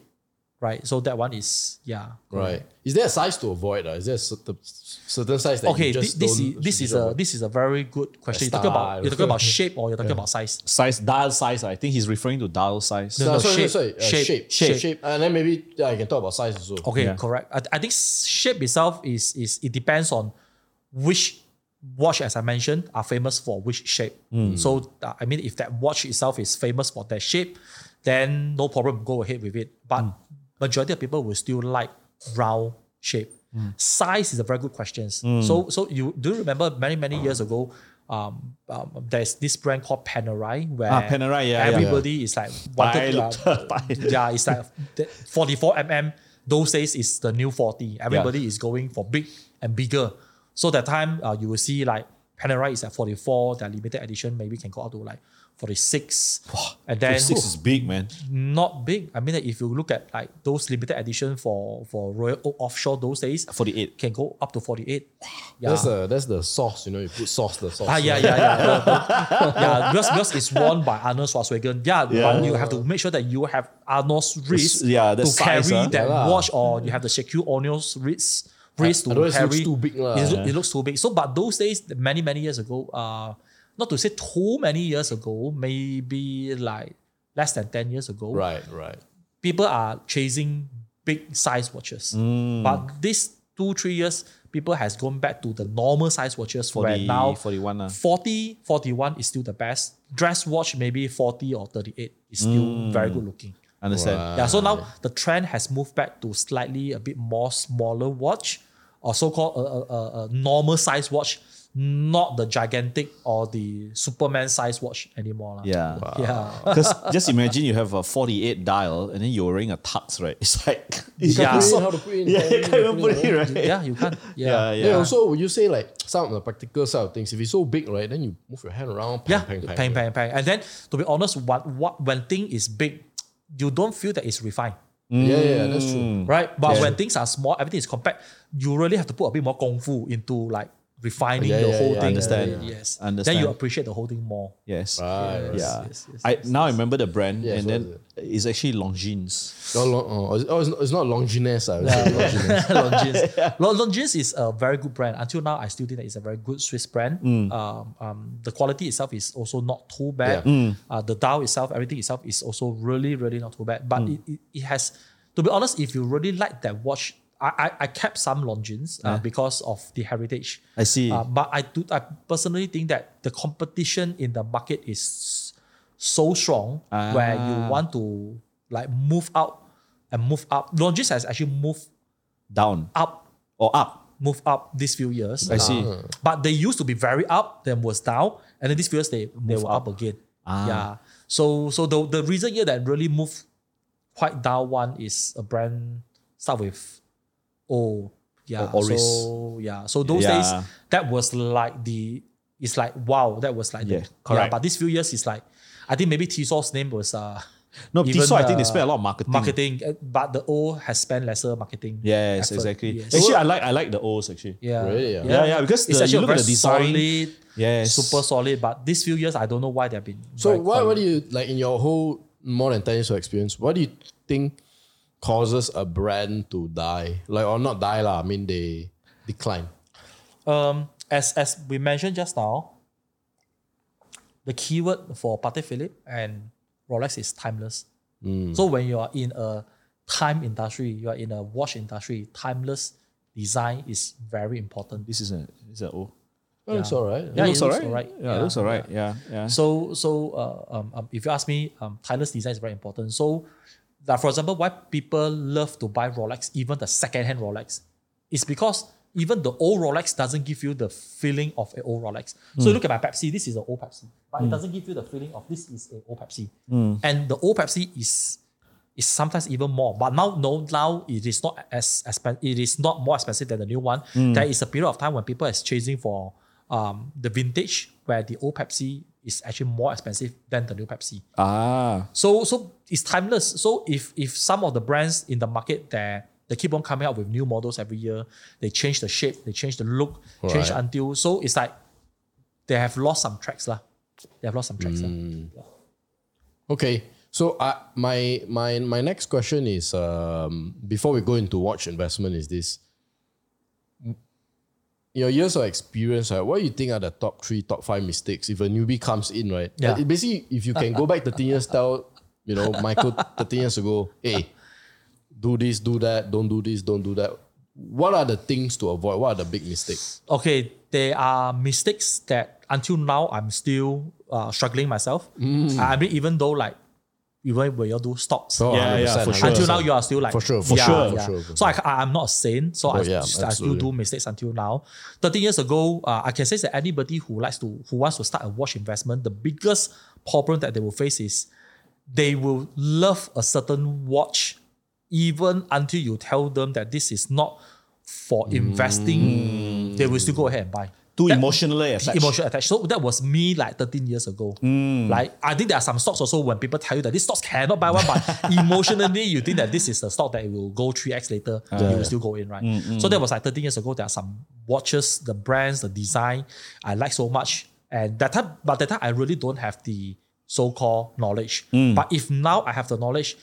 Speaker 1: right? So that one is yeah.
Speaker 2: Right. Is there a size to avoid? Uh? Is there a certain, certain size that
Speaker 1: Okay,
Speaker 2: you
Speaker 1: thi-
Speaker 2: just
Speaker 1: this is
Speaker 2: don't-
Speaker 1: this is a this is a very good question. You're talking about
Speaker 2: style.
Speaker 1: you're talking about shape or you're talking about size.
Speaker 3: Size, dial size. I think he's referring to dial size.
Speaker 1: No,
Speaker 2: Uh,
Speaker 1: no,
Speaker 2: sorry,
Speaker 1: shape,
Speaker 2: sorry, uh,
Speaker 1: shape,
Speaker 2: shape, shape,
Speaker 1: shape.
Speaker 2: shape. And then maybe yeah, I can talk about size also.
Speaker 1: Okay,
Speaker 3: Yeah.
Speaker 1: correct. I, I think shape itself is is it depends on which watch, as I mentioned, are famous for which shape.
Speaker 3: Hmm.
Speaker 1: So uh, I mean, if that watch itself is famous for that shape, then no problem, go ahead with it. But
Speaker 3: Hmm.
Speaker 1: majority of people will still like round shape.
Speaker 3: Hmm.
Speaker 1: Size is a very good question. So so you do you remember many many years ago. Um, um, there's this brand called Panerai where
Speaker 3: Ah, Panerai, yeah, yeah.
Speaker 1: everybody is like wanted to,
Speaker 3: looked-
Speaker 1: uh,
Speaker 3: Pai.
Speaker 1: yeah, it's like the 44 mm. Those days is the new 40. Everybody is going for big and bigger. So that time uh, you will see like Panerai is at 44. Their limited edition maybe can go up to like 46. and then
Speaker 3: Six is big, man.
Speaker 1: not big. I mean, like, if you look at like those limited edition for for Royal Oak Offshore those days,
Speaker 3: 48.
Speaker 1: can go up to 48. Yeah.
Speaker 2: That's the that's the sauce, you know. You put sauce, the sauce.
Speaker 1: Ah, yeah, yeah, yeah. The- the- yeah, because, because it's worn by Arnold Schwarzenegger. Yeah, but you have to make sure that you have Arnold's wrist
Speaker 3: yeah, the
Speaker 1: to
Speaker 3: size,
Speaker 1: carry
Speaker 3: ah.
Speaker 1: that
Speaker 2: uh. Yeah lah.
Speaker 1: watch, or you have the Shaquille O'Neal's wrist, wrist to
Speaker 2: Otherwise it
Speaker 1: carry.
Speaker 2: looks too big lah.
Speaker 1: It, loo- it looks too big. So, but those days, many, many years ago, uh, not to say too many years ago, maybe like less than 10 years ago,
Speaker 2: Right, right.
Speaker 1: people are chasing big size watches.
Speaker 3: Mm.
Speaker 1: But this two, three years, people has gone back to the normal size watches for where
Speaker 3: 40,
Speaker 1: now
Speaker 3: 41 lah.
Speaker 1: 40, 41 is still the best. Dress watch maybe 40 or 38 is still
Speaker 3: Mm.
Speaker 1: very good looking.
Speaker 3: Understand?
Speaker 1: Yeah, so now the trend has moved back to slightly a bit more smaller watch, or so-called uh, a, a, a, a normal size watch, not the gigantic or the Superman size watch anymore. lah.
Speaker 3: Yeah.
Speaker 1: Yeah.
Speaker 3: Because just imagine you have a 48 dial and then you're wearing a tux, right? It's like, it's
Speaker 1: Yeah.
Speaker 3: like
Speaker 2: Put it in,
Speaker 3: so-
Speaker 2: how to put it in,
Speaker 3: yeah,
Speaker 2: how
Speaker 3: you
Speaker 2: to
Speaker 3: can't even put it, right?
Speaker 1: yeah, you can.
Speaker 3: Yeah,
Speaker 1: Yeah.
Speaker 3: yeah.
Speaker 2: Yeah. Also, would you say like some of the practical side of things? If it's so big, right, then you move your hand around. Pang,
Speaker 1: Yeah,
Speaker 2: pang, pang,
Speaker 1: pang, pang, pang. And then, to be honest, what, what, when thing is big, you don't feel that it's refined,
Speaker 2: Yeah, yeah, that's
Speaker 1: Mm.
Speaker 2: true.
Speaker 1: right? But when things are small, everything is compact, you really have to put a bit more kung fu into like refining
Speaker 2: Yeah,
Speaker 1: the
Speaker 2: yeah,
Speaker 1: whole
Speaker 2: yeah,
Speaker 1: thing.
Speaker 3: understand.
Speaker 1: Yeah, Yes.
Speaker 3: Understand.
Speaker 1: Then you appreciate the whole thing more.
Speaker 3: Yes.
Speaker 2: Right, right.
Speaker 3: Yeah.
Speaker 1: yes, yes,
Speaker 3: I now I remember the brand,
Speaker 2: Yes,
Speaker 3: and
Speaker 2: what
Speaker 3: then it's actually Longines.
Speaker 2: Not long, oh, it's- oh, it's, not- it's not Longines. I would say. Longines.
Speaker 1: Longines. Lo- Longines is a very good brand. Until now, I still think that it's a very good Swiss brand.
Speaker 3: Mm.
Speaker 1: Um, um, the quality itself is also not too bad.
Speaker 2: Yeah.
Speaker 3: Mm.
Speaker 1: Uh, the dial itself, everything itself is also really, really not too bad.
Speaker 3: Mm.
Speaker 1: But it, it, it has, to be honest, if you really like that watch, I, I, I kept some Longines uh, because of the heritage.
Speaker 3: I see.
Speaker 1: Uh, but I do. I personally think that the competition in the market is so strong where
Speaker 3: Ah.
Speaker 1: you want to like move out and move up. Longines has actually moved
Speaker 3: Down
Speaker 1: up,
Speaker 3: or up?
Speaker 1: move up these few years. Uh,
Speaker 3: I see.
Speaker 1: But they used to be very up, then was down, and then these few years they, they were up, again.
Speaker 3: Ah.
Speaker 1: Yeah. So so the, the reason here that really moved quite down one is a brand start with O. Yeah.
Speaker 3: O- Oris.
Speaker 1: So yeah. So those
Speaker 3: Yeah.
Speaker 1: days that was like the it's like wow, that was like
Speaker 3: Yeah,
Speaker 1: the,
Speaker 3: correct.
Speaker 1: but these few years it's like I think maybe Tissot's name was uh
Speaker 3: No,
Speaker 1: even,
Speaker 3: Tissot. I think they
Speaker 1: uh,
Speaker 3: spend a lot of marketing.
Speaker 1: marketing, uh, but the O has spent lesser marketing.
Speaker 3: Yes,
Speaker 1: effort.
Speaker 3: exactly.
Speaker 1: Yes.
Speaker 3: Actually, I like I like the O's actually.
Speaker 1: Yeah.
Speaker 2: Really, yeah?
Speaker 3: Yeah, yeah, because
Speaker 1: it's
Speaker 3: the-
Speaker 1: actually
Speaker 3: you
Speaker 1: a
Speaker 3: look
Speaker 1: very
Speaker 3: at the design,
Speaker 1: solid,
Speaker 3: yes.
Speaker 1: super solid. But these few years, I don't know why they've been.
Speaker 2: so,
Speaker 1: very
Speaker 2: what,
Speaker 1: quiet.
Speaker 2: what do you like in your whole more than ten years of experience? What do you think causes a brand to die? Like, or not die lah? I mean, they decline.
Speaker 1: Um, as as we mentioned just now, the keyword for Patek Philippe and Rolex is timeless.
Speaker 2: Hmm.
Speaker 1: So when you are in a time industry, you are in a watch industry. Timeless design is very important.
Speaker 3: This is a this is an O.
Speaker 2: Oh, It's all right.
Speaker 1: Yeah,
Speaker 3: looks
Speaker 1: it looks
Speaker 3: alright.
Speaker 1: alright.
Speaker 3: Yeah, it
Speaker 1: Yeah.
Speaker 3: looks alright. Yeah, yeah.
Speaker 1: So so uh, um, um, if you ask me, um, timeless design is very important. So, like for example, why people love to buy Rolex, even the second-hand Rolex, is because even the old Rolex doesn't give you the feeling of an old Rolex. So you look at my Pepsi. This is an old Pepsi, but it doesn't give you the feeling of this is an old Pepsi. And the old Pepsi is is sometimes even more. But now, no, now it is not as expensive. It is not more expensive than the new one. There is a period of time when people is chasing for um, the vintage, where the old Pepsi is actually more expensive than the new Pepsi.
Speaker 3: ah,
Speaker 1: So, so it's timeless. So if if some of the brands in the market that they keep on coming out with new models every year, they change the shape, they change the look, change
Speaker 2: Right.
Speaker 1: until so it's like they have lost some tracks lah. They have lost some tracks lah.
Speaker 2: Okay. So I my my my next question is um, before we go into watch investment is this your years of experience, right? What do you think are the top three, top five mistakes if a newbie comes in, right?
Speaker 1: Yeah.
Speaker 2: Uh, basically, if you can go back 13 years, tell you know Michael 13 years ago, hey, do this, do that, don't do this, don't do that. What are the things to avoid? What are the big mistakes?
Speaker 1: okay, there are mistakes that until now I'm still uh, struggling myself. I mean, even though like even when you do stops,
Speaker 2: Oh,
Speaker 3: Yeah, yeah,
Speaker 2: 100%,
Speaker 3: for sure.
Speaker 1: until
Speaker 2: 100%.
Speaker 1: now you are still like
Speaker 2: For sure, for
Speaker 1: yeah,
Speaker 2: sure, for
Speaker 1: yeah.
Speaker 2: sure, for
Speaker 1: So I, ca- I am not sane, so I,
Speaker 2: Oh, yeah,
Speaker 1: st- I still
Speaker 2: absolutely.
Speaker 1: do mistakes until now. Thirteen years ago, uh, I can say that anybody who likes to who wants to start a watch investment, the biggest problem that they will face is they will love a certain watch even until you tell them that this is not for investing.
Speaker 2: Mm.
Speaker 1: They will still go ahead and buy
Speaker 3: too
Speaker 1: That-
Speaker 3: emotional eh, as such.
Speaker 1: emotional attached. So that was me like 13 years ago. Like I think there are some stocks also when people tell you that these stocks cannot buy one, but emotionally you think that this is the stock that it will go 3x later, you will still go in, right? So that was like 13 years ago. There are some watches, the brands, the design I like so much. And that time, but that time I really don't have the so-called knowledge. But if now I have the knowledge,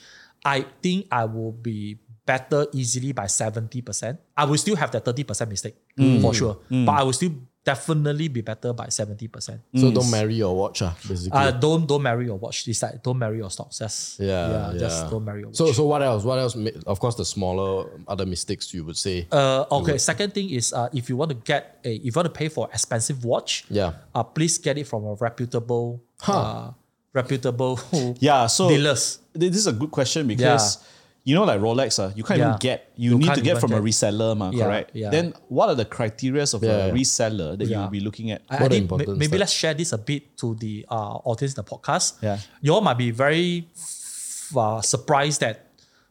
Speaker 1: I think I will be
Speaker 2: Mm.
Speaker 1: better easily by 70%. I will still have that 30% mistake for sure. But I will still definitely be better by 70%.
Speaker 2: So don't marry your watch, ah, basically.
Speaker 1: Uh, don't don't marry your watch. It's like don't marry your stocks. Just
Speaker 2: yeah,
Speaker 1: just
Speaker 2: yeah.
Speaker 1: don't marry your watch.
Speaker 2: so so what else? What else? mi- Of course, the smaller other mistakes you would say.
Speaker 1: uh, okay. Second thing is uh, if you want to get a if you want to pay for expensive watch,
Speaker 2: Yeah.
Speaker 1: uh, please get it from a reputable uh, reputable
Speaker 3: Yeah, so
Speaker 1: dealers.
Speaker 3: Th- this is a good question because you know, like Rolex, uh, you can't even
Speaker 1: Yeah.
Speaker 3: get. You,
Speaker 1: You
Speaker 3: need to
Speaker 1: can't
Speaker 3: get
Speaker 1: even
Speaker 3: from a
Speaker 1: get.
Speaker 3: reseller, ma,
Speaker 1: Yeah,
Speaker 3: correct?
Speaker 1: yeah.
Speaker 3: Then what are the criterias of
Speaker 2: Yeah,
Speaker 3: a
Speaker 2: yeah.
Speaker 3: reseller that you
Speaker 1: Yeah.
Speaker 3: will be looking at?
Speaker 1: I- I
Speaker 2: What are
Speaker 1: think may-
Speaker 2: important
Speaker 1: maybe
Speaker 2: steps?
Speaker 1: let's share this a bit to the uh, audience in the podcast.
Speaker 3: Yeah.
Speaker 1: You all might be very f- uh, surprised that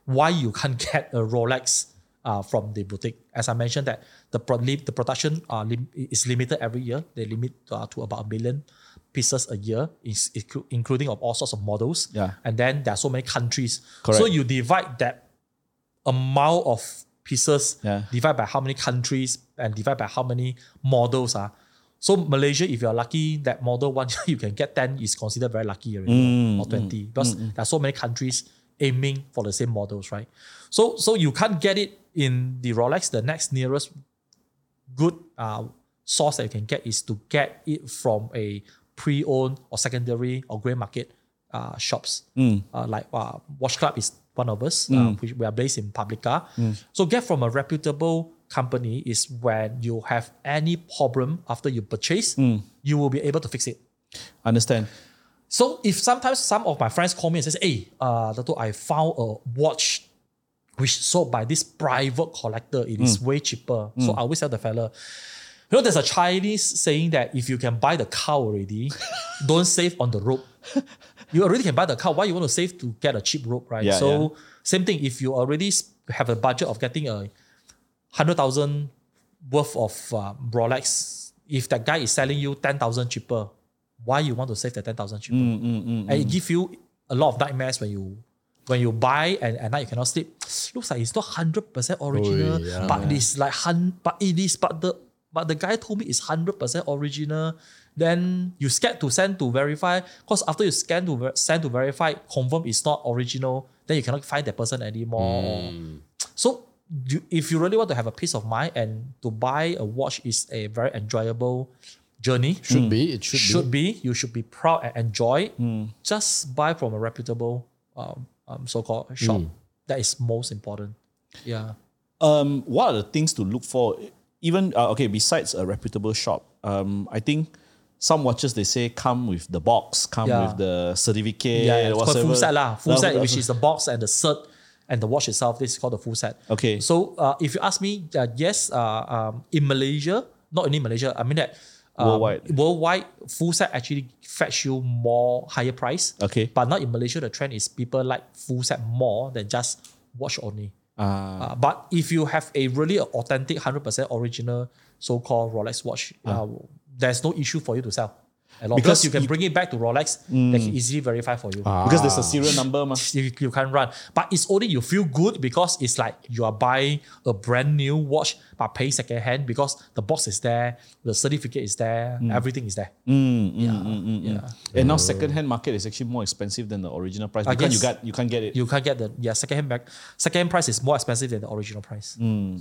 Speaker 1: why you can't get a Rolex uh, from the boutique. As I mentioned that the pro- li- the production uh, lim- is limited every year. They limit uh, to about a million pieces a year, is- inclu- including of all sorts of models.
Speaker 3: Yeah.
Speaker 1: And then there are so many countries. So
Speaker 3: Correct.
Speaker 1: you divide that amount of pieces
Speaker 3: Yeah.
Speaker 1: divide by how many countries and divide by how many models are. So Malaysia, if you're lucky, that model one you can get 10 is considered very lucky already, or 20. because there are so many countries aiming for the same models, right? So so you can't get it in the Rolex. The next nearest good uh, source that you can get is to get it from a pre-owned or secondary or grey market uh, shops. Uh, like uh, Watch Club is one of us, uh, which we are based in Publica. So get from a reputable company is when you have any problem after you purchase, you will be able to fix it.
Speaker 3: Understand?
Speaker 1: So if sometimes some of my friends call me and says, "Hey, uh, Dato, I found a watch which sold by this private collector. It is
Speaker 3: Mm.
Speaker 1: way cheaper." So I always tell the fella, you know, there's a Chinese saying that if you can buy the cow already, don't save on the rope. You already can buy the cow. Why you want to save to get a cheap rope, right?
Speaker 3: Yeah,
Speaker 1: so same thing. If you already s- have a budget of getting a hundred thousand worth of uh, Rolex, if that guy is selling you ten thousand cheaper, why you want to save the ten thousand cheaper? and it gives you a lot of nightmares when you when you buy and at night you cannot sleep. Looks like it's not hundred percent original,
Speaker 2: Oi, yeah.
Speaker 1: but it's like hun- but it is but the but the guy told me it's hundred percent original. Then you scared to send to verify because after you scan to ver- send to verify, confirm it's not original. Then you cannot find that person anymore. So you, if you really want to have a peace of mind and to buy a watch is a very enjoyable journey
Speaker 2: Should be. It should,
Speaker 1: Mm. should
Speaker 2: be.
Speaker 1: be. Mm. You should be proud and enjoy. it. Just buy from a reputable, um, um, so-called shop. That is most important. Yeah.
Speaker 3: Um, what are the things to look for? Even uh, okay, besides a reputable shop, um, I think some watches they say come with the box, come
Speaker 1: Yeah.
Speaker 3: with the certificate,
Speaker 1: Yeah, it's called
Speaker 3: whatsoever.
Speaker 1: full set lah. Full
Speaker 3: Uh,
Speaker 1: set,
Speaker 3: uh,
Speaker 1: which is the box and the cert and the watch itself. This is called the full set.
Speaker 3: Okay.
Speaker 1: So uh, if you ask me, uh, yes, uh, um, in Malaysia, not only Malaysia, I mean that um,
Speaker 3: Worldwide.
Speaker 1: worldwide full set actually fetch you more higher price.
Speaker 3: Okay.
Speaker 1: But not in Malaysia, the trend is people like full set more than just watch only.
Speaker 3: Ah.
Speaker 1: Uh, but if you have a really authentic, hundred percent original so-called Rolex watch, uh, there's no issue for you to sell. At all.
Speaker 3: Ah.
Speaker 1: Because,
Speaker 3: Because
Speaker 1: you can bring it back to Rolex, they can easily verify for you.
Speaker 3: because there's a serial number, ma.
Speaker 1: You, you can't run, but it's only you feel good because it's like you are buying a brand new watch but paying second hand because the box is there, the certificate is there, everything is there. yeah, yeah.
Speaker 3: And now second-hand market is actually more expensive than the original price
Speaker 1: I
Speaker 3: because you
Speaker 1: guess-
Speaker 3: got you can't get it.
Speaker 1: You can't get the yeah second hand back. Second hand price is more expensive than the original price.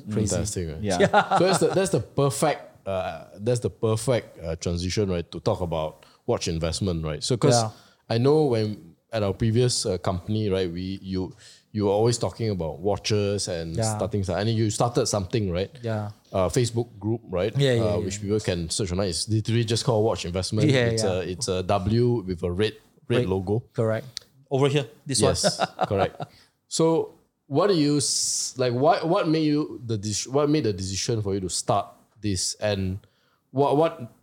Speaker 1: Crazy.
Speaker 2: Fantastic. Right?
Speaker 3: yeah.
Speaker 2: so that's the that's the perfect uh, that's the perfect uh, transition right to talk about watch investment right so because
Speaker 1: Yeah.
Speaker 2: I know when at our previous uh, company right we you you were always talking about watches and
Speaker 1: Yeah.
Speaker 2: starting and you started something right
Speaker 1: Yeah.
Speaker 2: uh, Facebook group right
Speaker 1: Yeah, yeah,
Speaker 2: uh,
Speaker 1: yeah.
Speaker 2: which people can search on it's literally just called watch investment
Speaker 1: Yeah,
Speaker 2: it's
Speaker 1: yeah.
Speaker 2: a it's a W with a red red,
Speaker 1: Red.
Speaker 2: logo
Speaker 1: Correct. Over here, this one.
Speaker 2: yes correct so what do you s- like what what made you the dec- what made the decision for you to start this and what what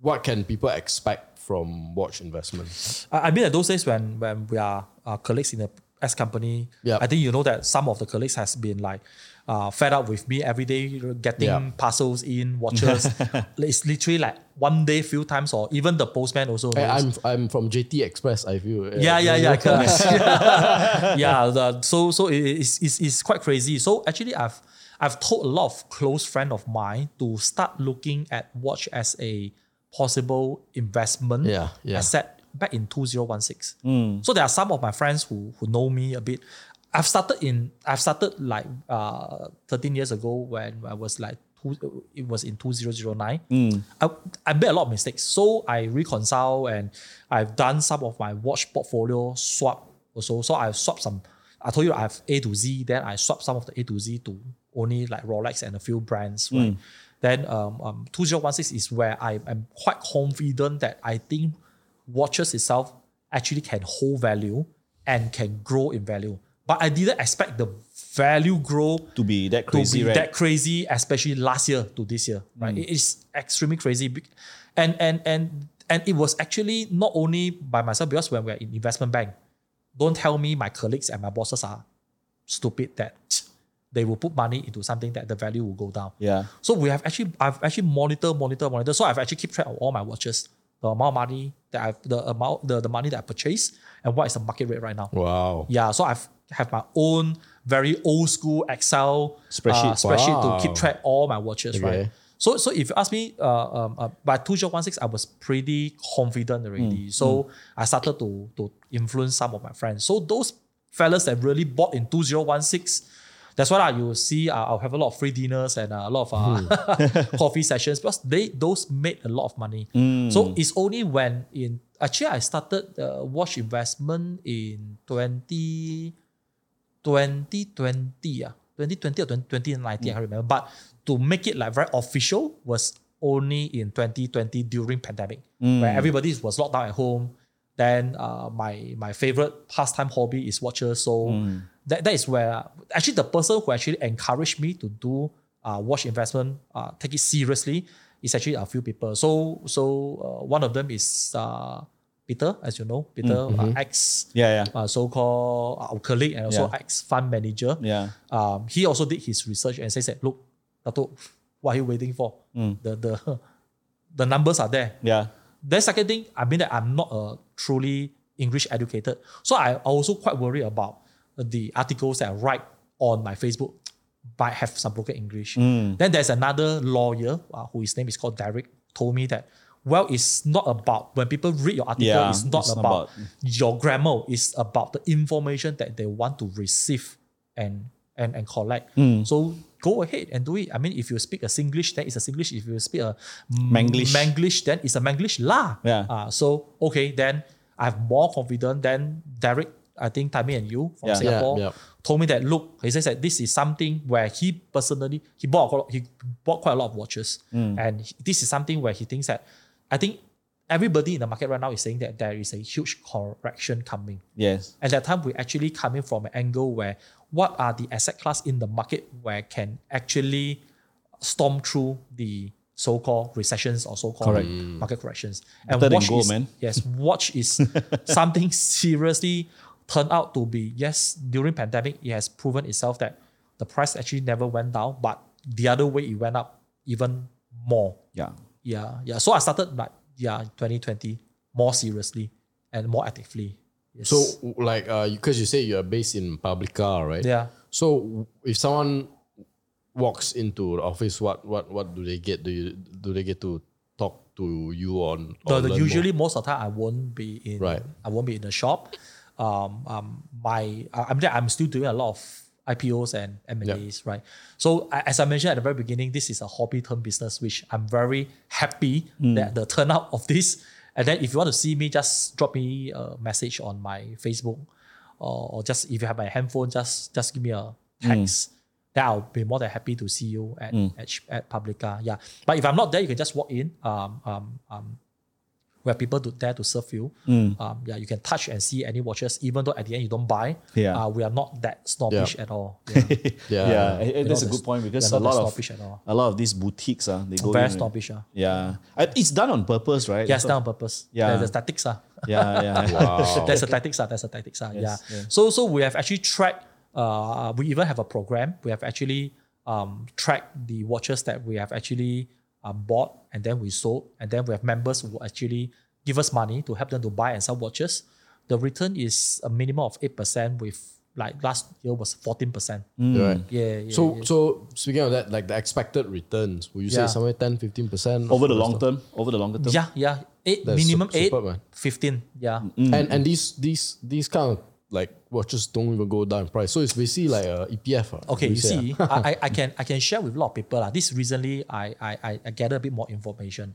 Speaker 2: what can people expect from watch investment
Speaker 1: I, I mean, at those days when when we are uh, colleagues in the S company,
Speaker 2: Yeah.
Speaker 1: I think you know that some of the colleagues has been like uh, fed up with me every day you know, getting
Speaker 2: Yeah.
Speaker 1: parcels in, watches. it's literally like one day, few times, or even the postman also.
Speaker 2: I,
Speaker 1: knows.
Speaker 2: i'm i'm from jt express i feel
Speaker 1: yeah, yeah, yeah, correct. yeah, the, so so it, it's, it's it's quite crazy. So actually, I've I've told a lot of close friend of mine to start looking at watch as a possible investment
Speaker 2: Yeah, yeah.
Speaker 1: asset back in 2016. So there are some of my friends who who know me a bit. I've started in I've started like uh 13 years ago when I was like two, it was in 2009. I, I made a lot of mistakes. So I reconcile and I've done some of my watch portfolio swap also. So I've swapped some I told you I have A to Z, then I swapped some of the A to Z to only like Rolex and a few brands. Right? Then um, um 2016 is where I am quite confident that I think watches itself actually can hold value and can grow in value. But I didn't expect the value grow
Speaker 3: to be that crazy,
Speaker 1: to be
Speaker 3: right? Hmm.
Speaker 1: that crazy, especially last year to this year, right? It is extremely crazy, Be- and and and and it was actually not only by myself because when we're in investment bank, don't tell me my colleagues and my bosses are stupid that they will put money into something that the value will go down.
Speaker 3: yeah.
Speaker 1: So we have actually I've actually monitor, monitor, monitor. So I've actually keep track of all my watches, the amount of money that I've the amount the, the money that I purchased and what is the market rate right now.
Speaker 2: Wow.
Speaker 1: Yeah, so I've have my own very old school Excel
Speaker 3: Spreadsheet.
Speaker 1: uh, spreadsheet
Speaker 2: Wow.
Speaker 1: to keep track all my watches, right?
Speaker 2: Okay.
Speaker 1: So so if you ask me, uh, um, uh, by 2016, I was pretty confident
Speaker 2: Hmm.
Speaker 1: already. So I started to to influence some of my friends. So those fellas that really bought in 2016, that's why uh, you see uh, I'll have a lot of free dinners and uh, a lot of uh,
Speaker 2: Hmm.
Speaker 1: coffee sessions because they those made a lot of money. So it's only when in actually I started uh, watch investment in 20 2020, ah, 2020 or 2019, I can't remember. But to make it like very official was only in 2020 during pandemic, where everybody was locked down at home. Then uh, my my favorite pastime hobby is watches. So that, that is where actually the person who actually encouraged me to do uh, watch investment, uh, take it seriously, is actually a few people. So so uh, one of them is uh, Peter, as you know, Peter uh, ex
Speaker 3: Yeah, yeah.
Speaker 1: uh, so-called our colleague and also
Speaker 3: Yeah.
Speaker 1: ex fund manager.
Speaker 3: Yeah.
Speaker 1: Um, he also did his research and says that look, Dato, what are you waiting for?
Speaker 3: Hmm.
Speaker 1: The the the numbers are there.
Speaker 3: Yeah.
Speaker 1: The second thing, I mean that I'm not a truly English educated, so I also quite worried about the articles that I write on my Facebook might have some broken English.
Speaker 3: Mm.
Speaker 1: Then there's another lawyer uh, who his name is called Derek told me that well, it's not about when people read your article,
Speaker 3: Yeah,
Speaker 1: it's not
Speaker 3: it's not
Speaker 1: about,
Speaker 3: about-
Speaker 1: your grammar. It's about the information that they want to receive and and and collect.
Speaker 3: Mm.
Speaker 1: So go ahead and do it. I mean, if you speak a Singlish, then it's a Singlish. If you speak a
Speaker 3: Manglish.
Speaker 1: English, then it's a Manglish lah.
Speaker 3: Yeah.
Speaker 1: Ah, so okay, then I have more confident than Derek. I think Tammy and you from
Speaker 3: Yeah.
Speaker 1: Singapore
Speaker 2: Yeah, yeah.
Speaker 1: told me that look, he says that this is something where he personally he bought a lot- he bought quite a lot of watches,
Speaker 3: Mm.
Speaker 1: and he- this is something where he thinks that I think everybody in the market right now is saying that there is a huge correction coming.
Speaker 3: Yes.
Speaker 1: At that time, we actually coming from an angle where what are the asset class in the market where can actually storm through the so-called recessions or so-called
Speaker 3: Correct.
Speaker 1: market corrections.
Speaker 3: Better than
Speaker 1: watch
Speaker 3: gold,
Speaker 1: is,
Speaker 3: man.
Speaker 1: Yes, watch is something seriously turned out to be, yes, during pandemic, it has proven itself that the price actually never went down, but the other way it went up even more.
Speaker 3: Yeah.
Speaker 1: Yeah, yeah. So I started like, yeah, 2020 more seriously and more actively. Yes.
Speaker 2: So like uh, because you say you are based in Publica, right?
Speaker 1: yeah.
Speaker 2: So if someone walks into the office, what what what do they get? Do you do they get to talk to you on?
Speaker 1: the,
Speaker 2: or
Speaker 1: the
Speaker 2: learn
Speaker 1: usually most of the time I won't be in
Speaker 2: Right.
Speaker 1: I won't be in the shop. Um, um my I- I'm I'm still doing a lot of IPOs and M&As, right? So a- as I mentioned at the very beginning, this is a hobby term business, which I'm very happy
Speaker 2: Mm.
Speaker 1: that the turnout of this. And then if you want to see me, just drop me a message on my Facebook, or, or just if you have my handphone, just just give me a
Speaker 2: Mm.
Speaker 1: text. Then I'll be more than happy to see you at at, at Publica. Yeah, but if I'm not there, you can just walk in. Um, um, um, where people do dare to serve you.
Speaker 3: Mm.
Speaker 1: Um, yeah, you can touch and see any watches, even though at the end you don't buy.
Speaker 3: Yeah.
Speaker 1: Uh, we are not that snobbish
Speaker 2: Yeah.
Speaker 1: at all. Yeah.
Speaker 2: Yeah.
Speaker 3: yeah, eh, eh, that's a
Speaker 1: not
Speaker 3: good point because
Speaker 1: we're
Speaker 3: a
Speaker 1: not
Speaker 3: lot
Speaker 1: that
Speaker 3: of
Speaker 1: snobbish at all.
Speaker 3: a lot of these boutiques ah, they go
Speaker 1: Very
Speaker 3: in and-
Speaker 1: snobbish. Uh.
Speaker 3: Yeah, I- it's done on purpose, right?
Speaker 1: Yes,
Speaker 3: That's
Speaker 1: done on purpose.
Speaker 3: Yeah.
Speaker 1: There's a tactics. Uh.
Speaker 3: what- Yeah, yeah.
Speaker 2: Wow.
Speaker 1: There's a tactics. Uh. There's a tactics. Uh.
Speaker 3: Yes,
Speaker 1: yeah.
Speaker 3: yeah.
Speaker 1: So so we have actually tracked, uh, we even have a program. We have actually um, tracked the watches that we have actually uh, bought and then we sold. And then we have members who actually give us money to help them to buy and sell watches. The return is a minimum of 8% with like last year was 14%.
Speaker 2: Right.
Speaker 1: Yeah, yeah.
Speaker 2: Mm. So so speaking of that, like the expected returns, will you say
Speaker 1: Yeah.
Speaker 2: somewhere 10, 15 percent
Speaker 3: Over the long term, over the longer term.
Speaker 1: yeah, yeah. Eight
Speaker 2: That's
Speaker 1: minimum
Speaker 2: sup-
Speaker 1: eight.
Speaker 2: superb, man.
Speaker 1: 15. Yeah.
Speaker 2: And and these these these kind of like watches don't even go down in price. So it's basically like a EPF. ah,
Speaker 1: Okay,
Speaker 2: we
Speaker 1: you see,
Speaker 2: say, ah.
Speaker 1: I, I- I can I can share with a lot of people. lah. This recently I, I I- I gather a bit more information.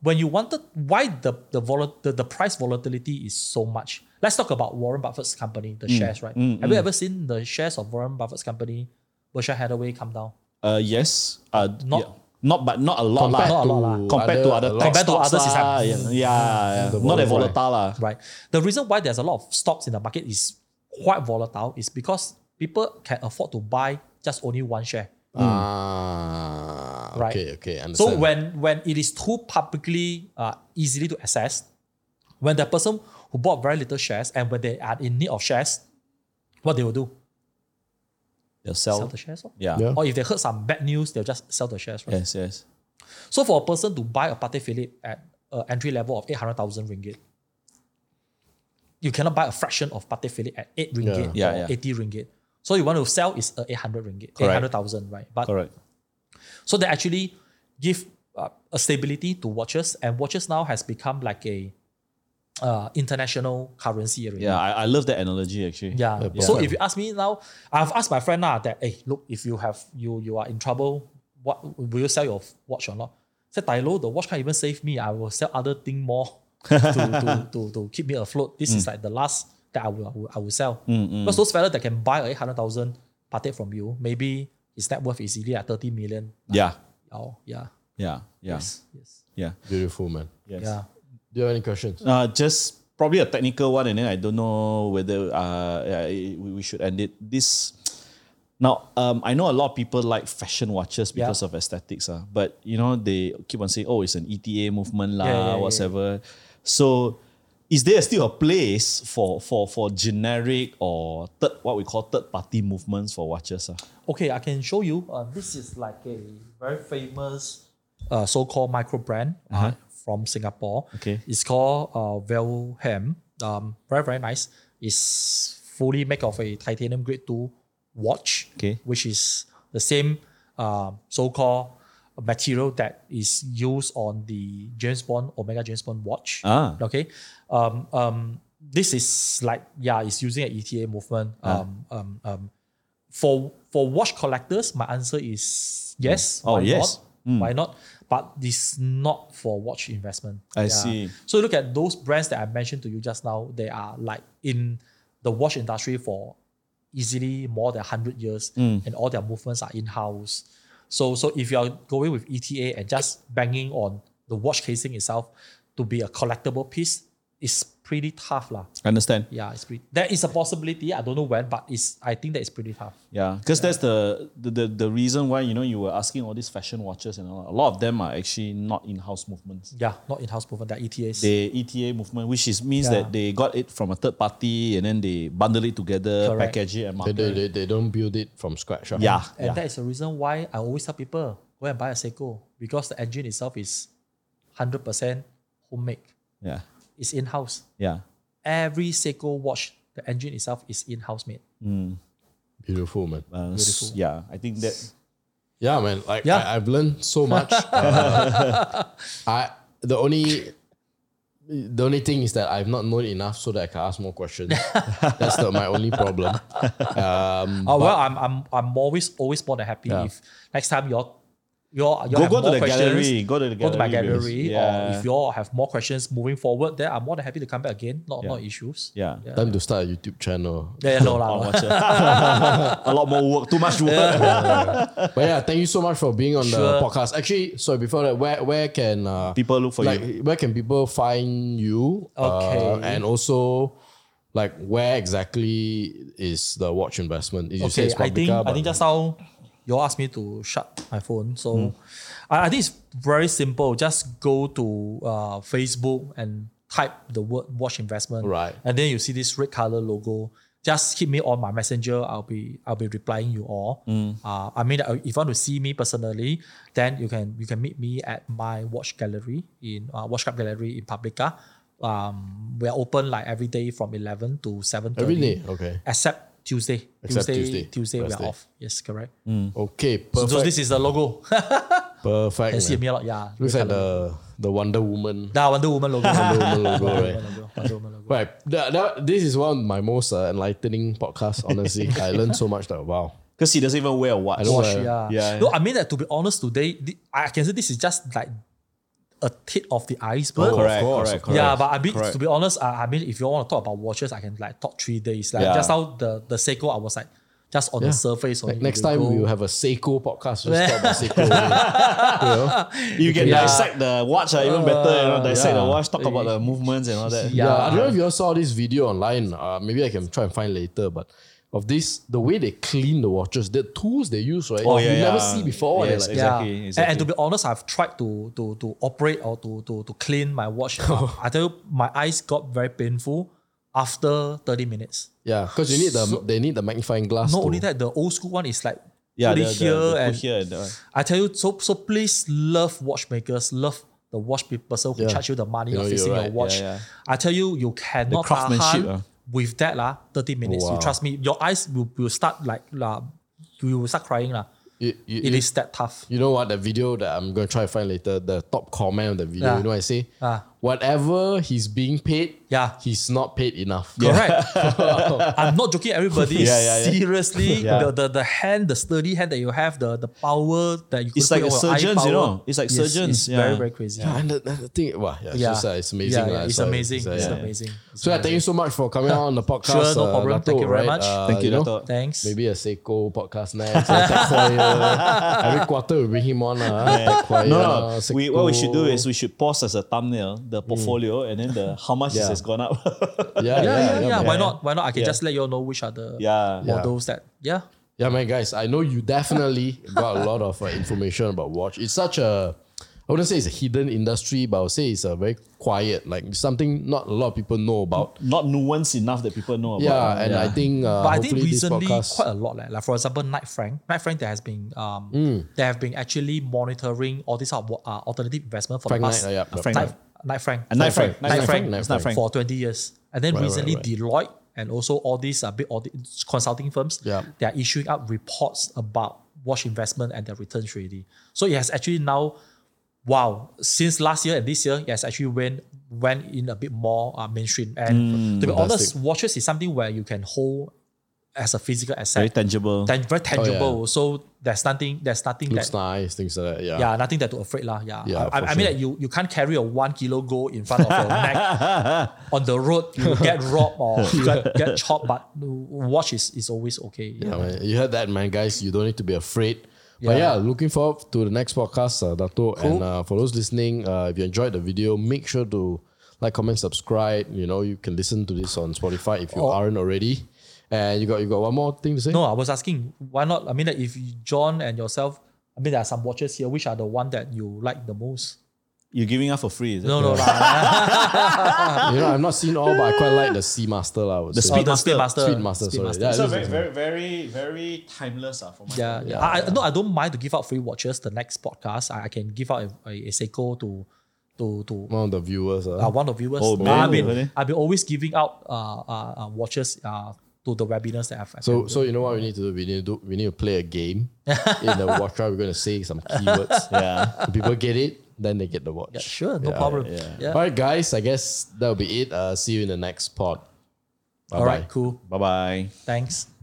Speaker 1: When you wanted why the the, vol- the the price volatility is so much. Let's talk about Warren Buffett's company, the shares, right? Have you ever seen the shares of Warren Buffett's company, Berkshire Hathaway, come down?
Speaker 3: Uh, yes. Uh,
Speaker 1: Not-
Speaker 3: not, not, but not a lot.
Speaker 1: Compared
Speaker 3: lah.
Speaker 1: to
Speaker 3: compared to other
Speaker 2: a lot.
Speaker 3: tech
Speaker 1: Compared to
Speaker 3: stocks
Speaker 1: others, it's
Speaker 3: lah.
Speaker 1: like-
Speaker 3: yeah, yeah,
Speaker 2: The
Speaker 3: yeah. not
Speaker 2: volatile.
Speaker 3: that volatile lah.
Speaker 1: right? The reason why there's a lot of stocks in the market is quite volatile is because people can afford to buy just only one share.
Speaker 2: Ah,
Speaker 1: Hmm. Right.
Speaker 2: okay, okay,
Speaker 1: So
Speaker 2: understand.
Speaker 1: when when it is too publicly uh, easily to access, when the person who bought very little shares and when they are in need of shares, what they will do?
Speaker 3: They'll
Speaker 1: Sell
Speaker 3: sell.
Speaker 1: the shares. lor.
Speaker 3: Yeah.
Speaker 2: Yeah.
Speaker 1: Or if they heard some bad news, they'll just sell the shares. Right?
Speaker 3: Yes, yes.
Speaker 1: So for a person to buy a Patek Philippe at an entry level of 800,000 ringgit, you cannot buy a fraction of Patek Philippe at 8 ringgit
Speaker 3: Yeah,
Speaker 1: or
Speaker 3: yeah.
Speaker 1: 80 ringgit. So you want to sell is a 800 ringgit,
Speaker 3: Correct.
Speaker 1: 800,000, right? But
Speaker 3: Correct.
Speaker 1: so they actually give uh, a stability to watches, and watches now has become like a uh, international currency already.
Speaker 3: Yeah, I, I love that analogy actually.
Speaker 1: Yeah.
Speaker 2: Yeah,
Speaker 1: So
Speaker 2: yeah.
Speaker 1: if you ask me now, I've asked my friend now that hey, look, if you have you you are in trouble, what will you sell your watch or not? Said Tai Lo, the watch can't even save me. I will sell other thing more to, to, to, to keep me afloat. This is
Speaker 3: Mm.
Speaker 1: like the last that I will I will, I will sell. Because those fellas that can buy a eight hundred thousand Patek from you, maybe his net worth is easily at thirty million.
Speaker 3: Yeah.
Speaker 1: Oh yeah.
Speaker 3: Yeah. Yeah.
Speaker 1: Yes. Yes.
Speaker 3: Yeah.
Speaker 2: beautiful man.
Speaker 3: Yes.
Speaker 1: Yeah.
Speaker 2: Do you have any questions?
Speaker 3: Uh, just probably a technical one, and then I don't know whether uh, yeah, i- we we should end it. This now, um, I know a lot of people like fashion watches
Speaker 1: Yeah.
Speaker 3: because of aesthetics, uh, but you know they keep on saying, "Oh, it's an ETA movement, lah,
Speaker 1: Yeah, yeah, yeah.
Speaker 3: whatever." So, is there still a place for for for generic or third what we call third party movements for watches? ah?
Speaker 1: Okay, I can show you. Uh, this is like a very famous uh, so-called micro brand uh, from Singapore.
Speaker 3: Uh-huh. Okay.
Speaker 1: it's called uh, Velham. Um, very very nice. It's fully made of a titanium grade two watch.
Speaker 3: Okay.
Speaker 1: which is the same uh, so-called material that is used on the James Bond Omega James Bond watch.
Speaker 3: Ah.
Speaker 1: Okay. Um, um, this is like yeah, it's using an ETA movement.
Speaker 3: Ah.
Speaker 1: Um, um, um, for for watch collectors, my answer is yes.
Speaker 3: Oh,
Speaker 1: why
Speaker 3: yes.
Speaker 1: Not? Why not? But it's not for watch investment.
Speaker 3: I see.
Speaker 1: So look at those brands that I mentioned to you just now. They are like in the watch industry for easily more than 100 years
Speaker 3: Mm.
Speaker 1: and all their movements are in-house. So, so if you're going with ETA and just banging on the watch casing itself to be a collectible piece, it's pretty tough lah.
Speaker 3: Understand?
Speaker 1: Yeah, it's pretty, there is a possibility. I don't know when, but it's I think that it's pretty tough.
Speaker 3: Yeah, because that's the, the the the reason why you know you were asking all these fashion watches and all. A lot of them are actually not in-house movements.
Speaker 1: Yeah, not in-house E movement, they're ETAs.
Speaker 3: the ETA movement, which is means
Speaker 1: Yeah.
Speaker 3: that they got it from a third party and then they bundle it together,
Speaker 1: Correct.
Speaker 3: package it, and
Speaker 2: They,
Speaker 3: market.
Speaker 2: they,
Speaker 3: it.
Speaker 2: they, they don't build it from scratch. ah. right?
Speaker 3: Yeah,
Speaker 1: And
Speaker 3: yeah.
Speaker 1: that is the reason why I always tell people go and buy a Seiko because the engine itself is 100% homemade.
Speaker 3: yeah,
Speaker 1: It's in house.
Speaker 3: yeah,
Speaker 1: Every Seiko watch, the engine itself is in house made.
Speaker 2: beautiful man.
Speaker 3: Uh, s- yeah. I think that
Speaker 2: Yeah, man. Like
Speaker 1: Yeah.
Speaker 2: I, I've learned so much. Uh, I the only the only thing is that I've not known enough so that I can ask more questions. That's the, my only problem.
Speaker 3: Mm,
Speaker 2: Um,
Speaker 1: Oh well, I'm I'm I'm always always more than happy
Speaker 2: Yeah.
Speaker 1: if next time you're you're you
Speaker 3: go
Speaker 1: have
Speaker 3: go
Speaker 1: more
Speaker 3: to the
Speaker 1: questions.
Speaker 3: gallery, go to the gallery,
Speaker 1: Go to my
Speaker 3: because-
Speaker 1: gallery,
Speaker 3: Yeah,
Speaker 1: or if you all have more questions moving forward, then I'm more than happy to come back again. Not not issues.
Speaker 3: yeah.
Speaker 2: time to start a YouTube channel.
Speaker 1: Yeah, yeah, no lah. no.
Speaker 3: I'll watch it. a lot more work, too much work.
Speaker 2: But yeah, thank you so much for being on
Speaker 1: Sure.
Speaker 2: the podcast. Actually, sorry, before that, where where can uh,
Speaker 3: People look for
Speaker 2: like
Speaker 3: you.
Speaker 2: where can people find you? uh,
Speaker 1: Okay.
Speaker 2: and also like where exactly is the watch investment? You
Speaker 1: Okay,
Speaker 2: say it's
Speaker 1: I think
Speaker 2: Publica,
Speaker 1: I think
Speaker 2: but-
Speaker 1: just now you all asked me to shut my phone, so
Speaker 2: Hmm.
Speaker 1: I, I think it's very simple. Just go to uh, Facebook and type the word watch investment,
Speaker 2: Right.
Speaker 1: And then you see this red color logo. Just hit me on my messenger. I'll be I'll be replying you all.
Speaker 2: Hmm.
Speaker 1: Uh, I mean, uh, if you want to see me personally, then you can you can meet me at my watch gallery in uh, watch club gallery in Publica. Um, we are open like every day from eleven to seven thirty.
Speaker 2: Every day, okay.
Speaker 1: Except Tuesday.
Speaker 2: Except
Speaker 1: Tuesday,
Speaker 2: Tuesday,
Speaker 1: Tuesday we are
Speaker 2: Wednesday.
Speaker 1: off. Yes, correct.
Speaker 2: Okay, perfect.
Speaker 1: So this is the logo.
Speaker 2: perfect.
Speaker 1: See
Speaker 2: man.
Speaker 1: me a lot. Yeah.
Speaker 2: Looks like the the Wonder Woman.
Speaker 1: The Wonder Woman logo. Wonder
Speaker 2: Woman logo, right?
Speaker 1: Woman logo. Wonder Woman logo.
Speaker 2: Right. That, that, this is one of my most uh, enlightening podcasts, honestly. I learned so much that, wow.
Speaker 3: Because he doesn't even wear a watch.
Speaker 2: I don't
Speaker 1: Watch,
Speaker 2: wanna-
Speaker 1: yeah.
Speaker 3: Yeah.
Speaker 1: No, I mean that to be honest, today thi- I can say this is just like a tip of the iceberg.
Speaker 3: Oh, correct,
Speaker 2: course,
Speaker 3: correct,
Speaker 2: of course.
Speaker 1: Yeah, but I mean,
Speaker 3: Correct.
Speaker 1: to be honest, I, I mean, if you want to talk about watches, I can like talk three days. Like
Speaker 3: Yeah.
Speaker 1: just how the the Seiko, I was like just on the surface. Only
Speaker 2: Next
Speaker 1: we
Speaker 2: time
Speaker 1: go-
Speaker 2: we will have a Seiko podcast. We'll just talk about Seiko. you know?
Speaker 3: You can
Speaker 1: Yeah.
Speaker 3: dissect the watch uh, even better. You know, dissect
Speaker 2: yeah.
Speaker 3: the watch, talk about the movements and all that.
Speaker 1: Yeah.
Speaker 2: Yeah, I don't know if you all saw this video online. Uh, maybe I can try and find later, but of this, the way they clean the watches, the tools they use, right?
Speaker 3: Oh, yeah,
Speaker 2: you never
Speaker 3: yeah.
Speaker 2: see before.
Speaker 3: Yes,
Speaker 2: they're like,
Speaker 3: Exactly,
Speaker 1: yeah.
Speaker 3: exactly.
Speaker 1: And, and to be honest, I've tried to to to operate or to to to clean my watch. I tell you, my eyes got very painful after 30 minutes.
Speaker 2: Yeah, because you need the they need the magnifying glass.
Speaker 1: Not
Speaker 2: to-
Speaker 1: only that, the old school one is like
Speaker 3: Yeah,
Speaker 1: put
Speaker 3: the,
Speaker 1: it
Speaker 3: the,
Speaker 1: here
Speaker 3: the put
Speaker 1: and
Speaker 3: here and uh,
Speaker 1: I tell you, so so please love watchmakers, love the watch pe- person who
Speaker 2: Yeah.
Speaker 1: charge you the money
Speaker 2: You
Speaker 1: of
Speaker 2: know, you're
Speaker 1: fixing your
Speaker 2: right.
Speaker 1: watch.
Speaker 3: Yeah, yeah.
Speaker 1: I tell you, you cannot
Speaker 3: craftsmanship,
Speaker 1: tahan
Speaker 3: ah.
Speaker 1: with that lah. Thirty minutes, you
Speaker 2: Wow.
Speaker 1: trust me, your eyes will, will start like lah. You will start crying lah.
Speaker 2: You, you,
Speaker 1: It
Speaker 2: you-
Speaker 1: is that tough.
Speaker 2: you know what? The video that I'm gonna try to find later, the top comment of the video.
Speaker 1: Yeah.
Speaker 2: You know, what I say,
Speaker 1: Ah.
Speaker 2: whatever he's being paid,
Speaker 1: Yeah.
Speaker 2: he's not paid enough.
Speaker 1: Correct. I'm not joking. Everybody,
Speaker 3: Yeah, yeah, yeah.
Speaker 1: seriously,
Speaker 3: Yeah.
Speaker 1: The, the the hand, the sturdy hand that you have, the the power that you.
Speaker 3: It's
Speaker 1: could
Speaker 3: like
Speaker 1: put your eye
Speaker 3: a surgeon's, you
Speaker 1: power.
Speaker 3: know. It's like
Speaker 1: Yes,
Speaker 3: surgeons.
Speaker 1: It's
Speaker 3: yeah.
Speaker 1: very very crazy.
Speaker 2: Yeah, and the, and the thing, wow, yeah, it's,
Speaker 1: Yeah,
Speaker 2: just, uh, it's amazing.
Speaker 1: Yeah,
Speaker 2: lah.
Speaker 1: yeah, it's
Speaker 2: So
Speaker 1: amazing.
Speaker 2: uh,
Speaker 1: It's
Speaker 2: yeah.
Speaker 1: amazing. It's
Speaker 2: So yeah, thank you so much for coming out on the podcast.
Speaker 1: no
Speaker 2: uh,
Speaker 1: problem. Thank
Speaker 2: Dato',
Speaker 1: you very
Speaker 2: right?
Speaker 1: much.
Speaker 2: Uh,
Speaker 3: Thank you,
Speaker 2: know,
Speaker 3: Dato'.
Speaker 1: Thanks.
Speaker 2: Maybe a Seiko podcast next. or Tech Choir. Every quarter we bring him on. Uh, Tech Choir, uh,
Speaker 3: No, no.
Speaker 2: Seiko.
Speaker 3: We, what we should do is we should post as a thumbnail the portfolio and then the how much this
Speaker 2: Yeah.
Speaker 3: has gone up.
Speaker 1: yeah,
Speaker 2: yeah,
Speaker 1: yeah, yeah. Why
Speaker 3: yeah.
Speaker 1: not? Why not? I can
Speaker 3: Yeah.
Speaker 1: just let you all know which are the
Speaker 3: yeah.
Speaker 2: Yeah.
Speaker 1: models that. Yeah.
Speaker 2: Yeah, man, guys, I know you definitely got a lot of uh, information about watch. It's such a, I wouldn't say it's a hidden industry, but I would say it's a very quiet, like something not a lot of people know about.
Speaker 3: Not nuanced enough that people know about.
Speaker 2: Yeah, and I think uh,
Speaker 1: But I
Speaker 2: hopefully
Speaker 1: think recently
Speaker 2: this podcast,
Speaker 1: quite a lot. Like, like for example, Night Frank. Night Frank there has been um
Speaker 3: Mm.
Speaker 1: they have been actually monitoring all these uh, uh, alternative investment for
Speaker 2: Frank
Speaker 1: the
Speaker 2: Knight,
Speaker 1: past
Speaker 2: uh, yeah,
Speaker 1: uh,
Speaker 2: Frank
Speaker 1: Night, Night Frank.
Speaker 3: And Knight Frank.
Speaker 1: Knight
Speaker 3: Knight
Speaker 1: Frank.
Speaker 3: Frank.
Speaker 2: Knight
Speaker 3: It's Knight Frank.
Speaker 1: for 20 years. And then
Speaker 2: Right, right,
Speaker 1: recently
Speaker 2: right.
Speaker 1: Deloitte and also all these uh, big audit consulting firms,
Speaker 2: Yeah.
Speaker 1: they are issuing out reports about watch investment and their returns really. So it has actually now, wow, since last year and this year, it has actually went went in a bit more uh, mainstream.
Speaker 3: Hmm.
Speaker 1: And to be honest, watches is something where you can hold as a physical
Speaker 3: Very
Speaker 1: asset.
Speaker 3: tangible.
Speaker 1: Tan- very tangible. So there's nothing, there's nothing
Speaker 2: Oh, looks
Speaker 1: that
Speaker 2: nice, things like that. Yeah.
Speaker 1: yeah, nothing that to afraid lah. Yeah,
Speaker 2: Ah. Yeah,
Speaker 1: I, I-
Speaker 2: for
Speaker 1: I mean
Speaker 2: sure.
Speaker 1: that you you can't carry a one kilo gold in front of your neck on the road. You get robbed or you get, get chopped. But watch is, is always okay.
Speaker 2: Yeah,
Speaker 1: Yeah.
Speaker 2: man, you heard that, man, guys. You don't need to be afraid. But
Speaker 1: Yeah.
Speaker 2: yeah, looking forward to the next podcast, uh, Dato. And uh, for those listening, uh, if you enjoyed the video, make sure to like, comment, subscribe. You know, you can listen to this on Spotify if you aren't already. And you got you got one more thing to say?
Speaker 1: Oh. No, I was asking why not. I mean that if you- John and yourself, I mean there are some watches here. Which are the one that you like the most?
Speaker 3: You're giving up for free. Is it?
Speaker 1: No, no, lah.
Speaker 2: you know, I've not seen all, but I quite like the Seamaster. lah, I would
Speaker 3: The
Speaker 1: Oh,
Speaker 2: say.
Speaker 1: the
Speaker 3: Speedmaster.
Speaker 1: Speedmaster.
Speaker 2: Speedmaster, sorry.
Speaker 1: Speedmaster.
Speaker 2: Yeah,
Speaker 3: These are
Speaker 2: this
Speaker 3: very,
Speaker 2: is-
Speaker 3: very, very, very timeless uh, for my
Speaker 1: Yeah, yeah.
Speaker 2: Yeah,
Speaker 1: I, I- No, I don't mind to give out free watches. The next podcast, I, I can give out a, a, a Seiko to to to
Speaker 2: one of the viewers. Uh,
Speaker 1: uh, one of viewers.
Speaker 3: Oh,
Speaker 1: But I've
Speaker 3: man.
Speaker 1: been, I've been always giving out uh, uh, uh, watches uh, to the webinars that I've
Speaker 2: So, so you know what we need to do? We need to do, we need to play a game in the watch. We're gonna say some keywords.
Speaker 3: Yeah.
Speaker 2: If people get it, then they get the watch.
Speaker 1: yeah, sure, no problem. Yeah,
Speaker 2: All right, guys. I guess that'll be it. Uh, see you in the next pod. Bye
Speaker 1: All right, cool.
Speaker 3: Bye bye.
Speaker 1: Thanks.